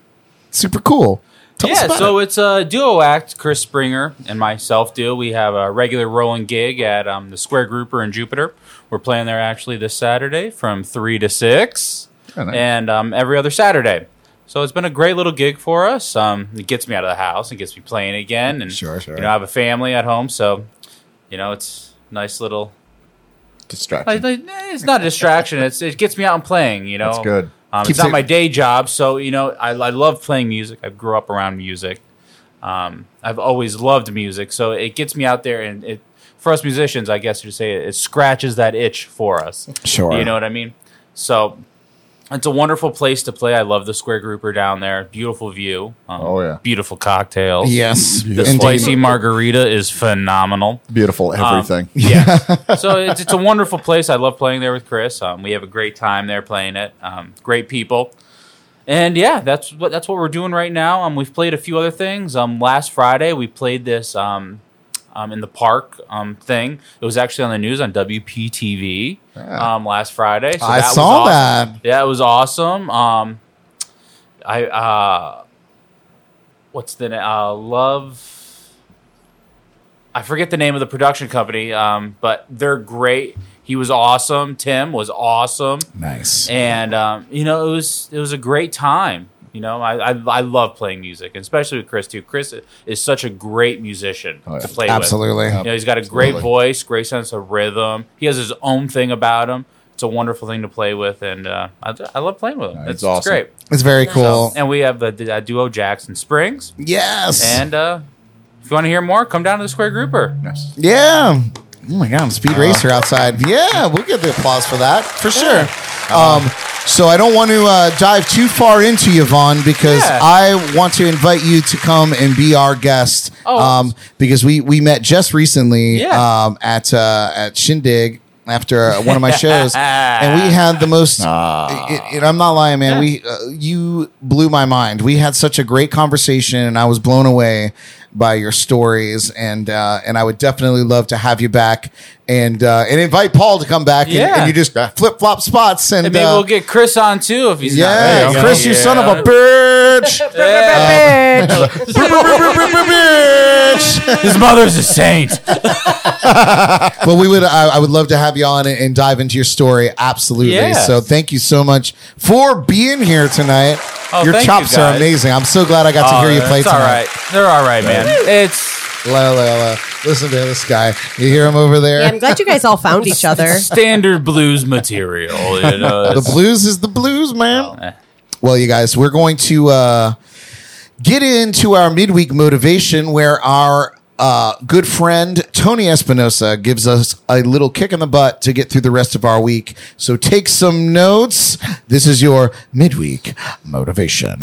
super cool. Tell us yeah, about so it. it's a duo act. Chris Springer and myself do. We have a regular rolling gig at um, the Square Grouper in Jupiter. We're playing there actually this Saturday from three to six, Oh, nice. and um, every other Saturday. So it's been a great little gig for us. Um, it gets me out of the house and gets me playing again. And Sure, sure. you know, I have a family at home, so you know it's nice little. Like, Distraction. like, eh, it's not a distraction. It's it gets me out and playing. You know, That's good. Um, Keeps it's not it- my day job, so you know I, I love playing music. I grew up around music. Um, I've always loved music, so it gets me out there and it for us musicians, I guess you'd say it, it scratches that itch for us. Sure. you know what I mean. So it's a wonderful place to play. I love the Square Grouper down there. Beautiful view. Um, Oh, yeah. beautiful cocktails. yes, The indeed. spicy margarita is phenomenal. Um, Beautiful everything. Yeah. so it's, it's a wonderful place. I love playing there with Chris. Um, we have a great time there playing it. Um, great people. And yeah, that's what that's what we're doing right now. Um, we've played a few other things. Um, last Friday we played this um, um, in the park um, thing. It was actually on the news on WPTV um, last Friday. So I that was saw awesome. that. Yeah, it was awesome. Um, I uh, what's the na- uh, love? I forget the name of the production company, um, but they're great. He was awesome. Tim was awesome, nice. and um, you know it was it was a great time. You know, I, I I love playing music, and especially with Chris too. Chris is such a great musician Oh, yeah. to play Absolutely. with. You know, he's got a great Absolutely. voice, great sense of rhythm. He has his own thing about him. It's a wonderful thing to play with, and uh, I, I love playing with him. Nice. It's, it's Awesome. great. It's very cool. And we have the, the uh, duo Jackson Springs, yes. and uh, if you want to hear more, come down to the Square Grouper. Yes. yeah. Uh-huh. Oh my god, I'm a speed racer outside. Yeah, we'll get the applause for that for sure. Um, so I don't want to uh, dive too far into you, Vaughn, because Yeah. I want to invite you to come and be our guest. Oh. Um, because we we met just recently Yeah. um, at uh, at Shindig after uh, one of my shows, and we had the most. Uh, it- it- I'm not lying, man. We uh, you blew my mind. We had such a great conversation, and I was blown away by your stories. And uh, and I would definitely love to have you back and uh, and invite Paul to come back. and- And, Yeah. you just flip flop spots and, And maybe uh, we'll get Chris on too if he's not yeah, there. Chris, you son of a bitch. Bitch. bitch. His mother's a saint. but we would I, I would love to have you on and, and dive into your story absolutely Yeah. so thank you so much for being here tonight Oh, your thank you, chops are guys. amazing i'm so glad i got to hear you play it's Oh, all tonight right. They're all right, man. It's la, la, la. listen to this guy you hear him over there Yeah, I'm glad you guys all found each other. standard blues material. You know, the it's- blues is the blues man eh. Well, you guys, we're going to uh, get into our midweek motivation where our uh, good friend Tony Espinosa gives us a little kick in the butt to get through the rest of our week. So take some notes. This is your midweek motivation.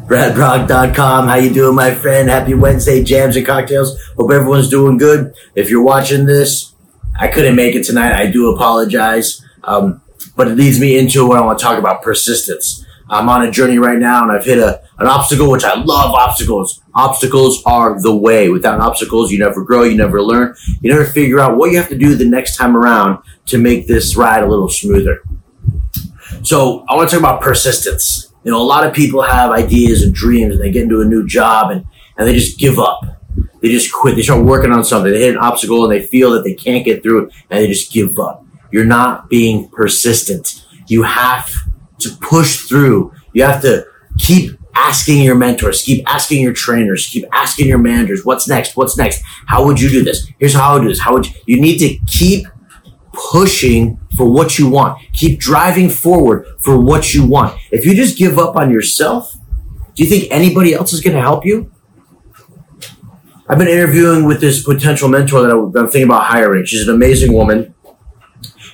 BradBrock.com. How you doing, my friend? Happy Wednesday, jams and cocktails. Hope everyone's doing good. If you're watching this, I couldn't make it tonight. I do apologize. Um, but it leads me into what I want to talk about, persistence. I'm on a journey right now and I've hit a, an obstacle, which I love obstacles. Obstacles are the way. Without obstacles, you never grow, you never learn, you never figure out what you have to do the next time around to make this ride a little smoother. So I want to talk about persistence. You know, a lot of people have ideas and dreams, and they get into a new job, and and they just give up. They just quit. They start working on something. They hit an obstacle and they feel that they can't get through it and they just give up. You're not being persistent. You have to push through. You have to keep asking your mentors, keep asking your trainers, keep asking your managers, what's next? What's next? How would you do this? Here's how I would do this. How would you, you need to keep pushing for what you want. Keep driving forward for what you want. If you just give up on yourself, do you think anybody else is going to help you? I've been interviewing with this potential mentor that I- that I'm thinking about hiring. She's an amazing woman.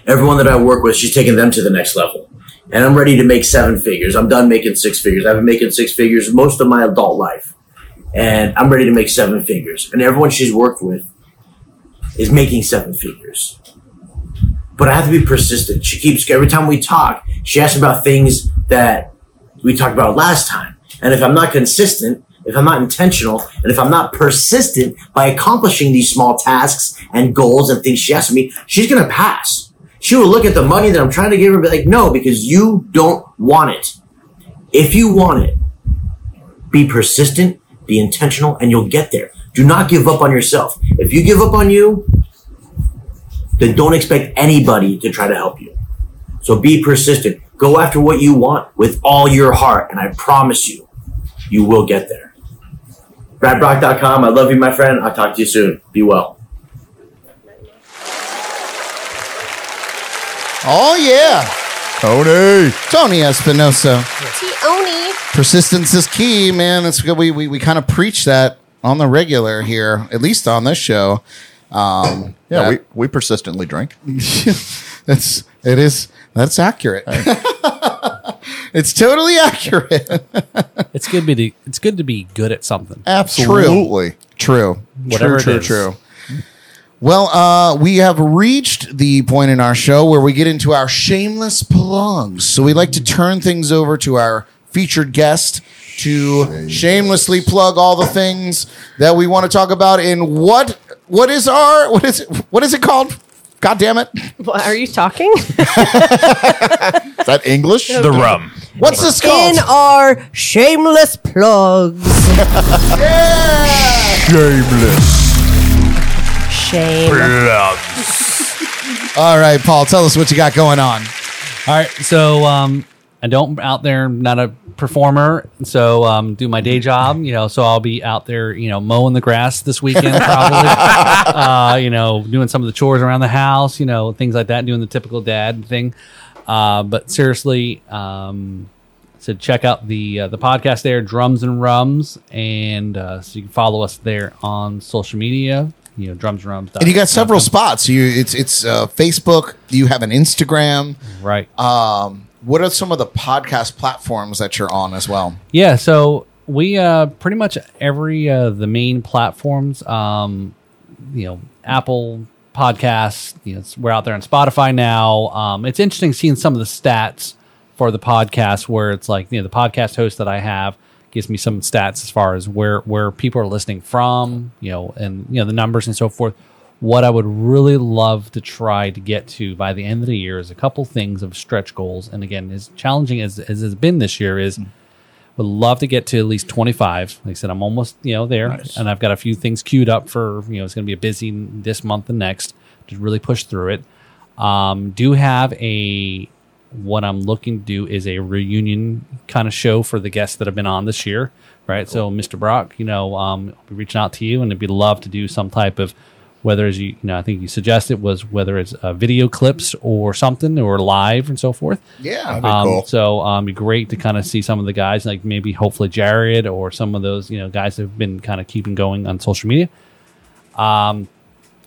Everyone that I work with, she's taking them to the next level. And I'm ready to make seven figures. I'm done making six figures. I've been making six figures most of my adult life. And I'm ready to make seven figures. And everyone she's worked with is making seven figures but I have to be persistent. She keeps every time we talk, she asks about things that we talked about last time. And if I'm not consistent, if I'm not intentional, and if I'm not persistent by accomplishing these small tasks and goals and things she asks me, she's gonna pass. She will look at the money that I'm trying to give her and be like, no, because you don't want it. If you want it, be persistent, be intentional, and you'll get there. Do not give up on yourself. If you give up on you, then don't expect anybody to try to help you. So be persistent. Go after what you want with all your heart, and I promise you, you will get there. BradBrock.com. I love you, my friend. I'll talk to you soon. Be well. Oh, yeah. Tony. Tony Espinosa. T-Oni. Persistence is key, man. It's good. We, we, we kind of preach that on the regular here, at least on this show. Um, Yeah, that- we, we persistently drink. that's it is that's accurate. it's totally accurate. It's good to be it's good to be good at something. Absolutely. True. Whatever true, it true, true. Well, uh, we have reached the point in our show where we get into our shameless plugs. So we like to turn things over to our featured guest to shamelessly plug all the things that we want to talk about in what what is our what is it what is it called? God damn it. Well, Are you talking? Is that English? The rum. What's this called? In our shameless plugs. Shameless. Shame. all right, Paul, tell us what you got going on. All right, so um, I don't out there. I'm not a performer, so um, do my day job. You know, so I'll be out there, you know, mowing the grass this weekend, probably. uh, you know, doing some of the chores around the house, you know, things like that, doing the typical dad thing. Uh, but seriously, um, so check out the uh, the podcast there, Drums and Rums, and uh, so you can follow us there on social media. You know, drums and rums. And you got several spots. You it's it's uh, Facebook. You have an Instagram. right. Um, what are some of the podcast platforms that you're on as well? Yeah, so we uh, pretty much every uh, the main platforms, um, you know, Apple Podcasts. You know, it's, we're out there on Spotify now. Um, it's interesting seeing some of the stats for the podcast, where it's like you know the podcast host that I have gives me some stats as far as where where people are listening from, you know, and you know the numbers and so forth. What I would really love to try to get to by the end of the year is a couple things of stretch goals. And again, as challenging as, as it's been this year, is would love to get to at least 25 like i said i'm almost you know there and i've got a few things queued up for you know it's going to be a busy n- this month and next to really push through it um do have a what i'm looking to do is a reunion kind of show for the guests that have been on this year right so mr brock you know um i'll be reaching out to you and it'd be love to do some type of whether as you, you know i think you suggested was whether it's uh, video clips or something or live and so forth Yeah, That'd be um, cool. So um, be great to kind of see some of the guys, like maybe hopefully Jared or some of those you know guys that have been kind of keeping going on social media, um,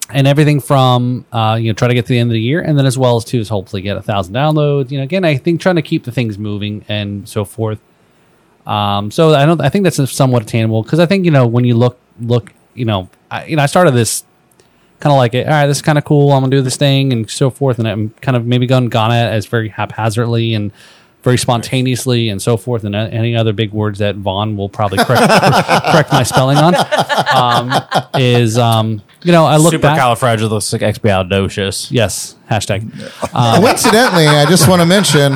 and everything from uh, you know try to get to the end of the year, and then as well as to is hopefully get a thousand downloads. You know, again, I think trying to keep the things moving and so forth. Um, so I don't. I think that's somewhat attainable because I think you know when you look look you know I, you know I started this kind of like all right this is kind of cool i'm gonna do this thing and so forth and i'm kind of maybe gone gone at it as very haphazardly and very spontaneously and so forth and uh, any other big words that vaughn will probably correct, correct my spelling on um, is um, you know i look back Supercalifragilisticexpialidocious. yes hashtag Uh, Coincidentally, I just want to mention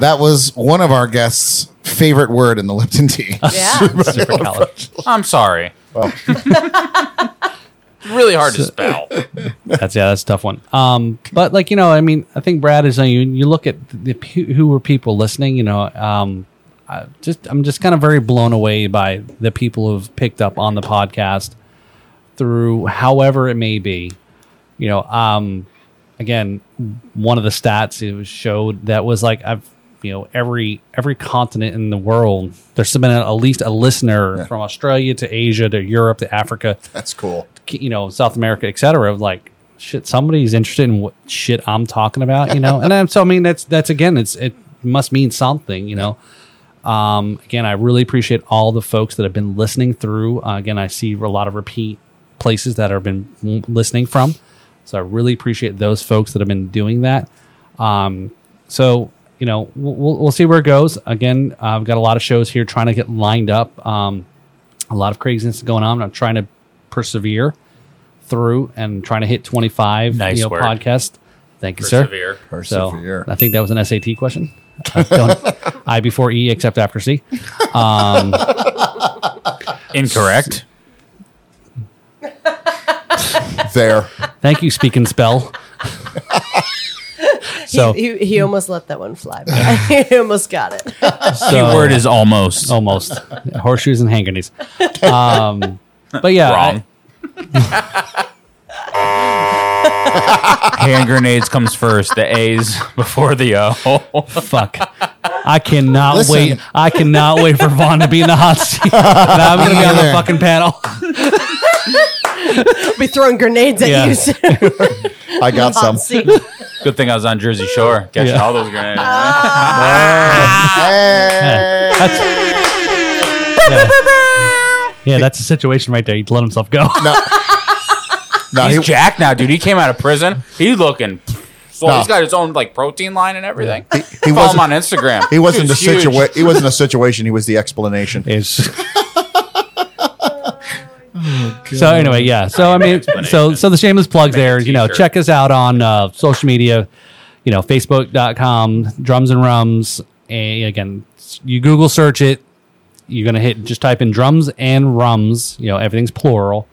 that was one of our guests favorite word in the Lipton tea. Yeah. Supercalif- I'm sorry. really hard to spell. That's yeah, that's a tough one. Um, but like you know, I mean, I think Brad is. uh, You, you look at the, p- who were people listening. You know, um, I just I'm just kind of very blown away by the people who've picked up on the podcast through however it may be. You know, um, again, one of the stats it was showed that was like I've you know every every continent in the world there's been at least a listener from Australia to Asia to Europe to Africa That's cool. you know South America, et cetera. of Like shit, somebody's interested in what shit I'm talking about, you know. and then, so I mean, that's that's again, it's it must mean something, you know. Um, again, I really appreciate all the folks that have been listening through. Uh, again, I see a lot of repeat places that have been w- listening from, so I really appreciate those folks that have been doing that. Um, so you know, we'll- we'll we'll see where it goes. Again, I've got a lot of shows here trying to get lined up. Um, a lot of craziness going on. I'm trying to persevere through and trying to hit 25 Nice you know, work. podcast. Thank you, Persevere. sir. So, Persevere. I think that was an SAT question. Uh, don't- I before E except after C. Um, Incorrect. There. thank you, Speak and Spell. so, he, he almost let that one fly. By. he almost got it. Uh, so Word is almost. oh, almost horseshoes and hand grenades. Um, but uh, yeah, I- Wrong. Hand grenades comes first. The A's before the O. fuck. I cannot Listen. wait. I cannot wait for Vaughn to be in the hot seat. And I'm going to be on the Either. fucking panel. Be throwing grenades at Yeah. you. soon. I got some. See, Good thing I was on Jersey Shore catching all those grenades. Hey. Yeah, that's a situation right there. He'd let himself go. No, He's he, Jack now, dude. He came out of prison. He's looking. So Nah. he's got his own like protein line and everything. He, he Follow him wasn't. on Instagram. He wasn't the Dude's huge. situation. He wasn't a situation. He was the explanation. is. so anyway, yeah. So I mean, so so the shameless plug there. You know, t-shirt. check us out on uh, social media. You know, Facebook.com, Drums and Rums. And again, you Google search it. You're gonna hit just type in drums and rums. You know, everything's plural,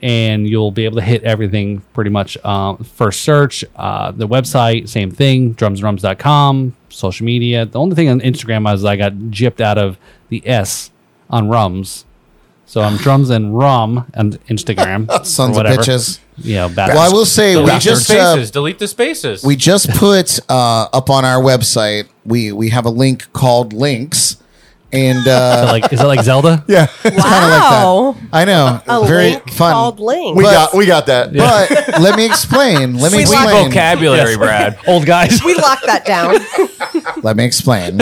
and you'll be able to hit everything pretty much. Um, first search, uh, the website, same thing, drumsandrums.com. Social media. The only thing on Instagram is I got gypped out of the S on rums. So I'm drums and rum and Instagram. Sons or of whatever. bitches. Yeah, Well, I will say we Delete the just uh, spaces. Delete the spaces. we just put uh, up on our website. We we have a link called links, and uh, like is it like Zelda? Yeah, wow. I know A very link fun. called Link. we But- got we got that. But let me explain. Let me Sweet explain. vocabulary, Brad. Old guys. we locked that down. Let me explain.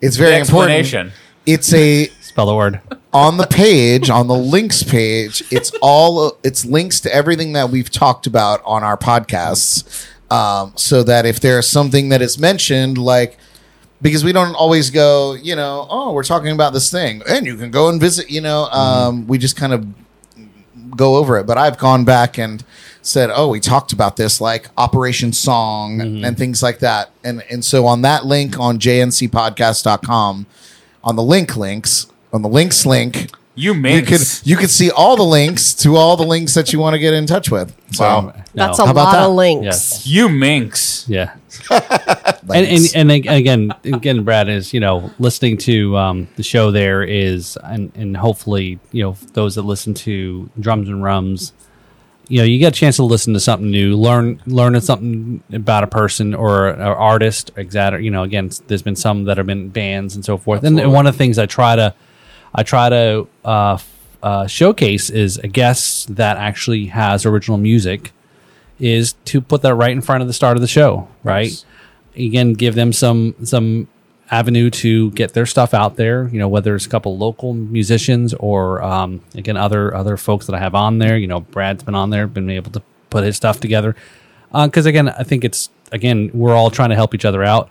It's very important. Explanation. It's a Spell the word. on the page on the links page it's all it's links to everything that we've talked about on our podcasts um, so that if there's something that is mentioned like because we don't always go you know oh we're talking about this thing and you can go and visit you know um, we just kind of go over it but i've gone back and said oh we talked about this like operation song and things like that and and so on that link on jncpodcast.com on the link links on the links link You you could minx. you could see all the links to all the links that you want to get in touch with so, Wow. That's No. a How about lot that? of links. Yes. You minx. Yeah. and, and links. and ag- again, again, Brad is you know listening to um, the show. There is, and and hopefully you know those that listen to drums and rums, you know you get a chance to listen to something new, learn learn something about a person or an artist, exactly. You know, again, s- there's been some that have been bands and so forth. And, and one of the things I try to I try to uh, f- uh, showcase is a guest that actually has original music is to put that right in front of the start of the show, right? Again, give them some some avenue to get their stuff out there. You know, whether it's a couple local musicians or um, again other other folks that I have on there. You know, Brad's been on there, been able to put his stuff together. Because again, I think it's again we're all trying to help each other out.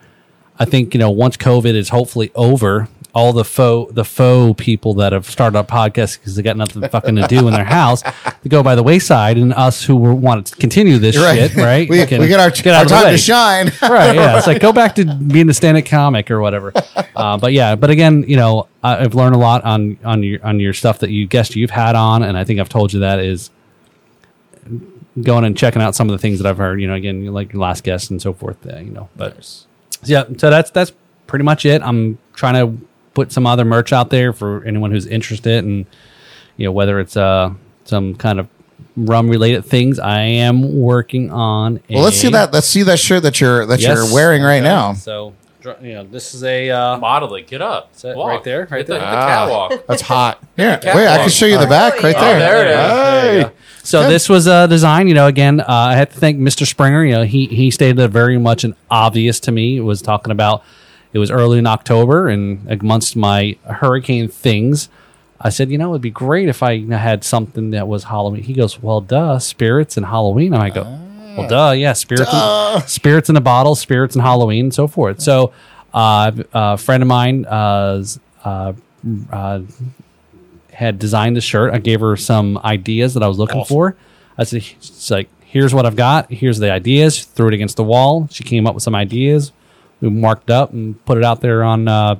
I think you know once COVID is hopefully over, all the faux the faux people that have started up podcasts because they got nothing fucking to do in their house to go by the wayside, and us who were, want to continue this shit, right? we, Fucking we get our, out our of the time way. to shine. right yeah it's like go back to being a stand-up comic or whatever uh, but yeah but again you know I, i've learned a lot on on your on your stuff that you guessed you've had on and i think i've told you that is going and checking out some of the things that i've heard you know again you like your last guest and so forth uh, you know but yeah so that's that's pretty much it i'm trying to put some other merch out there for anyone who's interested and you know whether it's uh some kind of rum related things i am working on Well, let's see a- that. Let's see that shirt that you're that Yes. you're wearing right Okay. now. So dr- you know, this is a uh, Model it. Get up. that Walk. right there? Right Get the, there? get the Ah. catwalk. That's hot. Yeah. Catwalk. Wait, I can show you the back right Oh, there. there it is. There you Hey. go. so this was a design. You know, again, uh, I had to thank Mr. Springer. You know, he he stated a very much an obvious to me. It was talking about it was early in October, and amongst my hurricane things, I said, you know, it'd be great if I had something that was Halloween. He goes, well, duh, spirits and Halloween. And I go, well, duh, yeah, spirits, And, spirits in a bottle, spirits and Halloween, and so forth. So, uh, a friend of mine, uh, s- uh, uh, had designed the shirt. I gave her some ideas that I was looking for. I said, she's like, here's what I've got. Here's the ideas. Threw it against the wall. She came up with some ideas. We marked up and put it out there on uh,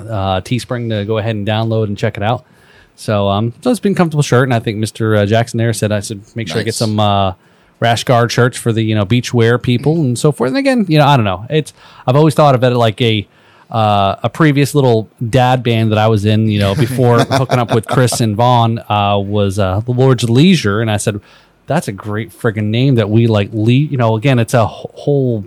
uh, Teespring to go ahead and download and check it out. So, um, so it's been a comfortable shirt, and I think Mr. Uh, Jackson there said I should make sure I get Nice. some uh, rash guard shirts for the you know beach wear people and so forth. And again, you know, I don't know. It's I've always thought of it like a uh, a previous little dad band that I was in, you know, before hooking up with Chris and Vaughn uh, was uh, the Lord's Leisure, and I said that's a great friggin' name that we like. Le- you know, again, it's a wh- whole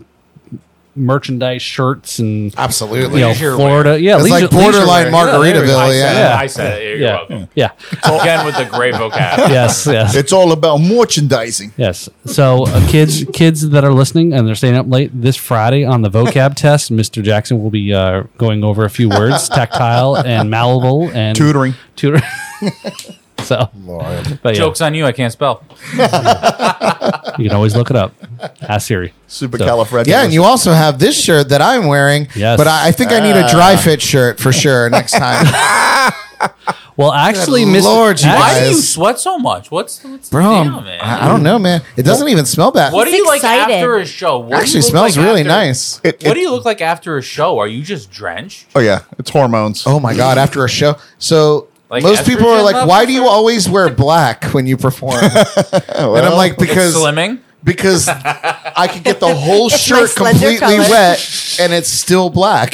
merchandise shirts and Absolutely. you know, Leisure Oh, Florida. Yeah, It's like borderline leisure wear. Margaritaville. I, Yeah. said, I said it. uh, You're Yeah, yeah, welcome. yeah. Again with the gray vocab. yes, yes. It's all about merchandising. Yes. So, uh, kids, kids that are listening and they're staying up late this Friday on the vocab test, Mr. Jackson will be uh, going over a few words, tactile and malleable and Tutoring. Tutor. so, but yeah, Joke's on you. I can't spell. you can always look it up. Ask Siri. Supercalifragilistic. Yeah, and you also have this shirt that I'm wearing. Yes. But I, I think I need a dry fit shirt for sure next time. Well, actually, Mr. Lord, you Why guys. do you sweat so much? What's, what's Bro, the I'm- deal, man? I, I don't know, man. It doesn't even smell bad. what do it you like excited. after a show? What do you actually look smells like really after- nice. What do you look like after a show? Are you just drenched? oh yeah, it's hormones. Oh my god! After a show, so Like most people are estrogen like, levels "Why do you or- always wear black when you perform?" and I'm like, "Because it's slimming. because I could get the whole It's my shirt slender completely color. wet and it's still black."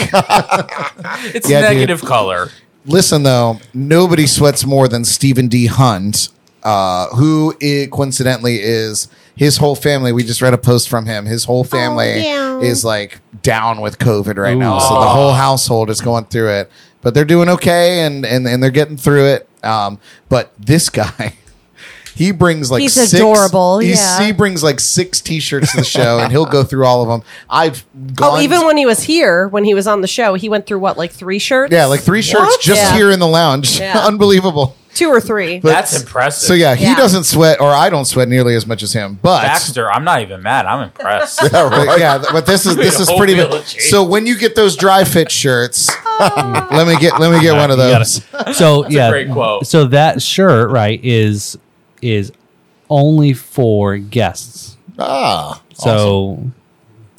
It's Yeah, dude. negative color. Listen though, nobody sweats more than Stephen D. Hunt, uh, who i- coincidentally is his whole family. We just read a post from him. His whole family Oh, yeah. is like down with COVID right now, Ooh. so the whole household is going through it. But they're doing okay, and and, and they're getting through it. Um, but this guy. He brings like He's six, adorable, he's- yeah. he brings like six T-shirts to the show, and he'll go through all of them. I've gone Oh, even when he was here, when he was on the show, he went through what, like three shirts? yeah, like three shirts What? just Yeah. here in the lounge. Yeah. Unbelievable. two or three. But- That's impressive. So yeah, he Yeah. doesn't sweat, or I don't sweat nearly as much as him. But Baxter, I'm not even mad. I'm impressed. but yeah, but this is this is Whole pretty. meal of cheese. So when you get those dry fit shirts, Oh. let me get let me get one of You got those. it. So yeah, great quote. So that shirt right is is only for guests. Ah, So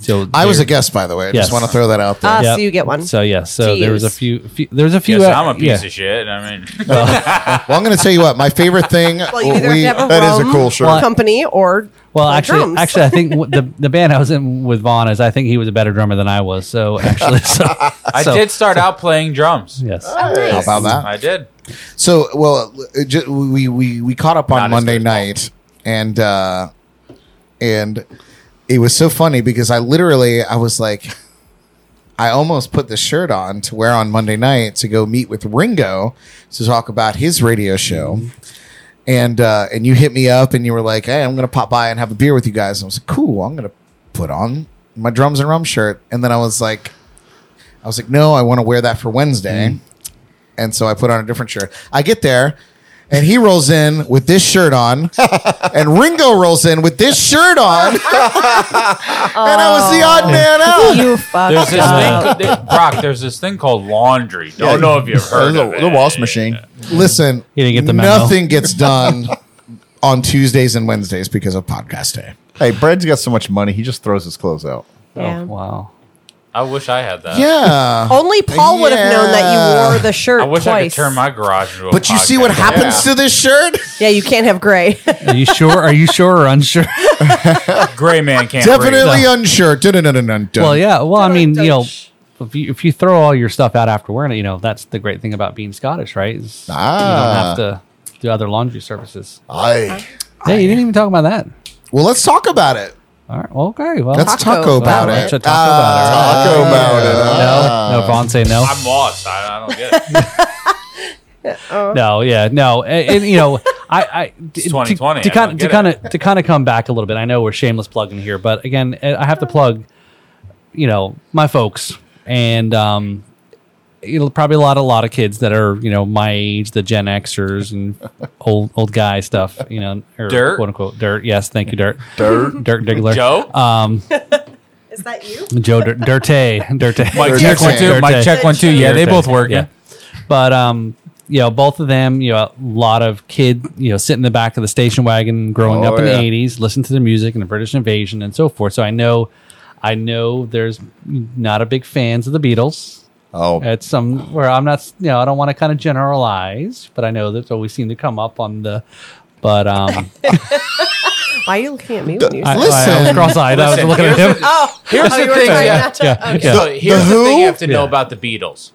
so I was a there- guest, by the way. I Yes. just want to throw that out there. Ah, Yep. so you get one. So yeah, so To there was a use. few, few there was a few. Yes, uh, I'm a piece yeah. of shit. I mean, well, I'm going to tell you what my favorite thing. Uh, well, you either we- have to have a that is a rum cool shirt. Well, company or Well, play actually, drums. actually, I think w- the the band I was in with Vaughn is I think he was a better drummer than I was. So actually, so, I so- did start out playing drums. Yes. Oh, Oh, how about that? I did. So, well, it ju- we we we caught up on Not as Monday good. night, and uh, and it was so funny because I literally I was like, I almost put the shirt on to wear on Monday night to go meet with Ringo to talk about his radio show. Mm-hmm. And uh, and you hit me up and you were like, "Hey, I'm gonna pop by and have a beer with you guys." And I was like, "Cool, I'm gonna put on my drums and rum shirt." And then I was like, I Mm-hmm. was like, "No, I want to wear that for Wednesday." and so I put on a different shirt. I get there, and he rolls in with this shirt on, and Ringo rolls in with this shirt on, and I was the Oh. odd man out. you Uh, fuck. There's this thing, there- Brock. There's this thing called laundry. Don't know if you've heard the, of it. the wash machine. Listen, He didn't get the memo. nothing gets done on Tuesdays and Wednesdays because of podcast day. Hey, Brad's got so much money, he just throws his clothes out. Yeah. Wow. I wish I had that. Yeah. Only Paul would have known that you Yeah. wore the shirt I wish I could twice. turn my garage into a. But you see what podcast. happens to this shirt? yeah, you can't have gray. Are you sure? Are you sure or unsure? Gray man can't Definitely unsure. Dun, dun, dun, dun, dun. well, yeah. Well, I mean, you know, if you, if you throw all your stuff out after wearing it, you know, that's the great thing about being Scottish, right? Is Ah. You don't have to do other laundry services. Aye. Hey, you didn't even talk about that. Well, let's talk about it. All right. Well, okay. Well, Let's Taco taco about about it. Let's talk about Ah, Taco about it. it. no, no, Vaughn say no. breathe. I'm lost. I, I don't get it. No, yeah, no, and, and, you know, I, I it's 2020, to I kind don't of to get kind it. of to kind of come back a little bit. I know we're shameless plugging here, but again, uh, I have to plug, you know, my folks and um, you know, probably a lot a lot of kids that are you know my age, the Gen Xers and old old guy stuff, you know, or Dirt? quote unquote dirt. Yes, thank you, dirt, Dirt. dirt Diggler, Joe, Is that you? Joe Dirt, Dirte, Dirte, Mike check one two. Dirte. Mike check one two. Yeah, they both work. Yeah. Yeah. But um, you know, both of them, you know, a lot of kid, you know, sitting in the back of the station wagon growing Oh, up in yeah. the eighties, listen to the music and the British invasion and so forth. So I know I know there's not a big fans of the Beatles. Oh, At some where I'm not you know, I don't want to kind of generalize, but I know that's always seem to come up on the but um Why are you looking at me when you say I, I was Listen. cross-eyed. I was looking at him. Oh, Here's the you were thing, trying yeah. not to- Yeah, okay. yeah. So here's the, The thing Who? you have to know about the Beatles.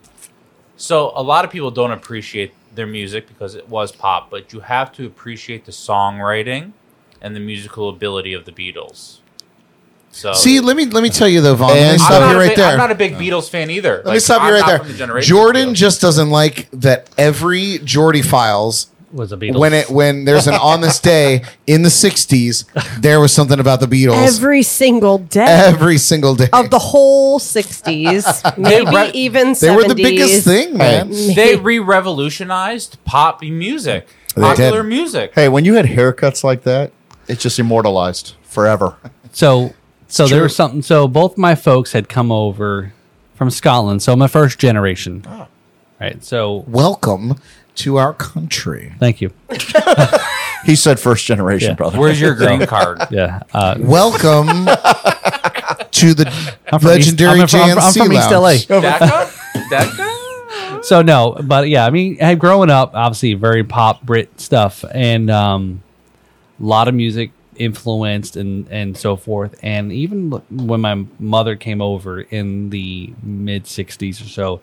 So a lot of people don't appreciate their music because it was pop, but you have to appreciate the songwriting and the musical ability of the Beatles. So See, let me let me tell you though, Vaughn. Let me And- I'm stop not you a right big- there. I'm not a big Beatles fan either. Let me stop you right there. Jordan just doesn't like that every Jordy files Was a Beatles. when it when there's an on this day in the '60s, there was something about the Beatles every, Every single day single day. of the whole 60s, maybe re- even 70s. they were the biggest thing, man. they re-revolutionized pop music, popular did. music. hey, when you had haircuts like that, it's just immortalized forever. So, so there was something. So both my folks had come over from Scotland. So I'm a first generation, Ah. right? So Welcome to our country. thank you. He said first generation, Yeah. brother. Where's your green card? Yeah, uh, Welcome to the I'm from East- legendary I'm from, I'm JNC from- I'm from East LA. Lounge. that guy? That guy? so no, but yeah, I mean, hey, growing up, obviously very pop Brit stuff and um, a lot of music influenced and and so forth. And even look- when my mother came over in the mid '60s or so,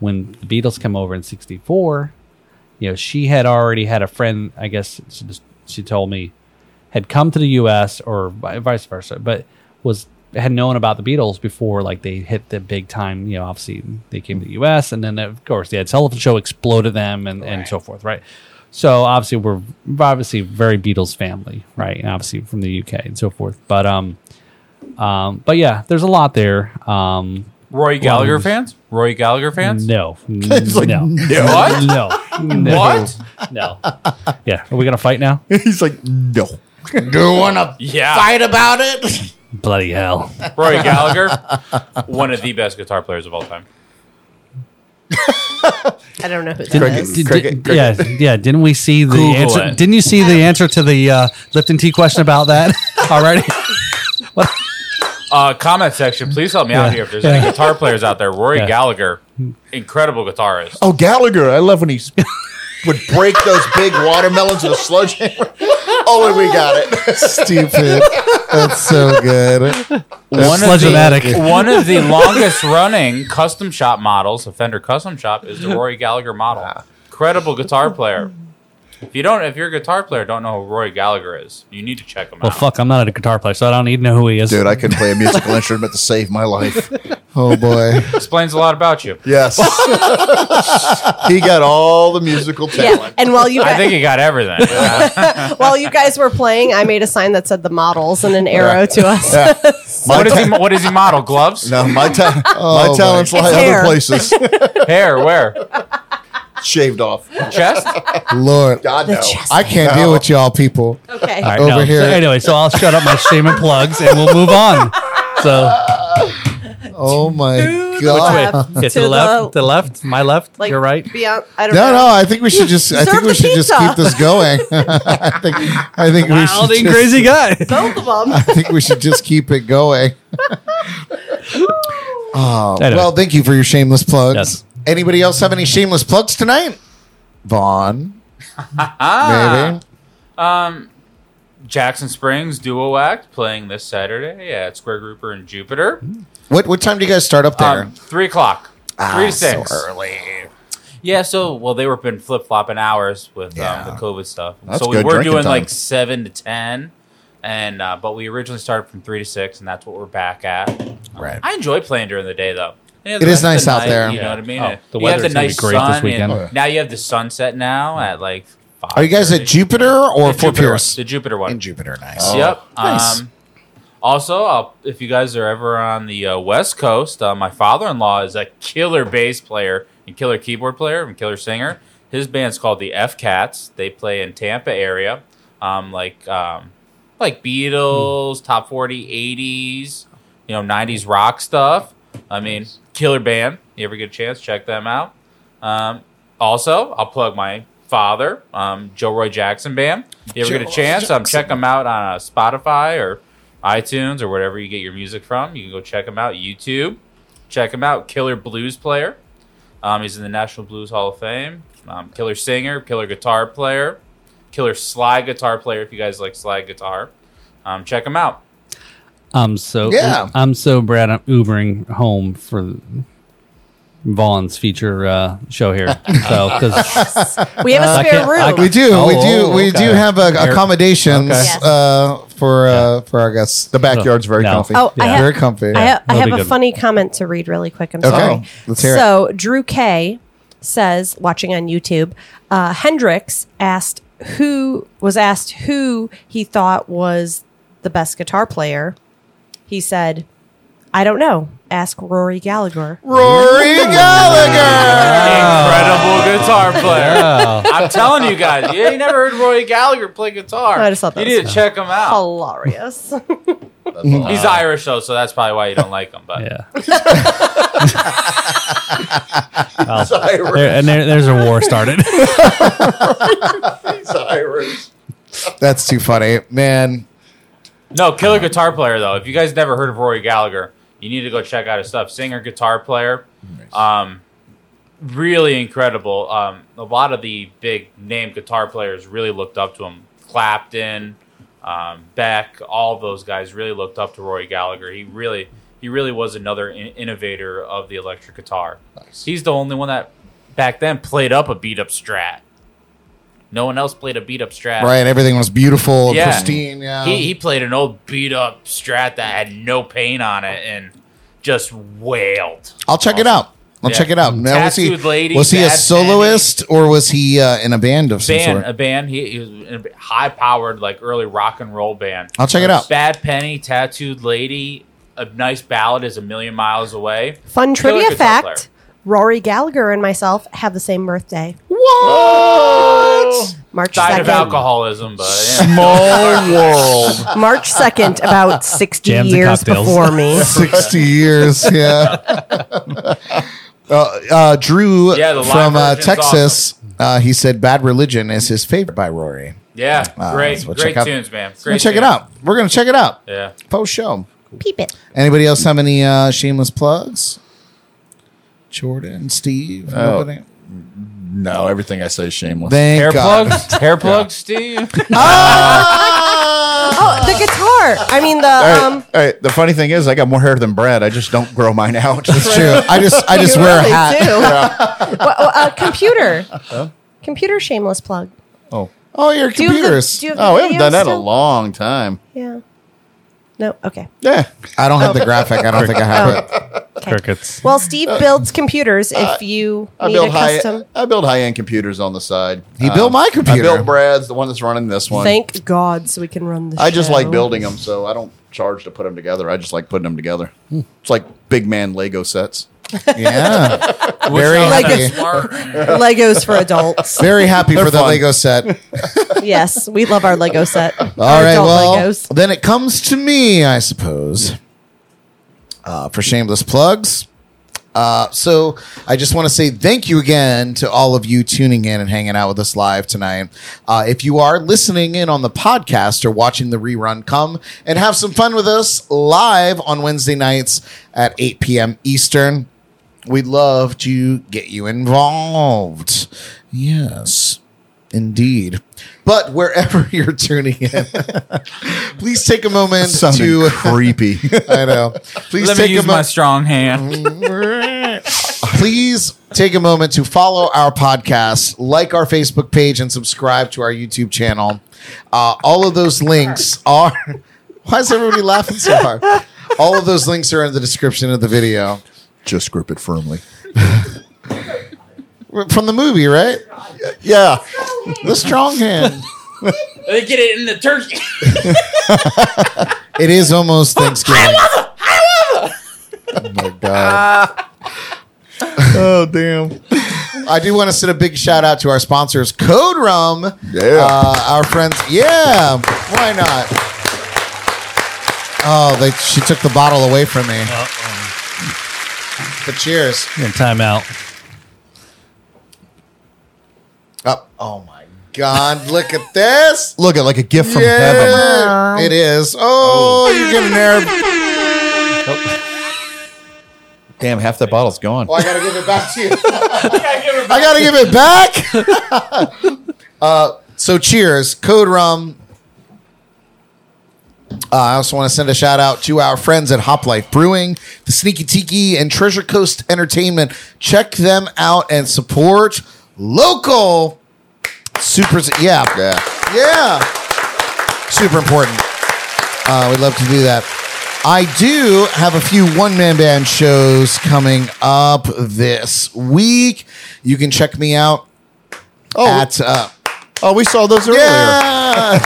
when the Beatles came over in '64, you know, she had already had a friend. I guess she, just- she told me had come to the U.S. or vi- vice versa, but was had known about the Beatles before, like they hit the big time. You know, obviously they came to the U.S. and then of course the Ed Sullivan Show exploded them and, and so forth, right? So obviously we're we're obviously very Beatles family, right? And obviously from the U.K. and so forth, but um, um, but yeah, there's a lot there. Um, Roy Gallagher Lungs. fans? Roy Gallagher fans? no, like, no, What? no, no, What? No, yeah, are we gonna fight now? He's like, no. Do one up. Yeah. about it. Bloody hell! Roy Gallagher, one of the best guitar players of all time. I don't know who that Cricket. is. Did- Cricket, did- Yeah, yeah. Didn't we see the Google answer? it. Didn't you see the answer to the uh, Lipton tea question about that already? Uh, comment section, please help me out here. If there's any guitar players out there, Roy Gallagher, incredible guitarist. Oh, Gallagher. I love when he s- would break those big watermelons with a sledgehammer. Oh, and we got it. Stupid. That's so good. One of, Sludge-o-matic. the, one of the longest running custom shop models, a Fender custom shop, is the Roy Gallagher model. Incredible guitar player. If you don't, if you're a guitar player, don't know who Roy Gallagher is, you need to check him well, out. Oh, fuck. I'm not a guitar player, so I don't need to know who he is. Dude, I couldn't play a musical instrument to save my life. Oh boy. Explains a lot about you. Yes. he got all the musical Yeah, talent. and while you I guys, think he got everything. while you guys were playing, I made a sign that said the models and an arrow to us. My What is ta- he? What does he model? Gloves, no, my, ta- Oh, my talents boy. lie It's hair. other places. hair, where? shaved off. Chest? Lord, God no. I can't deal with y'all people. Okay. All right, Over no. here. So anyway, so I'll shut up my shaman plugs and we'll move on. So Oh my Dude, god. left. to, To the the- left, to the left, my left, Like your right. Beyond, I don't No, know. no. I think we should just. I think served we the should just pizza. keep this going. I think. I think we should. Wild and just- crazy guy. Both of them. I think we should just keep it going. oh, Anyway. well, thank you for your shameless plugs. Yes. Anybody else have any shameless plugs tonight? Vaughn, maybe. Jackson Springs Duo Act playing this Saturday at Square Grouper in Jupiter. What what time do you guys start up Hmm. there? Ah, Um, three o'clock. three to six. So early. Yeah, so well, they were been flip flopping hours with Yeah. um, the COVID stuff. That's so we good were drinking doing time. like seven to ten, and uh, but we originally started from three to six, and that's what we're back at. Right. I enjoy playing during the day though. Yeah, It is the nice out night, there. You know what I mean? Oh, Uh, the you have weather's gonna be great this and weekend. Now you have the sunset now at like. Five Are you guys at Jupiter or Fort Jupiter one. Pierce? The Jupiter one. In Oh. Jupiter, nice. Yep. Nice. Um, also, I'll, if you guys are ever on the uh, West Coast, uh, my father-in-law is a killer bass player and killer keyboard player and killer singer. His band's called the F Cats. They play in Tampa area, um, like um, like Beatles, Hmm. top 40, 80s, you know, 90s rock stuff. I mean, killer band. You ever get a chance, check them out. Um, also, I'll plug my father, um, Joe Roy Jackson Band. You ever Joe get a Roy chance, um, Jackson. check them out on uh, Spotify or iTunes or wherever you get your music from. You can go check them out. YouTube, check him out. Killer blues player. Um, he's in the National Blues Hall of Fame. Um, killer singer, killer guitar player, killer sly guitar player. If you guys like sly guitar, um, check him out. I'm so Yeah. I'm so Brad. I'm Ubering home for Vaughn's feature uh, show here. So because We have a Uh, I spare can't- I room. We do, Oh, we do, oh, we okay. do have uh, Air- accommodations Okay. Yes. uh, for uh, for our guests. The backyard's very No. comfy. Oh, I Yeah. have, Very comfy. I, ha- I That'll have be a good. funny comment to read really quick. I'm Okay. sorry. Let's hear it. so, Drew K says, watching on YouTube, uh, Hendrix asked who was asked who he thought was the best guitar player. He said, "I don't know. Ask Rory Gallagher." Rory Gallagher. Incredible guitar player. I'm telling you guys, you ain't never heard Roy Gallagher play guitar. I just thought that you was need to check him out. Hilarious. He's Irish though, so that's probably why you don't like him. But yeah. Well, there- and there, there's a war started. That's too funny, man. no, killer guitar player though. If you guys never heard of Roy Gallagher, you need to go check out his stuff. Singer, guitar player, um, really incredible. Um, a lot of the big name guitar players really looked up to him. Clapton, um, Beck, all those guys really looked up to Roy Gallagher. He really, he really was another in- innovator of the electric guitar. He's the only one that back then played up a beat up Strat. No one else played a beat up Strat. Right, everything was beautiful, and Yeah. pristine. Yeah, He, he played an old beat up Strat that had no paint on it and just wailed. I'll check it out. I'll Yeah. check it out. Now, was he Tattooed lady, was he a bad soloist or was he uh, in a band of some Band, a sort? band. He, he was in a high powered, like early rock and roll band. I'll check it out. Bad Penny, Tattooed Lady, a nice ballad is a million miles away. Fun Killer trivia guitar fact: player. Rory Gallagher and myself have the same birthday, What? March Died of second. alcoholism, but yeah. Small world. March 2nd, about 60 Jams and years cocktails. before me. Sixty years. Yeah. uh, uh, Drew Yeah, the live from uh, version's Texas. Uh, he said "Bad Religion" is his favorite by Rory. yeah, Ah, great, so we'll great check out- tunes, man. We're gonna Great check it tunes. out. We're gonna check it out Yeah. post show. Peep it. Anybody else have any uh, shameless plugs? Jordan, Steve, Oh. nobody? No, everything I say is shameless. Thank Hair God. plugs, hair plugs, Steve. Oh, the guitar. I mean, the. All right, um all right, The funny thing is, I got more hair than Brad. I just don't grow mine out. It's true. I just I just You wear a really hat. do. Well, oh, uh, computer. Uh-huh. Computer shameless plug. oh, Oh, your Do you have the- computers. do you have the oh, we haven't videos done that in a still? long time. Yeah. No. Okay. Yeah, I don't have the graphic. I don't think I have it. Crickets. Well, Steve builds computers. If you Uh, I need a build high. custom, I build high end computers on the side. Um, He built my I computer. built Brad's, the one that's running this one. thank God, so we can run the. I just show. like building them, so I don't charge to put them together. I just like putting them together. It's like big man Lego sets. Yeah. Very Like happy. Legos for adults. Very happy for the fun. Lego set. yes, we love our Lego set. All right, All right, well, then it comes to me, I suppose, uh, for shameless plugs. Uh, so I just want to say thank you again to all of you tuning in and hanging out with us live tonight. Uh, if you are listening in on the podcast or watching the rerun, come and have some fun with us live on Wednesday nights at 8 p.m. Eastern. We'd love to get you involved. Yes. Indeed. But wherever you're tuning in, please take a moment Sounded to. creepy. I know. Please Let me take use a Mm. my moment. strong hand. please take a moment to follow our podcast, like our Facebook page, and subscribe to our YouTube channel. Uh, all of those links are. Why is everybody laughing so hard? All of those links are in the description of the video Just grip it firmly. from the movie, right? Yeah. The Strong Hand. They get it in the turkey. It is almost Thanksgiving. Oh my god. oh damn. I do want to send a big shout out to our sponsors, Code Rum. Yeah. Uh, our friends. Yeah. Why not? Oh, they, she took the bottle away from me. But cheers. And time out. Oh, oh my God. Look at this. Look at like a gift from heaven. Yeah. It is. Oh, you get an air. Damn, half that bottle's gone. Oh, I gotta give it back to you. I gotta give it back. uh, so cheers, Code Rum. Uh, I also want to send a shout out to our friends at Hop Life Brewing, the Sneaky Tiki, and Treasure Coast Entertainment. Check them out and support local. Super, yeah, yeah, Super important. Uh, we'd love to do that. I do have a few one man band shows coming up this week. You can check me out Oh, at uh, oh, we saw those earlier. yeah.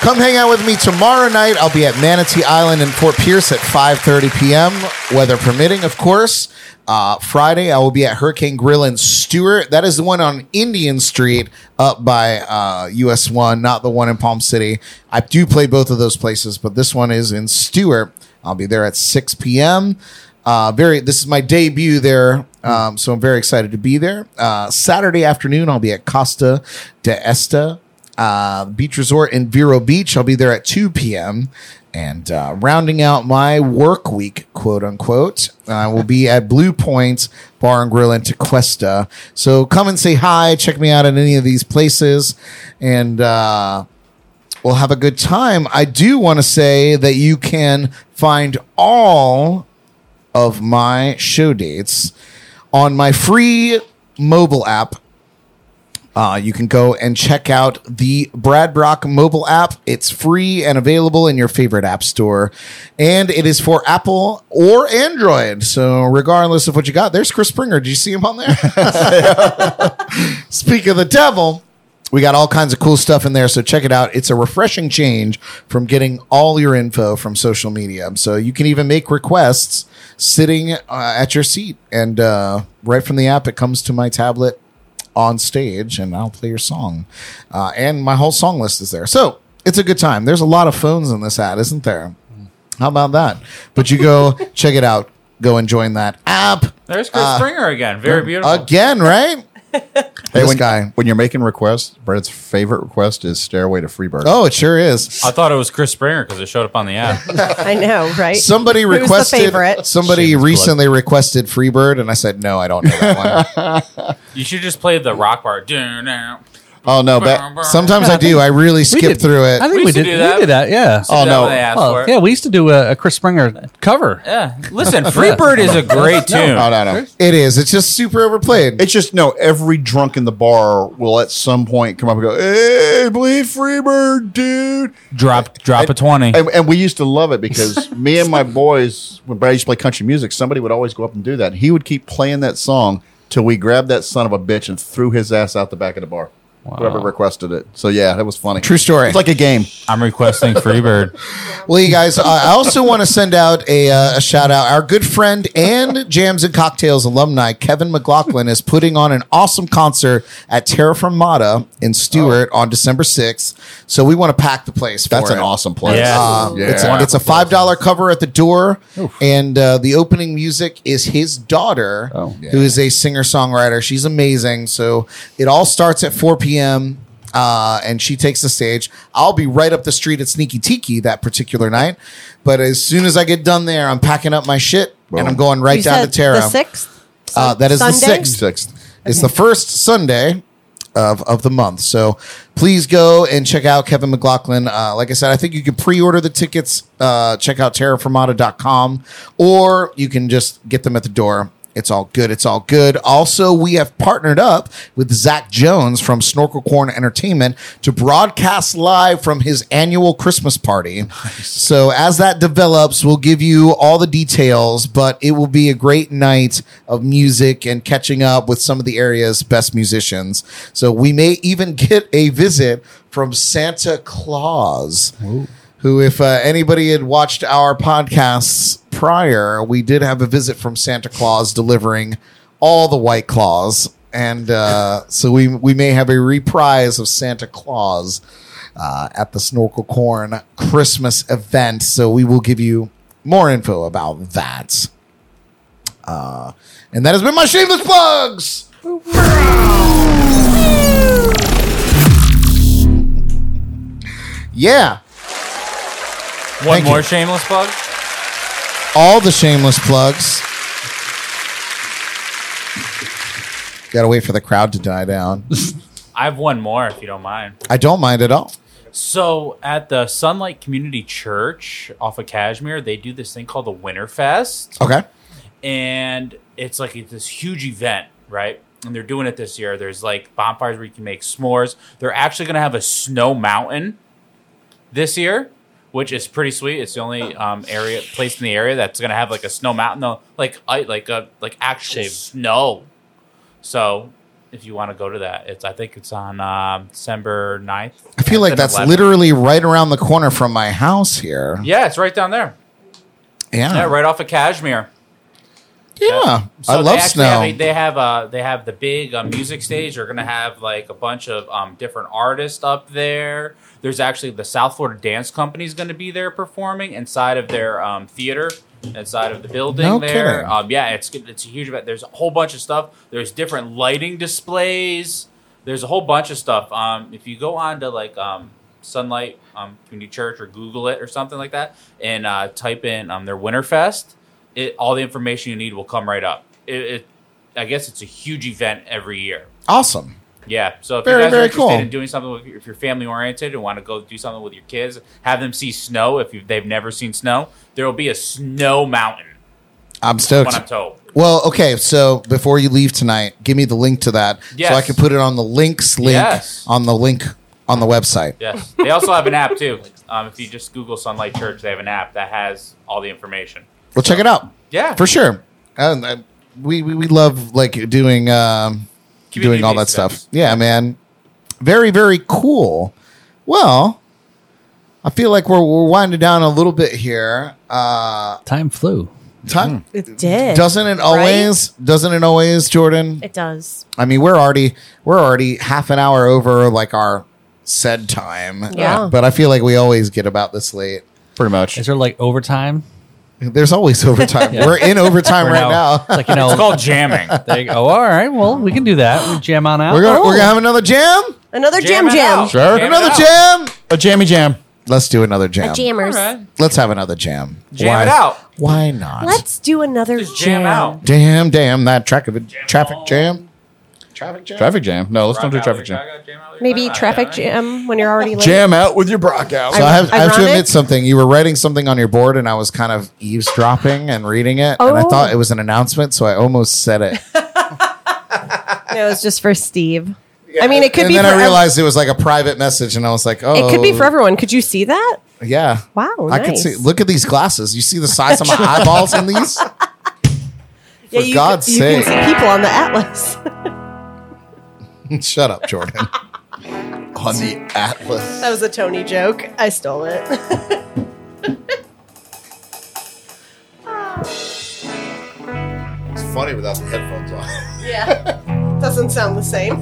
Come hang out with me tomorrow night. I'll be at Manatee Island in Fort Pierce at 5:30 p.m. weather permitting, of course. Uh, Friday, I will be at Hurricane Grill in Stewart. That is the one on Indian Street up by uh, US 1, not the one in Palm City. I do play both of those places, but this one is in Stewart. I'll be there at 6 p.m. Uh, very. This is my debut there, um, so I'm very excited to be there. Uh, Saturday afternoon, I'll be at Costa de Esta uh, Beach Resort in Vero Beach. I'll be there at 2 p.m. And uh, rounding out my work week, quote unquote, I will be at Blue Point Bar and Grill in Tequesta. So come and say hi. Check me out at any of these places, and. Uh, we'll have a good time. I do want to say that you can find all of my show dates on my free mobile app. Uh, you can go and check out the Brad Brock mobile app. It's free and available in your favorite app store. And it is for Apple or Android. So, regardless of what you got, there's Chris Springer. Did you see him on there? Speak of the devil, we got all kinds of cool stuff in there, so check it out. It's a refreshing change from getting all your info from social media. So you can even make requests sitting uh, at your seat, and uh, right from the app, it comes to my tablet on stage, and I'll play your song. Uh, and my whole song list is there. So it's a good time. There's a lot of phones in this ad, isn't there? How about that? But you go check it out. Go and join that app There's Chris Ah. Springer again. Mm. Very beautiful. again, right? Hey, this when, guy. when you're making requests, Brad's favorite request is Stairway to Freebird. Oh, it sure is. I thought it was Chris Springer because it showed up on the app. I know, right? Somebody Who's the requested. favorite? Somebody recently requested Freebird, and I said no, I don't know that one. you should just play the rock part. Do now. Oh, no, that Sometimes I do. I really skip did- through it. I think We we, used to did. do that. that. We did that. Yeah. Oh no. They asked Oh, for it. yeah, we used to do a, a Chris Springer cover. Yeah. Listen, Freebird is a great tune. no, no, no. it is. It's just super overplayed. It's just no. Every drunk in the bar will at some point come up and go, "Hey, bleed Freebird, dude!" Drop drop a twenty. And, and we used to love it because me and my boys, when Brad used to play country music, somebody would always go up and do that. He would keep playing that song till we grabbed that son of a bitch and threw his ass out the back of the bar. whoever requested it. So yeah, that was funny. True story. It's like a game. I'm requesting Freebird. Well, you guys, I I also want to send out a, uh, a shout out. Our good friend and Jams and Cocktails alumni, Kevin McLaughlin, is putting on an awesome concert at Terra Firmata in Stewart on December 6th. So we want to pack the place. for Oh. That's an it. awesome Ah, place. Yeah. Um, Yeah. It's, a, it's a five dollar cover at the door, and uh, the opening music is his daughter, Oh. who is a singer songwriter. She's amazing. So it all starts at four p.m. Uh, and she takes the stage. I'll be right up the street at Sneaky Tiki that particular night. But as soon as I get done there, I'm packing up my shit and I'm going right You down said to Terra. The sixth. Uh, that is the Sunday? sixth. Sixth. It's the first Sunday of, of the month. So please go and check out Kevin McLaughlin. Uh, like I said, I think you can pre order the tickets. Uh, check out terraformata.com or you can just get them at the door. It's all good. It's all good. Also, we have partnered up with Zach Jones from Snorkel Corn Entertainment to broadcast live from his annual Christmas party. So, as that develops, we'll give you all the details, but it will be a great night of music and catching up with some of the area's best musicians. So, we may even get a visit from Santa Claus. Who, if uh, anybody had watched our podcasts prior, we did have a visit from Santa Claus delivering all the White Claws, and uh, so we we may have a reprise of Santa Claus uh, at the Snorkel Corn Christmas event. So we will give you more info about that. Uh, and that has been my shameless plugs. Yeah, One Thank more you. shameless plug. all the shameless plugs. Gotta wait for the crowd to die down. I have one more if you don't mind. I don't mind at all. So at the Sunlight Community Church off of Kashmir, they do this thing called the Winterfest. Okay. and it's like it's this huge event, right? And they're doing it this year. There's like bonfires where you can make s'mores. They're actually going to have a snow mountain this year, which is pretty sweet. It's the only um, area place in the area that's going to have like a snow mountain, though, like I- like a like actual snow. So if you want to go to that, it's I think it's on um December 9th. I feel like that's literally right around the corner from my house here. yeah, it's right down there. Yeah. Yeah, right off of Kashmir. Yeah. So I they love actually snow. Have a, they have uh they have the big uh, music stage. They're gonna have like a bunch of um, different artists up there. There's actually the South Florida Dance Company is gonna be there performing inside of their um, theater, inside of the building No there. kidding. Um, yeah, it's it's a huge event. There's a whole bunch of stuff. There's different lighting displays. There's a whole bunch of stuff. Um, if you go on to like um, Sunlight um, Community Church or Google it or something like that, and uh, type in um, their Winterfest, it all the information you need will come right up. It, it I guess it's a huge event every year. awesome. Yeah, so if Very, you guys very are interested cool. in doing something with your, if you're family oriented and want to go do something with your kids, have them see snow if you, they've never seen snow. There will be a snow mountain. I'm stoked. When I'm told. Well, okay. So before you leave tonight, give me the link to that so Yes. I can put it on the links link Yes. on the link on the website. Yes. They also have an app too. Um, if you just Google Sunlight Church, they have an app that has all the information. Well, check it out. Yeah. For sure. And, uh, we, we, we love like doing um, doing all that Community-based stuff. events. Yeah, man. Very, very cool. Well, I feel like we're, we're winding down a little bit here. Uh, Time flew. time, It did. Doesn't it always? Doesn't it always, Jordan? It does. I mean, we're already we're already half an hour over like our said time. Yeah. but I feel like we always get about this late. Pretty much. Is there like overtime? There's always overtime. We're in overtime Or right no? now. It's like you know. It's called jamming. they go, oh, all right. Well, we can do that. We jam on out. We're gonna we're gonna have another jam. Another Jam jam it jam. out. Sure. Jam it another out. jam. A jammy jam. Let's do another jam. A jammers. Let's have another jam. Jam Why? it out. Why not? Let's do another Just jam out. Damn, damn that track of a traffic Oh. jam. Traffic jam. Traffic jam. No, let's not do traffic jam. Maybe traffic jam when you're already late. Jam out with your Brock out. So I have, I have to Ironic? admit something. You were writing something on your board, and I was kind of eavesdropping and reading it, and I Oh. thought it was an announcement, so I almost said it. No, it's just for Steve. I mean, it could and be. then for I ev- realized it was like a private message, and I was like, "Oh, it could be for everyone. Could you see that? Yeah, Wow, I could see. nice. Look at these glasses. You see the size of my eyeballs in these? Yeah, For you, God's you sake. can see people on the atlas. Shut up, Jordan. on the Atlas. That was a Tony joke. I stole it. It's funny without the headphones on. yeah. Doesn't sound the same.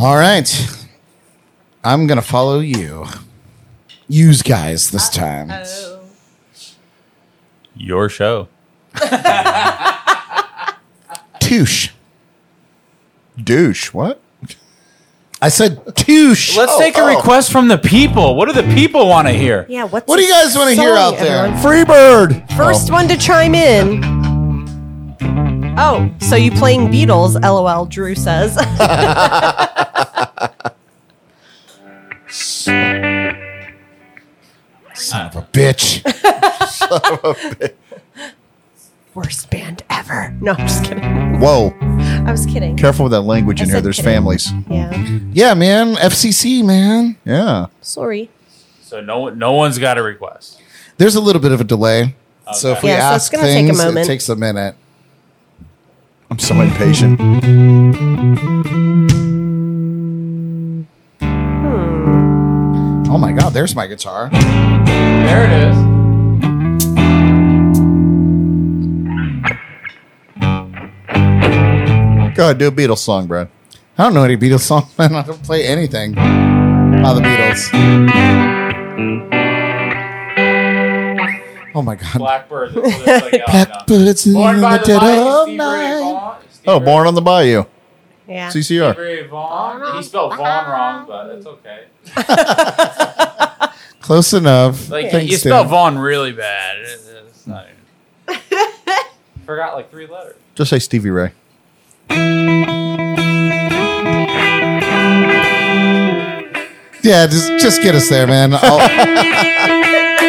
All right. I'm going to follow you. Use guys this time. Your show. Touche. Douche. What? I said touche. Oh, Let's take a request from the people. What do the people want to hear? yeah, what's What do you guys want to hear out there? Freebird. First one to chime in. Oh, so you playing Beatles, lol, Drew says. Son Oh, of a bitch. Worst band ever. No, I'm just kidding. Whoa. I was kidding. Careful with that language in I here. said There's kidding. families. Yeah. Yeah, man. FCC, man. Yeah. Sorry. So no one, no one's got a request. There's a little bit of a delay. So if we Yeah, so it's ask gonna take a things, it moment. takes a minute. I'm so impatient. Oh my God, there's my guitar. There it is. Go ahead, do a Beatles song, Brad. I don't know any Beatles song. I don't play anything by the Beatles. Oh my God. Blackbird. That's what Blackbirds it's like out now. in Born by the the dead Bayou, of Steve Ray night. Vaughan. Steve Oh, Ray- Born on the Bayou. Yeah. Steve CCR. Ray Vaughan. He spelled Vaughn wrong, but that's okay. Close enough. Like Thanks, you spell Dan. Vaughn really bad. It- it's not even- Forgot like three letters. Just say Stevie Ray. Yeah, just just get us there, man. I'll-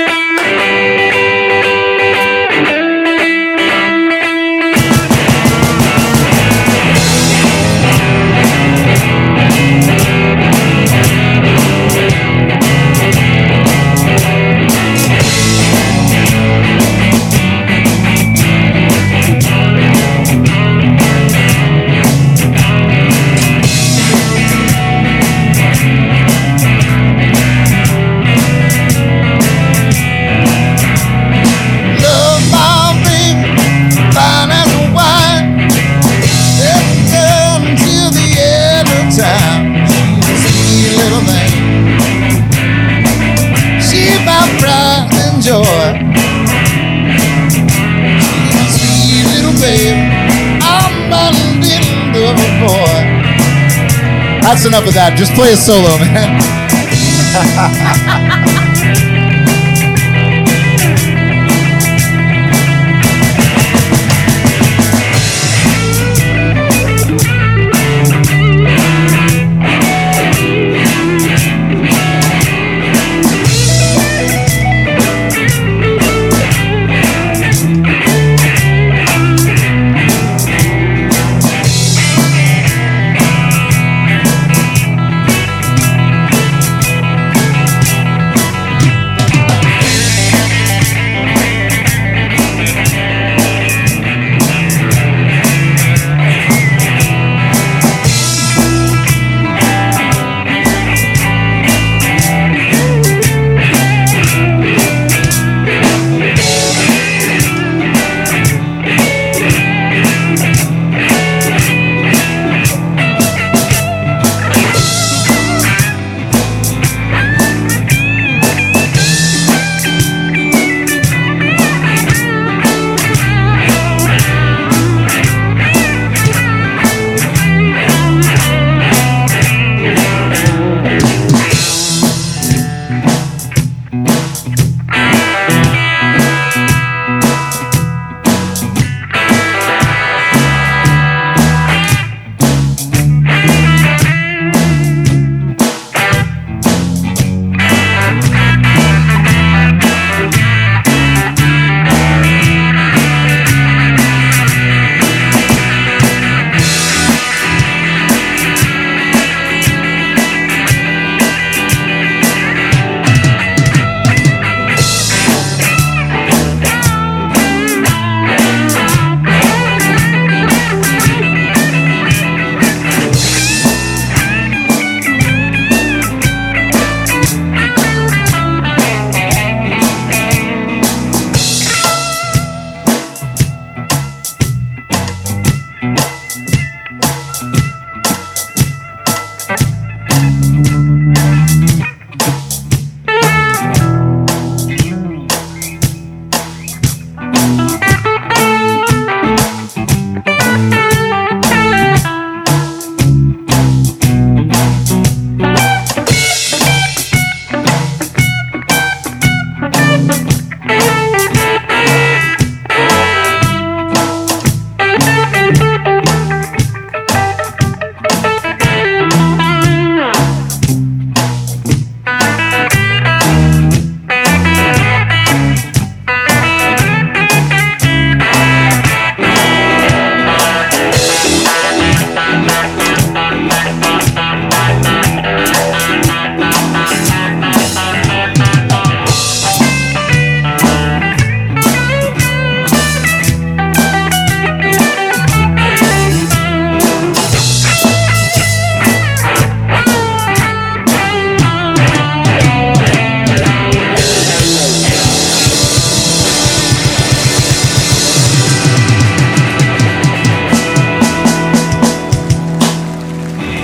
Love my ring, fine as wine. Let's turn till the end of time. She's a sweet little thing. She's my pride and joy. She's a sweet little babe. I'm a little boy. That's enough of that. Just play a solo, man.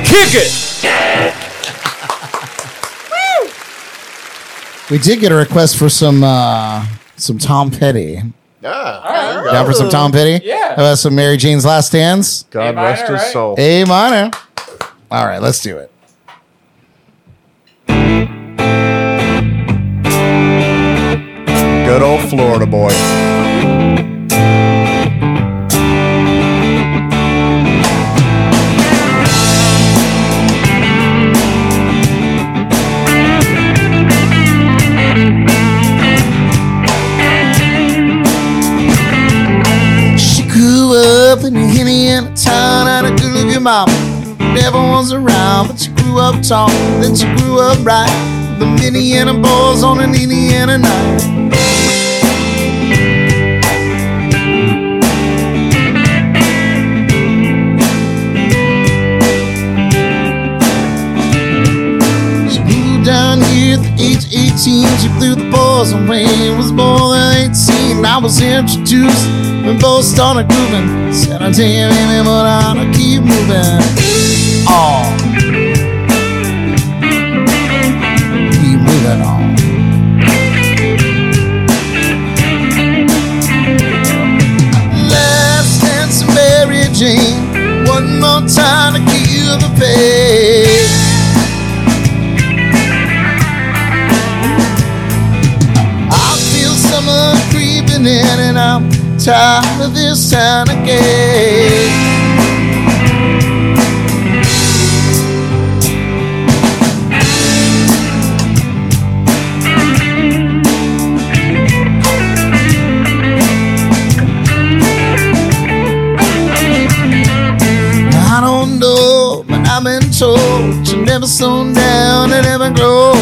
Kick it. We did get a request for some uh, some Tom Petty. Ah, Down for some Tom Petty? Yeah. How about some Mary Jane's Last Dance? God Am I rest his alright? soul. A minor. All right, let's do it. Good old Florida boy. She grew up in a hilly in a town and a good looking mom. Never was around, but she grew up tall. Then she grew up right. The Indiana boys on an Indiana night. She moved down here at the age of 18. She blew the boys away. Was born at 18. I was introduced. We both started grooving. Said, I tell you, baby, but I don't keep moving. On. Keep moving on. Let's dance, Mary Jane. One more time to give the pace. I feel summer creeping in, and I'm tired of this town again. I don't know, but I've been told to never slow down and never grow.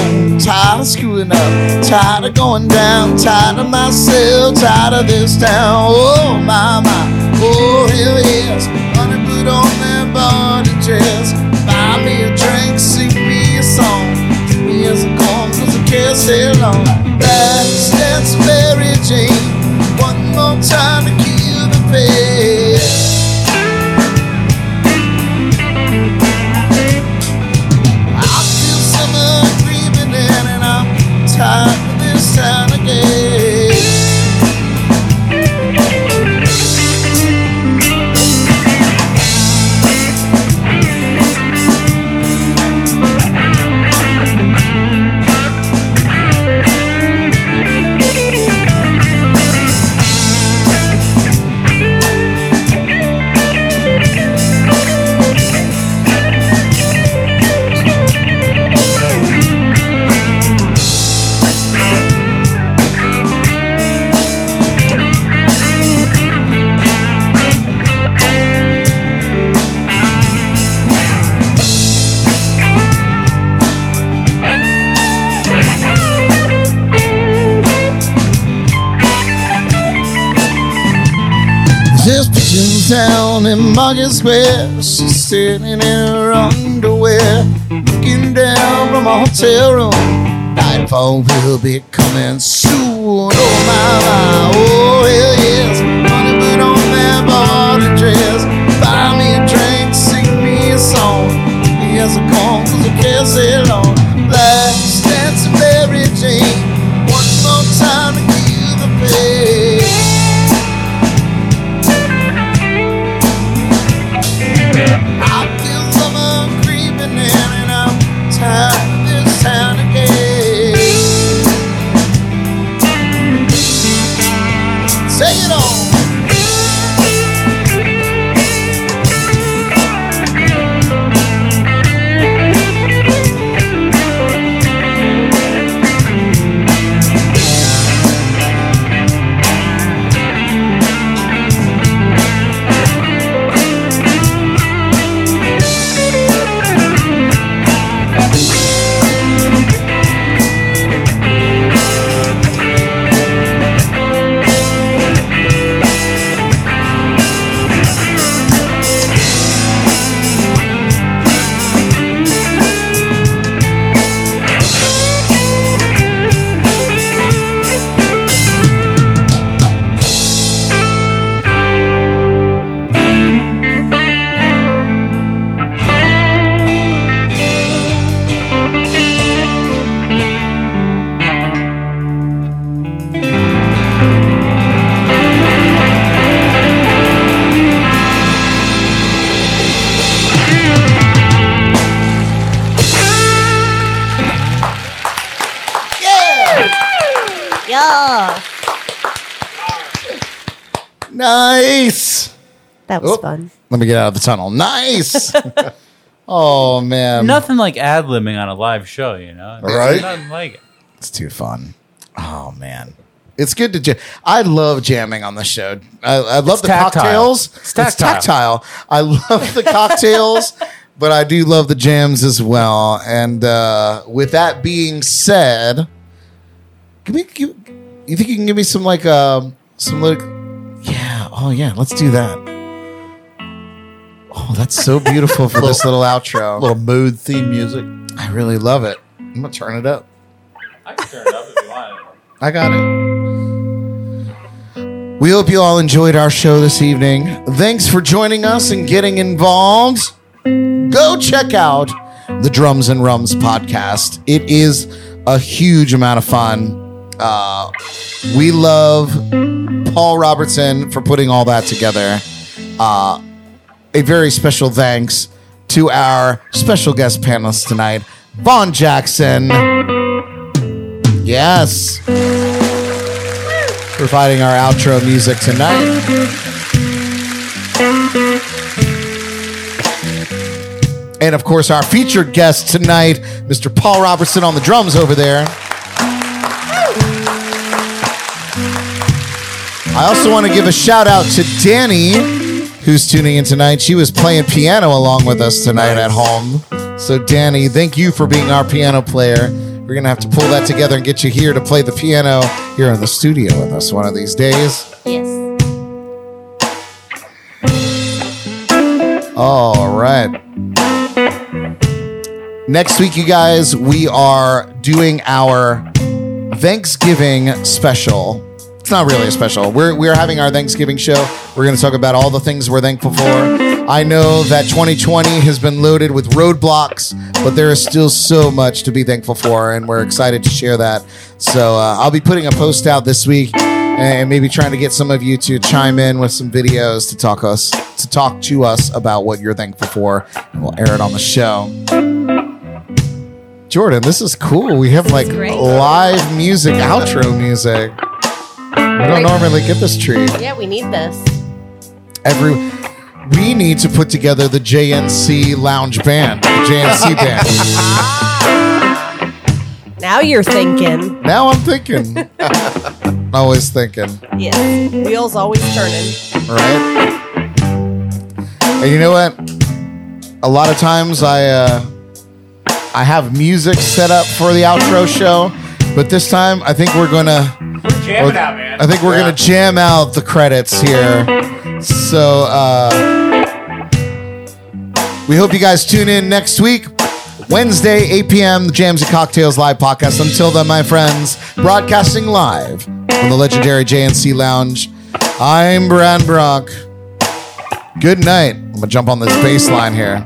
Tired of screwing up, tired of going down, tired of myself, tired of this town. Oh my my, oh here it is. Honey, put on that body dress. Buy me a drink, sing me a song. Give me a song, cause I can't stay long. That's, that's Mary Jane. One more time to kill the pain. I feel summer creeping in and I'm tired of this town again. There's pigeons down in Market Square. She's sitting in her underwear, looking down from a hotel room. Nightfall will be coming soon. Oh my my, oh hell yes. Honey, put on that body dress. Buy me a drink, sing me a song. Give me as a call, cause I can't stay long. Last dance of Mary Jane. One more time to give the pain. I feel summer creeping in and I'm tired of this town again. Say it on. Thank you. Nice. That was Oop. fun. Let me get out of the tunnel. Nice. oh man, Nothing like ad libbing on a live show, you know? There's Right. Nothing like it. it's too fun. Oh man. It's good to jam. I love jamming on the show. I, I love the tactile. cocktails. It's tactile. tactile. I love the cocktails, but I do love the jams as well. And uh, with that being said, give me you, you think you can give me some like um some like yeah oh yeah let's do that. Oh, that's so beautiful for this little outro. little mood theme music. I really love it. I'm gonna turn it up. I can turn it up if you want. I got it. We hope you all enjoyed our show this evening. Thanks for joining us and getting involved. Go check out the Drums and Rums podcast. It is a huge amount of fun. Uh, we love Paul Robertson for putting all that together. Uh, a very special thanks to our special guest panelists tonight, Vaughn Jackson. Yes. Providing our outro music tonight. And of course, our featured guest tonight, Mr. Paul Robertson on the drums over there. I also want to give a shout out to Danny, who's tuning in tonight. She was playing piano along with us tonight at home. So, Danny, thank you for being our piano player. We're going to have to pull that together and get you here to play the piano here in the studio with us one of these days. Yes. All right. Next week, you guys, we are doing our Thanksgiving special. It's not really a special. We're, we're having our Thanksgiving show. We're going to talk about all the things we're thankful for. I know that 2020 has been loaded with roadblocks, but there is still so much to be thankful for, and we're excited to share that. So uh, I'll be putting a post out this week and maybe trying to get some of you to chime in with some videos to talk us to talk to us about what you're thankful for, and we'll air it on the show. Jordan, this is cool. We have like great. live music, outro music. We don't normally get this treat. Yeah, we need this. Every we need to put together the JNC lounge band, JNC band. Now you're thinking. Now I'm thinking. Always thinking, Yes. Wheels always turning. right? And you know what? A lot of times I uh, I have music set up for the outro show, but this time I think we're gonna Jam Well, I think we're gonna jam out the credits here. So uh, we hope you guys tune in next week, Wednesday, 8 p.m. The Jams and Cocktails live podcast. Until then, my friends, broadcasting live from the legendary JNC Lounge. I'm Brad Brock. Good night. I'm gonna jump on this bass line here.